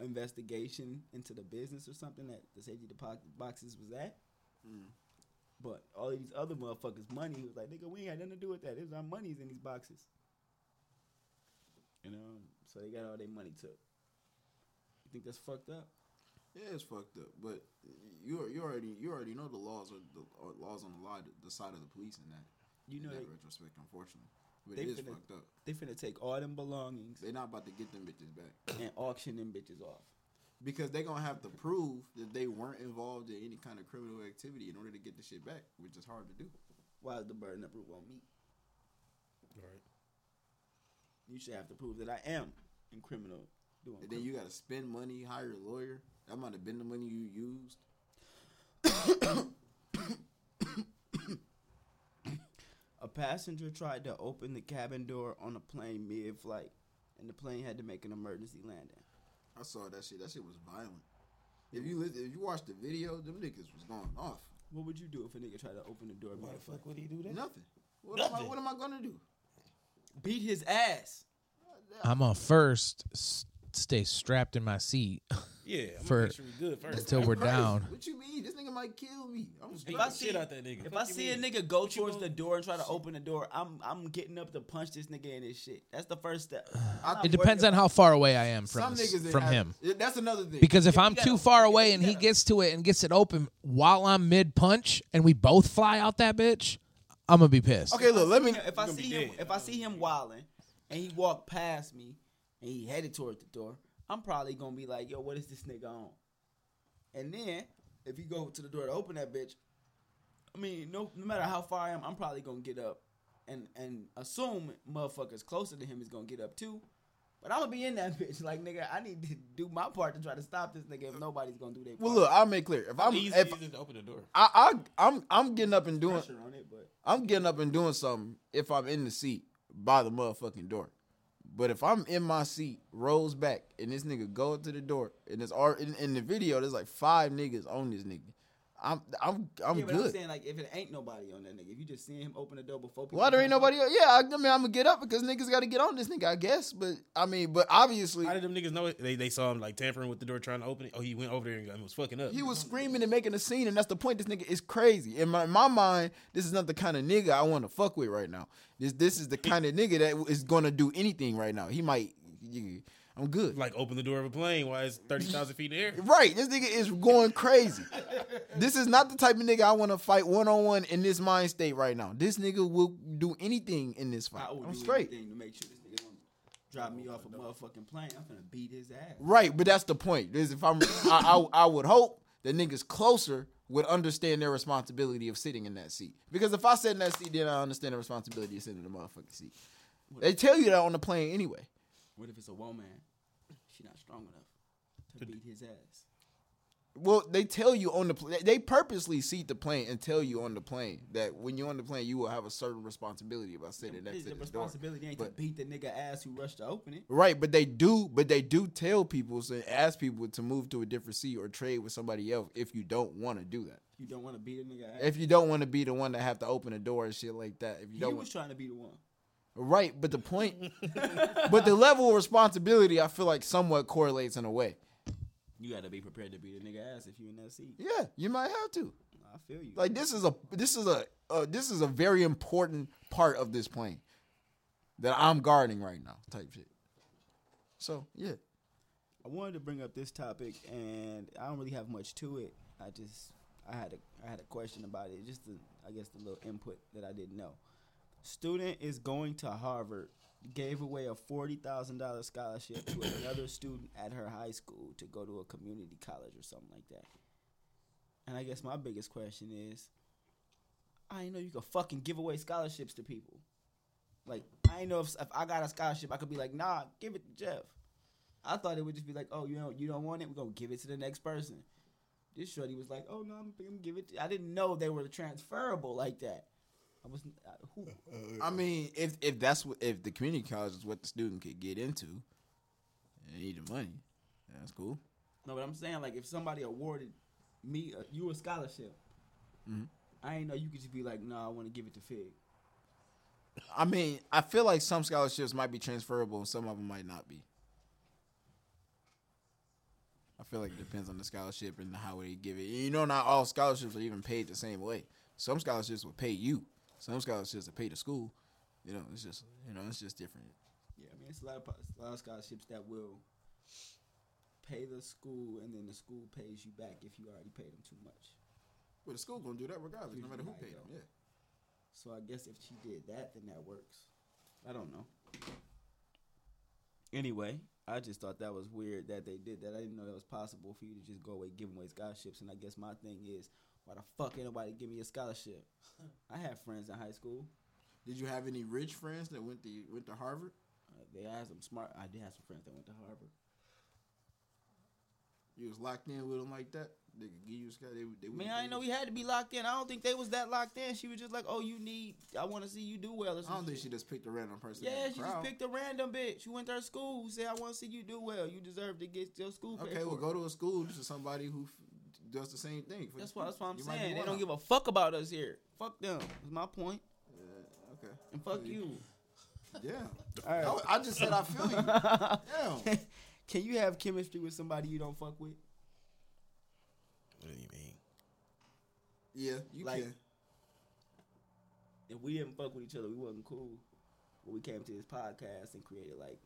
S3: investigation into the business or something that the safety deposit boxes was at. But all of these other motherfuckers' money was like, nigga, we ain't had nothing to do with that. It was our money's in these boxes. You know, so they got all their money took. You think that's fucked up?
S2: Yeah, it's fucked up. But you you already you already know the laws are the are laws on the lie the side of the police in that.
S3: You know
S2: in
S3: they,
S2: that retrospect, unfortunately, but
S3: they
S2: it is
S3: finna-
S2: fucked up.
S3: they finna take all them belongings
S2: They're not about to get them bitches back
S3: and auction them bitches off.
S2: because they're gonna have to prove that they weren't involved in any kind of criminal activity in order to get the shit back, which is hard to do.
S3: Why is the burden of proof on me?
S10: Right.
S3: You should have to prove that I am in criminal doing.
S2: And then you gotta spend money, hire a lawyer. That might have been the money you used.
S3: A passenger tried to open the cabin door on a plane mid-flight, and the plane had to make an emergency landing.
S2: I saw that shit. That shit was violent. If you lis- if you watch the video, them niggas was going off.
S3: What would you do if a nigga tried to open the door?
S17: Why the
S3: mid-flight?
S17: fuck would he do that?
S2: Nothing. What, Am, I,
S17: Nothing.
S2: what am I gonna do?
S3: Beat his ass.
S4: I'm a first s- stay strapped in my seat [LAUGHS]
S10: Yeah, I'm
S4: For-
S10: gonna make sure we good first.
S4: until we're down.
S2: What you mean? This nigga might kill me. I'm
S10: Hey,
S2: straight.
S10: fuck
S3: I
S10: the
S3: see-
S10: shit out that nigga.
S3: If I
S10: Fuck you
S3: see a
S10: mean?
S3: nigga go towards the door and try to open the door, I'm I'm getting up to punch this nigga in his shit. That's the first step. I'm not
S4: It depends on
S3: worried
S4: how far away I am
S2: Some
S4: from this-
S2: niggas that
S4: from
S2: have-
S4: him.
S2: Yeah, That's another thing.
S4: Because if
S3: Yeah,
S4: I'm
S3: you
S4: too
S3: gotta-
S4: far
S3: you
S4: away
S3: gotta-
S4: and
S3: you
S4: he
S3: gotta-
S4: gets to it and gets it open while I'm mid punch and we both fly out that bitch, I'm gonna be pissed.
S2: okay, look, let me.
S3: about- If I see him, if I see him wilding, and he walked past me, and he headed towards the door, I'm probably gonna be like, "Yo, what is this nigga on?" And then if he go to the door to open that bitch, I mean, no, no matter how far I am, I'm probably gonna get up, and and assume motherfuckers closer to him is gonna get up too. But I'm gonna be in that [LAUGHS] bitch, like nigga. I need to do my part to try to stop this nigga. If nobody's gonna do their
S2: Well,
S3: part.
S2: look, I'll make clear. If I'm,
S10: Easy,
S2: if
S10: easy to open the door.
S2: I, I, I'm, I'm getting up and doing,
S3: pressure on it, but
S2: I'm getting up and doing something. If I'm in the seat by the motherfucking door, but if I'm in my seat, rolls back, and this nigga go up to the door, and it's all in, in the video. There's like five niggas on this nigga. I'm, I'm, I'm
S3: yeah, but I'm
S2: good.
S3: saying like if it ain't nobody on that nigga, if you just seeing him open the door before people.
S2: Why there ain't
S3: come
S2: nobody? Else? Yeah, I, I mean, I'm gonna get up because niggas got to get on this nigga, I guess. But I mean, but obviously,
S10: How did them niggas know it? They, they saw him like tampering with the door, trying to open it. Oh, he went over there and got- and was fucking up.
S2: he was screaming and making a scene, and that's the point. This nigga is crazy. In my, in my mind, this is not the kind of nigga I want to fuck with right now. This this is the kind of nigga that is gonna do anything right now. He might. You, I'm good.
S10: Like open the door of a plane while it's thirty thousand feet in [LAUGHS] the air.
S2: Right, this nigga is going crazy. this is not the type of nigga I want to fight one on one in this mind state right now. This nigga will do anything in this fight.
S3: I would
S2: I'm
S3: do
S2: straight.
S3: anything to make sure this nigga don't drop me off a motherfucking plane. I'm gonna beat his ass.
S2: Right, but that's the point. Is if I'm, I, I, I would hope the niggas closer would understand their responsibility of sitting in that seat. Because if I sat in that seat, then I understand the responsibility of sitting in the motherfucking seat. They tell you that on the plane anyway.
S3: What if it's a woman? She not strong enough to beat his ass.
S2: Well, they tell you on the pl- they purposely seat the plane and tell you on the plane that when you're on the plane, you will have a certain responsibility about sitting next
S3: It's
S2: to
S3: the
S2: this door.
S3: responsibility ain't to
S2: But-
S3: beat the nigga ass who rushed to open it.
S2: Right, but they do, but they do tell people so ask people to move to a different seat or trade with somebody else if you don't want to do that.
S3: You don't want to beat a nigga ass.
S2: If you don't want to be the one that have to open the door and shit like that. If you
S3: he
S2: don't
S3: was trying to be the one.
S2: Right, but the point, [LAUGHS] but the level of responsibility, I feel like somewhat correlates in a way.
S3: You gotta be prepared to beat a nigga ass if you in that seat.
S2: Yeah, you might have to.
S3: I feel you.
S2: Like this is a this is a uh, this is a very important part of this plane that I'm guarding right now, type shit. So yeah,
S3: I wanted to bring up this topic, and I don't really have much to it. I just I had a I had a question about it. Just the, I guess the little input that I didn't know. Student is going to Harvard. Gave away a forty thousand dollar scholarship to another student at her high school to go to a community college or something like that. And I guess my biggest question is, I didn't know you could fucking give away scholarships to people. Like I didn't know if, if I got a scholarship, I could be like, nah, give it to Jeff. I thought it would just be like, oh, you know, you don't want it. We're gonna give it to the next person. This shorty was like, oh no, I'm gonna give it. To-. I didn't know they were transferable like that. I was I, who?
S2: I mean, if if that's what if the community college is what the student could get into, they need the money. That's cool.
S3: No, but I'm saying like if somebody awarded me a, you a scholarship, I ain't know you could just be like, no, I want to give it to Fig.
S2: I mean, I feel like some scholarships might be transferable and some of them might not be. I feel like it depends on the scholarship and how they give it. You know, not all scholarships are even paid the same way. Some scholarships will pay you. Some scholarships will pay the school. You know, it's just you know, it's just different.
S3: Yeah, I mean, it's a lot of po- it's a lot of scholarships that will pay the school, and then the school pays you back if you already paid them too much.
S2: But the school gonna do that regardless,
S3: no matter who paid 'em,
S2: Yeah.
S3: So I guess if she did that, then that works. I don't know. Anyway, I just thought that was weird that they did that. I didn't know that was possible for you to just go away giving away scholarships. And I guess my thing is, why the fuck ain't nobody give me
S2: [LAUGHS]
S3: a scholarship? I had friends in high school.
S2: Did you have any rich friends that went to went to Harvard?
S3: Uh, they had some smart. I did have some friends that went to Harvard.
S2: You was locked in with them like that. They could give you a scholarship. They, they
S3: Man, I didn't know we had to be locked in. I don't think they was that locked in. She was just like, "Oh, you need. I want to see you do well." Or
S2: I
S3: some
S2: don't think
S3: shit.
S2: she just picked a random person. out
S3: Yeah,
S2: of the
S3: she
S2: crowd.
S3: just picked a random bitch. She went to her school. Who said, "I want to see you do well. You deserve to get your school." paid
S2: Okay, well,
S3: for."
S2: go to a school to somebody who f- does the same thing. for
S3: That's
S2: the
S3: why.
S2: people.
S3: That's what I'm
S2: You might be
S3: saying. They
S2: one
S3: don't
S2: of 'em.
S3: give a fuck about us here. Fuck them. Is my point.
S2: Okay.
S3: And fuck you.
S2: Yeah. I, I just said I feel you.
S3: [LAUGHS]
S2: Damn.
S3: [LAUGHS] Can you have chemistry with somebody you don't fuck with?
S10: What do you mean?
S2: Yeah, you
S3: Like-
S2: can.
S3: If we didn't fuck with each other, we wasn't cool. But we came to this podcast and created like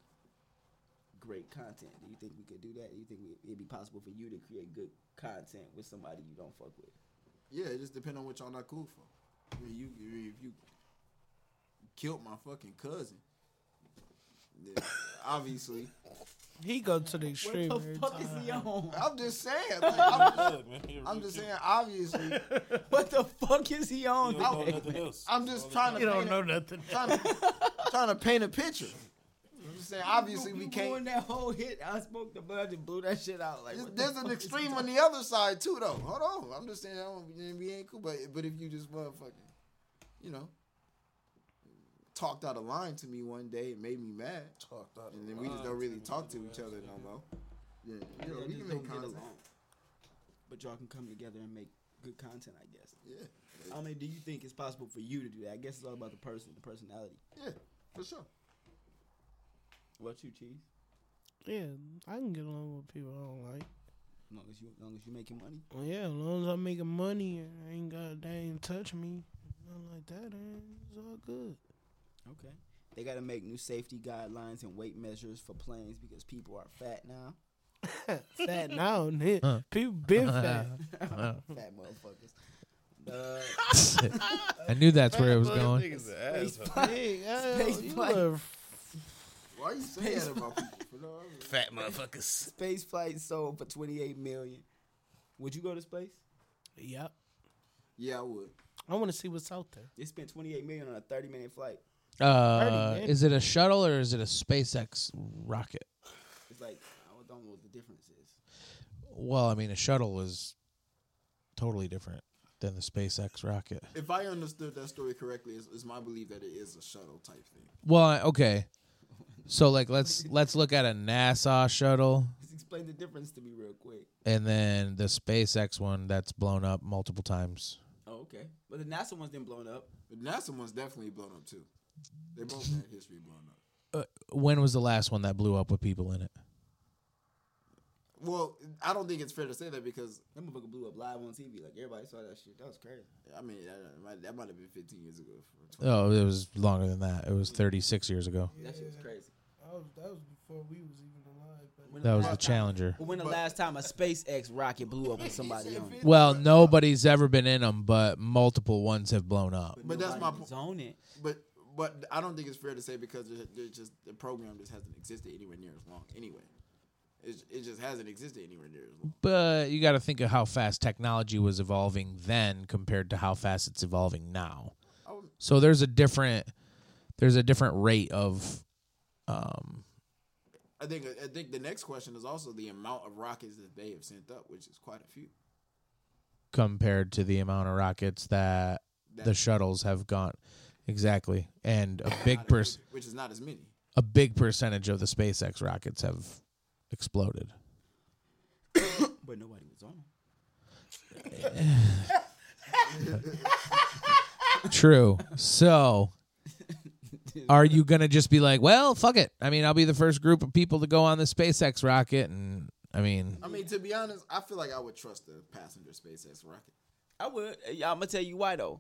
S3: great content. Do you think we could do that? Do you think we- it'd be possible for you to create good content with somebody you don't fuck with?
S2: Yeah, it just depends on what y'all not cool for. I mean, you, I mean, if you killed my fucking cousin, [LAUGHS] yeah, obviously.
S6: He go to the extreme.
S3: What
S6: every
S3: the fuck
S6: time.
S3: is he on? [LAUGHS]
S2: I'm just saying. Like, I'm,
S10: Look, man, here
S2: I'm
S10: we
S2: just
S10: go.
S2: saying, obviously.
S3: What the fuck is he
S10: You
S3: on?
S10: don't know
S3: today?
S10: nothing else.
S2: I'm just trying to.
S6: You don't
S2: paint a-
S6: know nothing.
S2: Trying to, trying to paint a [LAUGHS] picture. I'm just saying, obviously,
S3: you
S2: we
S3: ruined
S2: can't.
S3: that whole hit. I smoked the bud and blew that shit out. Like, what the
S2: There's an
S3: fuck is
S2: extreme on the other side too, though. Hold on, I'm just saying I don't, we ain't cool, but but if you just motherfucking, you know, talked out of line to me one day and made me mad, talked out and then we just don't really talk to each other no more. Yeah, you know,
S3: Y'all
S2: we
S3: just
S2: can make
S3: don't get
S2: contact.
S3: along. But y'all can come together and make good content, I guess.
S2: Yeah,
S3: I mean, do you think it's possible for you to do that? I guess it's all about the person, the personality.
S2: yeah, for
S3: [LAUGHS]
S2: sure.
S3: What you, Cheese?
S6: Yeah, I can get along with people I don't like.
S3: As long as you, as long as you making money.
S6: Well, yeah, as long as I'm making money and I ain't got they ain't touch me, nothing like that. Man. It's all good.
S3: Okay. They got to make new safety guidelines and weight measures for planes because people are fat [LAUGHS] now.
S6: fat now, nigga. People been fat.
S3: Fat motherfuckers. [LAUGHS] Uh,
S4: [LAUGHS] I knew that's where it was going.
S10: [LAUGHS] Niggas
S3: [LAUGHS]
S10: an asshole.
S3: Space
S6: uh, you
S3: flight.
S6: a-
S2: Why you saying that about people? For no reason?
S10: Fat motherfuckers.
S3: space flight sold for 28 million. Would you go to space?
S6: Yep.
S3: Yeah, I would.
S6: I want to see what's out there.
S3: They spent 28 million on a 30 minute flight.
S4: Uh,
S6: man.
S4: is it a shuttle or is it a SpaceX rocket?
S3: It's like I don't know what the difference is.
S4: Well, I mean, a shuttle is totally different than the SpaceX rocket.
S2: If I understood that story correctly, it's, it's my belief that it is a shuttle type thing.
S4: Well, I- okay. So like let's let's look at a NASA shuttle
S3: Just explain the difference to me real quick.
S4: and then the SpaceX one that's blown up multiple times.
S3: Oh, okay. But the NASA one's been blown up.
S2: But NASA one's definitely blown up too. They both had history blown up.
S4: When was the last one that blew up with people in it?
S2: Well, I don't think it's fair to say that because
S3: That motherfucker blew up live on TV. Like everybody saw that shit. That was crazy.
S2: I mean that might, that might have been 15 years ago. For 20.
S4: Oh, it was longer than that. It was 36 years ago.
S3: That shit was crazy.
S6: that was before we was even alive. But
S3: When
S4: That was the
S3: last time-
S4: Challenger.
S3: But when the last time a SpaceX rocket blew [LAUGHS] up with somebody on it?
S4: Well, nobody's ever been in them, but multiple ones have blown up.
S2: But that's my
S3: Nobody
S2: point.
S3: was on it.
S2: But but I don't think it's fair to say because there's, there's just the program just hasn't existed anywhere near as long. Anyway, it it just hasn't existed anywhere near as long.
S4: But you got to think of how fast technology was evolving then compared to how fast it's evolving now. So there's a different there's a different rate of um
S2: I think I think the next question is also the amount of rockets that they have sent up, which is quite a few.
S4: compared to the amount of rockets that the shuttles have gone exactly and a big per-
S2: Which is not as many.
S4: a big percentage of the SpaceX rockets have exploded.
S3: But nobody was on it.
S4: True. So are you going to just be like, well, fuck it. I mean, I'll be the first group of people to go on the SpaceX rocket and I mean,
S2: I mean, to be honest, I feel like I would trust the passenger SpaceX rocket.
S3: I would. I'm gonna tell you why though.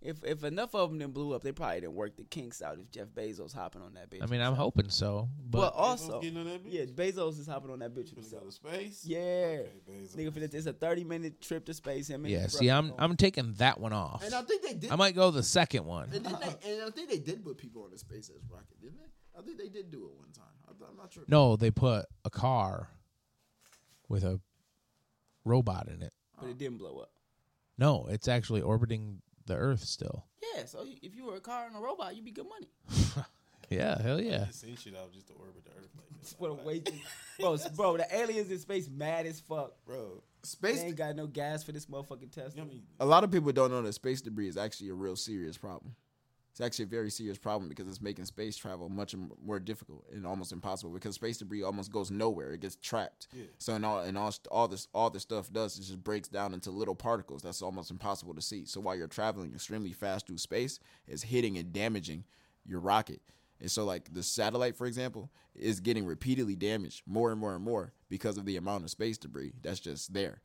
S3: If if enough of them then blew up, they probably didn't work the kinks out. If Jeff Bezos hopping on that bitch,
S4: I mean, I'm hoping so, but
S3: but also,
S10: getting on that bitch?
S3: yeah, Bezos is hopping on that bitch himself.
S10: space.
S3: Yeah,
S10: Bezos.
S3: nigga, finna- it's a 30 minute trip to space. Him and
S4: yeah,
S3: his
S4: see,
S3: brother
S4: I'm
S3: going.
S4: I'm taking that one off.
S2: And I think they did.
S4: I might go the second one.
S2: and, didn't they, and I think they did put people on the SpaceX rocket, didn't they? I think they did do it one time. I, I'm not sure.
S4: No, they put a car with a robot in it.
S3: but it didn't blow up.
S4: No, it's actually orbiting the Earth still.
S3: Yeah, so if you were a car and a robot, you'd be good [LAUGHS] money.
S4: Yeah, hell yeah.
S10: Just send shit out just to orbit the Earth like that.
S3: What a waste, bro, s- bro. The aliens in space mad as fuck.
S2: bro.
S3: They
S2: Space.
S3: ain't got no gas for this motherfucking Tesla.
S10: I mean,
S2: a lot of people don't know that space debris is actually a real serious problem. It's actually a very serious problem because it's making space travel much m- more difficult and almost impossible because space debris almost goes nowhere. It gets trapped. So and all and all, st- all this all this stuff does is just breaks down into little particles that's almost impossible to see. So while you're traveling extremely fast through space, it's hitting and damaging your rocket. And so like the satellite, for example, is getting repeatedly damaged more and more and more because of the amount of space debris that's just there.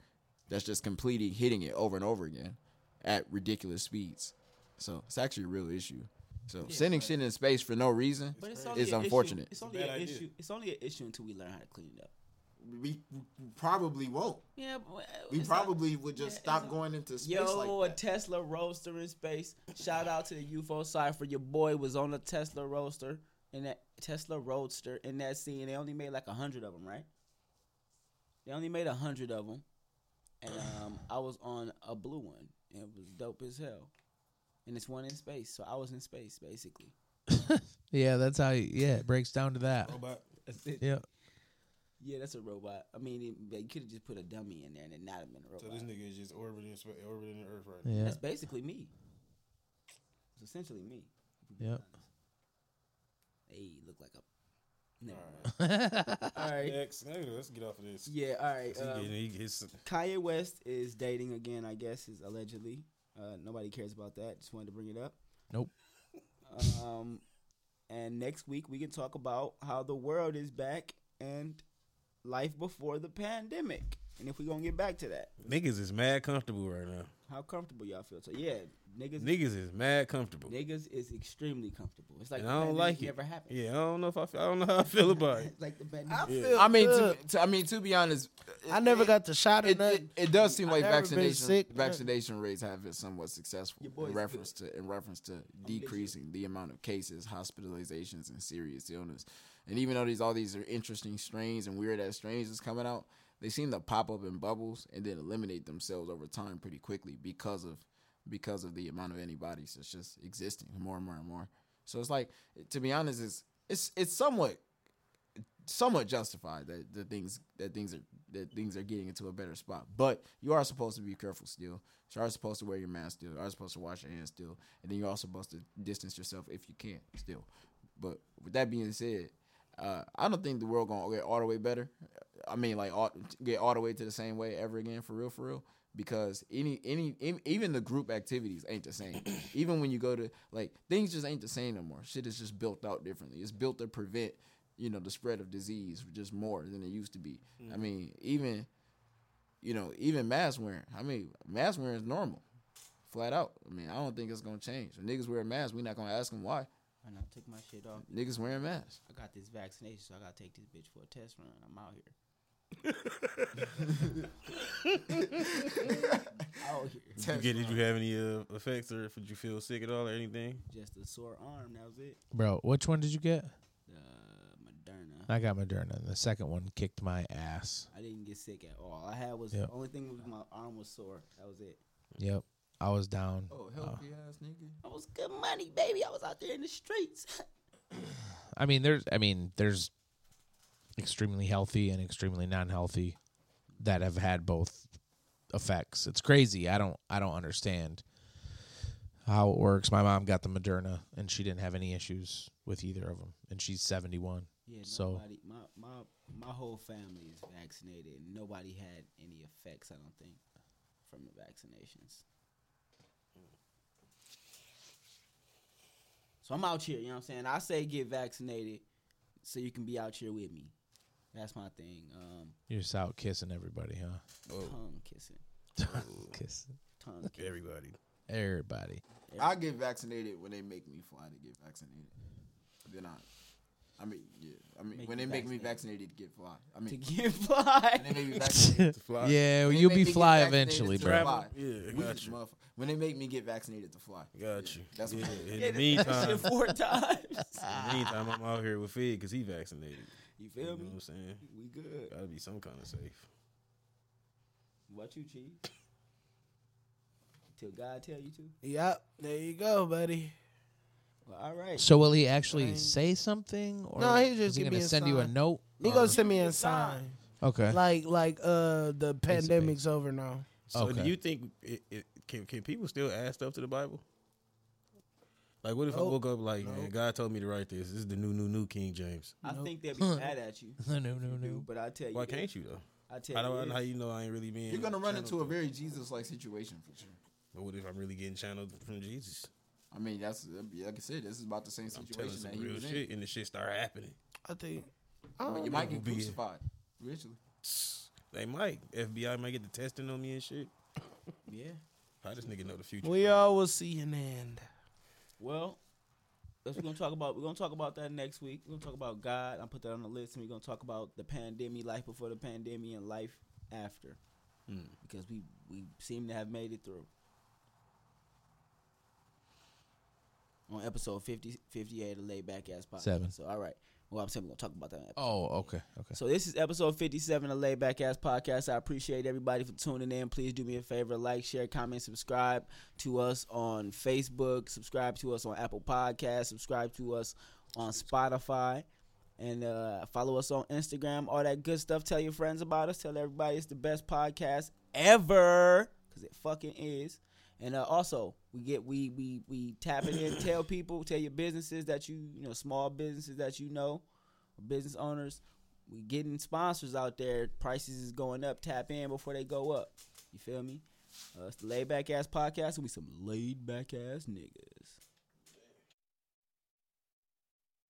S2: That's just completely hitting it over and over again at ridiculous speeds. So it's actually a real issue. So sending shit in space for no reason
S3: but it's
S2: is
S3: an issue-
S2: unfortunate.
S3: It's only
S10: bad
S3: an
S10: idea.
S3: issue. It's only an issue until we learn how to clean it up.
S2: We probably won't.
S3: Yeah, but uh,
S2: We
S3: it's not-
S2: probably would just stop going into space
S3: Yo,
S2: like
S3: a
S2: that.
S3: Tesla Roadster in space. Shout out to the UFO cipher. Your boy was on a Tesla Roadster in that Tesla Roadster in that scene. They only made like a hundred of them, right? They only made a hundred of them, and um, I was on a blue one, and it was dope as hell. And it's one in space, so I was in space basically.
S4: Yeah, that's how you, yeah, it breaks down to that.
S10: robot.
S3: That's it.
S4: Yeah.
S3: Yeah, that's a robot. I mean, it, they could have just put a dummy in there and it not have been a
S10: So
S3: robot.
S10: this nigga is just orbiting spa- orbiting the Earth right now.
S4: Yeah.
S3: That's basically me. It's essentially me.
S4: Yeah.
S3: Hey, look like a. Never mind. all right.
S10: Next, nigga, let's get off of this.
S3: Yeah. All right.
S10: He
S3: um,
S10: getting- he- his-
S3: Kanye West is dating again. I guess is allegedly. Uh, nobody cares about that. Just wanted to bring it up.
S4: [LAUGHS] Nope.
S3: Um, and next week we can talk about how the world is back and life before the pandemic. And if we gonna get back to that,
S10: Niggas is mad comfortable right now.
S3: how comfortable y'all feel? So yeah, niggas,
S10: Niggas is mad comfortable.
S3: niggas is extremely comfortable. It's like
S10: And
S3: the
S10: I don't
S3: pandemic
S10: like it.
S3: Never happened.
S10: Yeah, I don't know if I feel, I don't know how I feel about it.
S3: It's like the
S6: I
S3: pandemic.
S6: feel.
S2: I mean,
S3: uh,
S2: to,
S6: good.
S2: to, I mean, to be honest,
S6: I never got the shot or
S2: It, it,
S6: nothing.
S2: it does seem
S6: I
S2: like
S6: never been
S2: vaccination
S6: sick.
S2: vaccination rates have been somewhat successful
S3: Your boy's
S2: in reference to in reference to decreasing the amount of cases, hospitalizations, and serious illness. And even though these all these are interesting strains and weird ass strains is coming out, they seem to pop up in bubbles and then eliminate themselves over time pretty quickly because of because of the amount of antibodies that's just existing more and more and more. So it's like to be honest, it's it's it's somewhat somewhat justified that the things that things are that things are getting into a better spot. But you are supposed to be careful still. You are supposed to wear your mask still. You are supposed to wash your hands still, and then you are supposed to distance yourself if you can still. But with that being said, uh, I don't think the world gonna get all the way better. I mean, like all, get all the way to the same way ever again for real, for real. Because any any em- even the group activities ain't the same. even when you go to like things just ain't the same no more. Shit is just built out differently. It's built to prevent you know the spread of disease just more than it used to be.
S3: Mm.
S2: I mean, even you know even mask wearing. I mean, mask wearing is normal, flat out. I mean, I don't think it's gonna change. If niggas wear masks, we not gonna ask them why.
S3: And I took my shit off.
S2: Niggas wearing masks.
S3: I got this vaccination, so I gotta take this bitch for a test run. I'm out here. [LAUGHS] out here.
S10: You get, did you have any uh, effects or did you feel sick at all or anything?
S3: Just a sore arm. That was it.
S4: Bro, which one did you get?
S3: The Moderna.
S4: I got Moderna. and The second one kicked my ass.
S3: I didn't get sick at all. I had was
S4: Yeah.
S3: the only thing was my arm was sore. That was it.
S4: Yep. I was down.
S2: Oh, healthy ass nigga.
S3: I was good money, baby. I was out there in the streets. [LAUGHS]
S4: I mean, there's I mean, there's extremely healthy and extremely non-healthy that have had both effects. It's crazy. I don't I don't understand how it works. My mom got the Moderna and she didn't have any issues with either of them and she's 71.
S3: Yeah,
S4: So-
S3: nobody, my, my my whole family is vaccinated, and nobody had any effects. I don't think from the vaccinations. So I'm out here. You know what I'm saying? I say get vaccinated so you can be out here with me. That's my thing. Um,
S4: You're just out kissing everybody, huh?
S10: Oh.
S3: tongue kissing,
S4: [LAUGHS] Kissing
S3: tongue kissing.
S10: Everybody.
S4: everybody.
S2: I get vaccinated when they make me fly to get vaccinated. Then I, I mean, yeah, I mean
S3: Make
S2: when
S3: you
S2: they make me
S3: vaccinated.
S2: vaccinated to get fly. I mean,
S3: to [LAUGHS] get by.
S2: when they
S3: [LAUGHS]
S10: [LAUGHS]
S2: make me vaccinated.
S4: [LAUGHS]
S10: Fly.
S4: Yeah, well,
S2: when they
S4: you'll
S2: make
S4: be
S2: me get
S4: fly
S2: vaccinated
S4: eventually,
S2: to
S4: bro.
S2: fly.
S10: Yeah,
S2: We
S10: got
S2: just
S10: you.
S2: motherf- When they make me get vaccinated to fly.
S10: Got you.
S2: That's
S10: yeah,
S2: what
S10: in
S3: Yeah,
S10: the
S3: did that
S10: meantime,
S3: shit four times.
S10: in the meantime, I'm out here with Fig because he vaccinated.
S3: You
S10: You know
S3: feel
S10: what
S3: me?
S10: I'm saying?
S3: We good.
S10: Gotta be some kind of safe.
S3: What you, Chief? Till God tell you to.
S6: Yep, there you go, buddy.
S3: Well, all right.
S4: So will he actually say something or
S6: No, he'll just
S4: is he
S6: give
S4: going
S6: me
S4: to
S6: a
S4: send you a
S6: sign.
S4: note?
S6: He gonna send me a sign,
S4: [LAUGHS] Okay.
S6: like like uh the pandemic's over now.
S10: So do
S4: Okay.
S10: you think it, it, can can people still add stuff to the Bible? Like, what if I
S6: Nope.
S10: woke up like, man, God told me to write this. This is the new, new, new King James.
S3: I think
S10: [LAUGHS]
S3: they'll be mad at you.
S4: no, no, no, no.
S3: But I tell you,
S10: Why can't you though?
S3: I tell
S10: How do I
S3: you,
S10: know how you know I ain't really being?
S2: You're gonna run into a
S10: channeled
S2: very Jesus-like situation for sure.
S10: through- What if I'm really getting channeled from Jesus?
S2: I mean, that's that'd be- like I said. This is about the same
S10: I'm telling
S2: situation
S10: some
S2: that he
S10: real
S2: was in.
S10: shit, and the shit start happening.
S6: I think.
S2: I mean, you might get
S10: Be it.
S2: crucified. Literally.
S10: They might FBI might get the testing on me and shit.
S3: yeah.
S10: How this nigga know the future?
S6: We all will see an end.
S3: Well, that's what we're gonna talk about. We're gonna talk about that next week. We're gonna talk about God. I put that on the list, and we're gonna talk about the pandemic, life before the pandemic, and life after,
S10: Hmm.
S3: because we we seem to have made it through. On episode 50, 58 of Laid Back Ass Podcast.
S4: Seven.
S3: So, all right. Well, I'm saying we're going to talk about that. on episode
S4: Oh, okay. Okay.
S3: So this is episode 57 of Laid Back Ass Podcast. I appreciate everybody for tuning in. Please do me a favor, like, share, comment, subscribe to us on Facebook, subscribe to us on Apple Podcasts, subscribe to us on Spotify, and uh, follow us on Instagram, all that good stuff. Tell your friends about us. Tell everybody it's the best podcast ever because it fucking is. And uh, also, we get we we we tapping in. tell people, tell your businesses that you you know small businesses that you know, business owners. We getting sponsors out there. Prices is going up. Tap in before they go up. You feel me? Uh, it's the laid back ass podcast, and we some laid back ass niggas.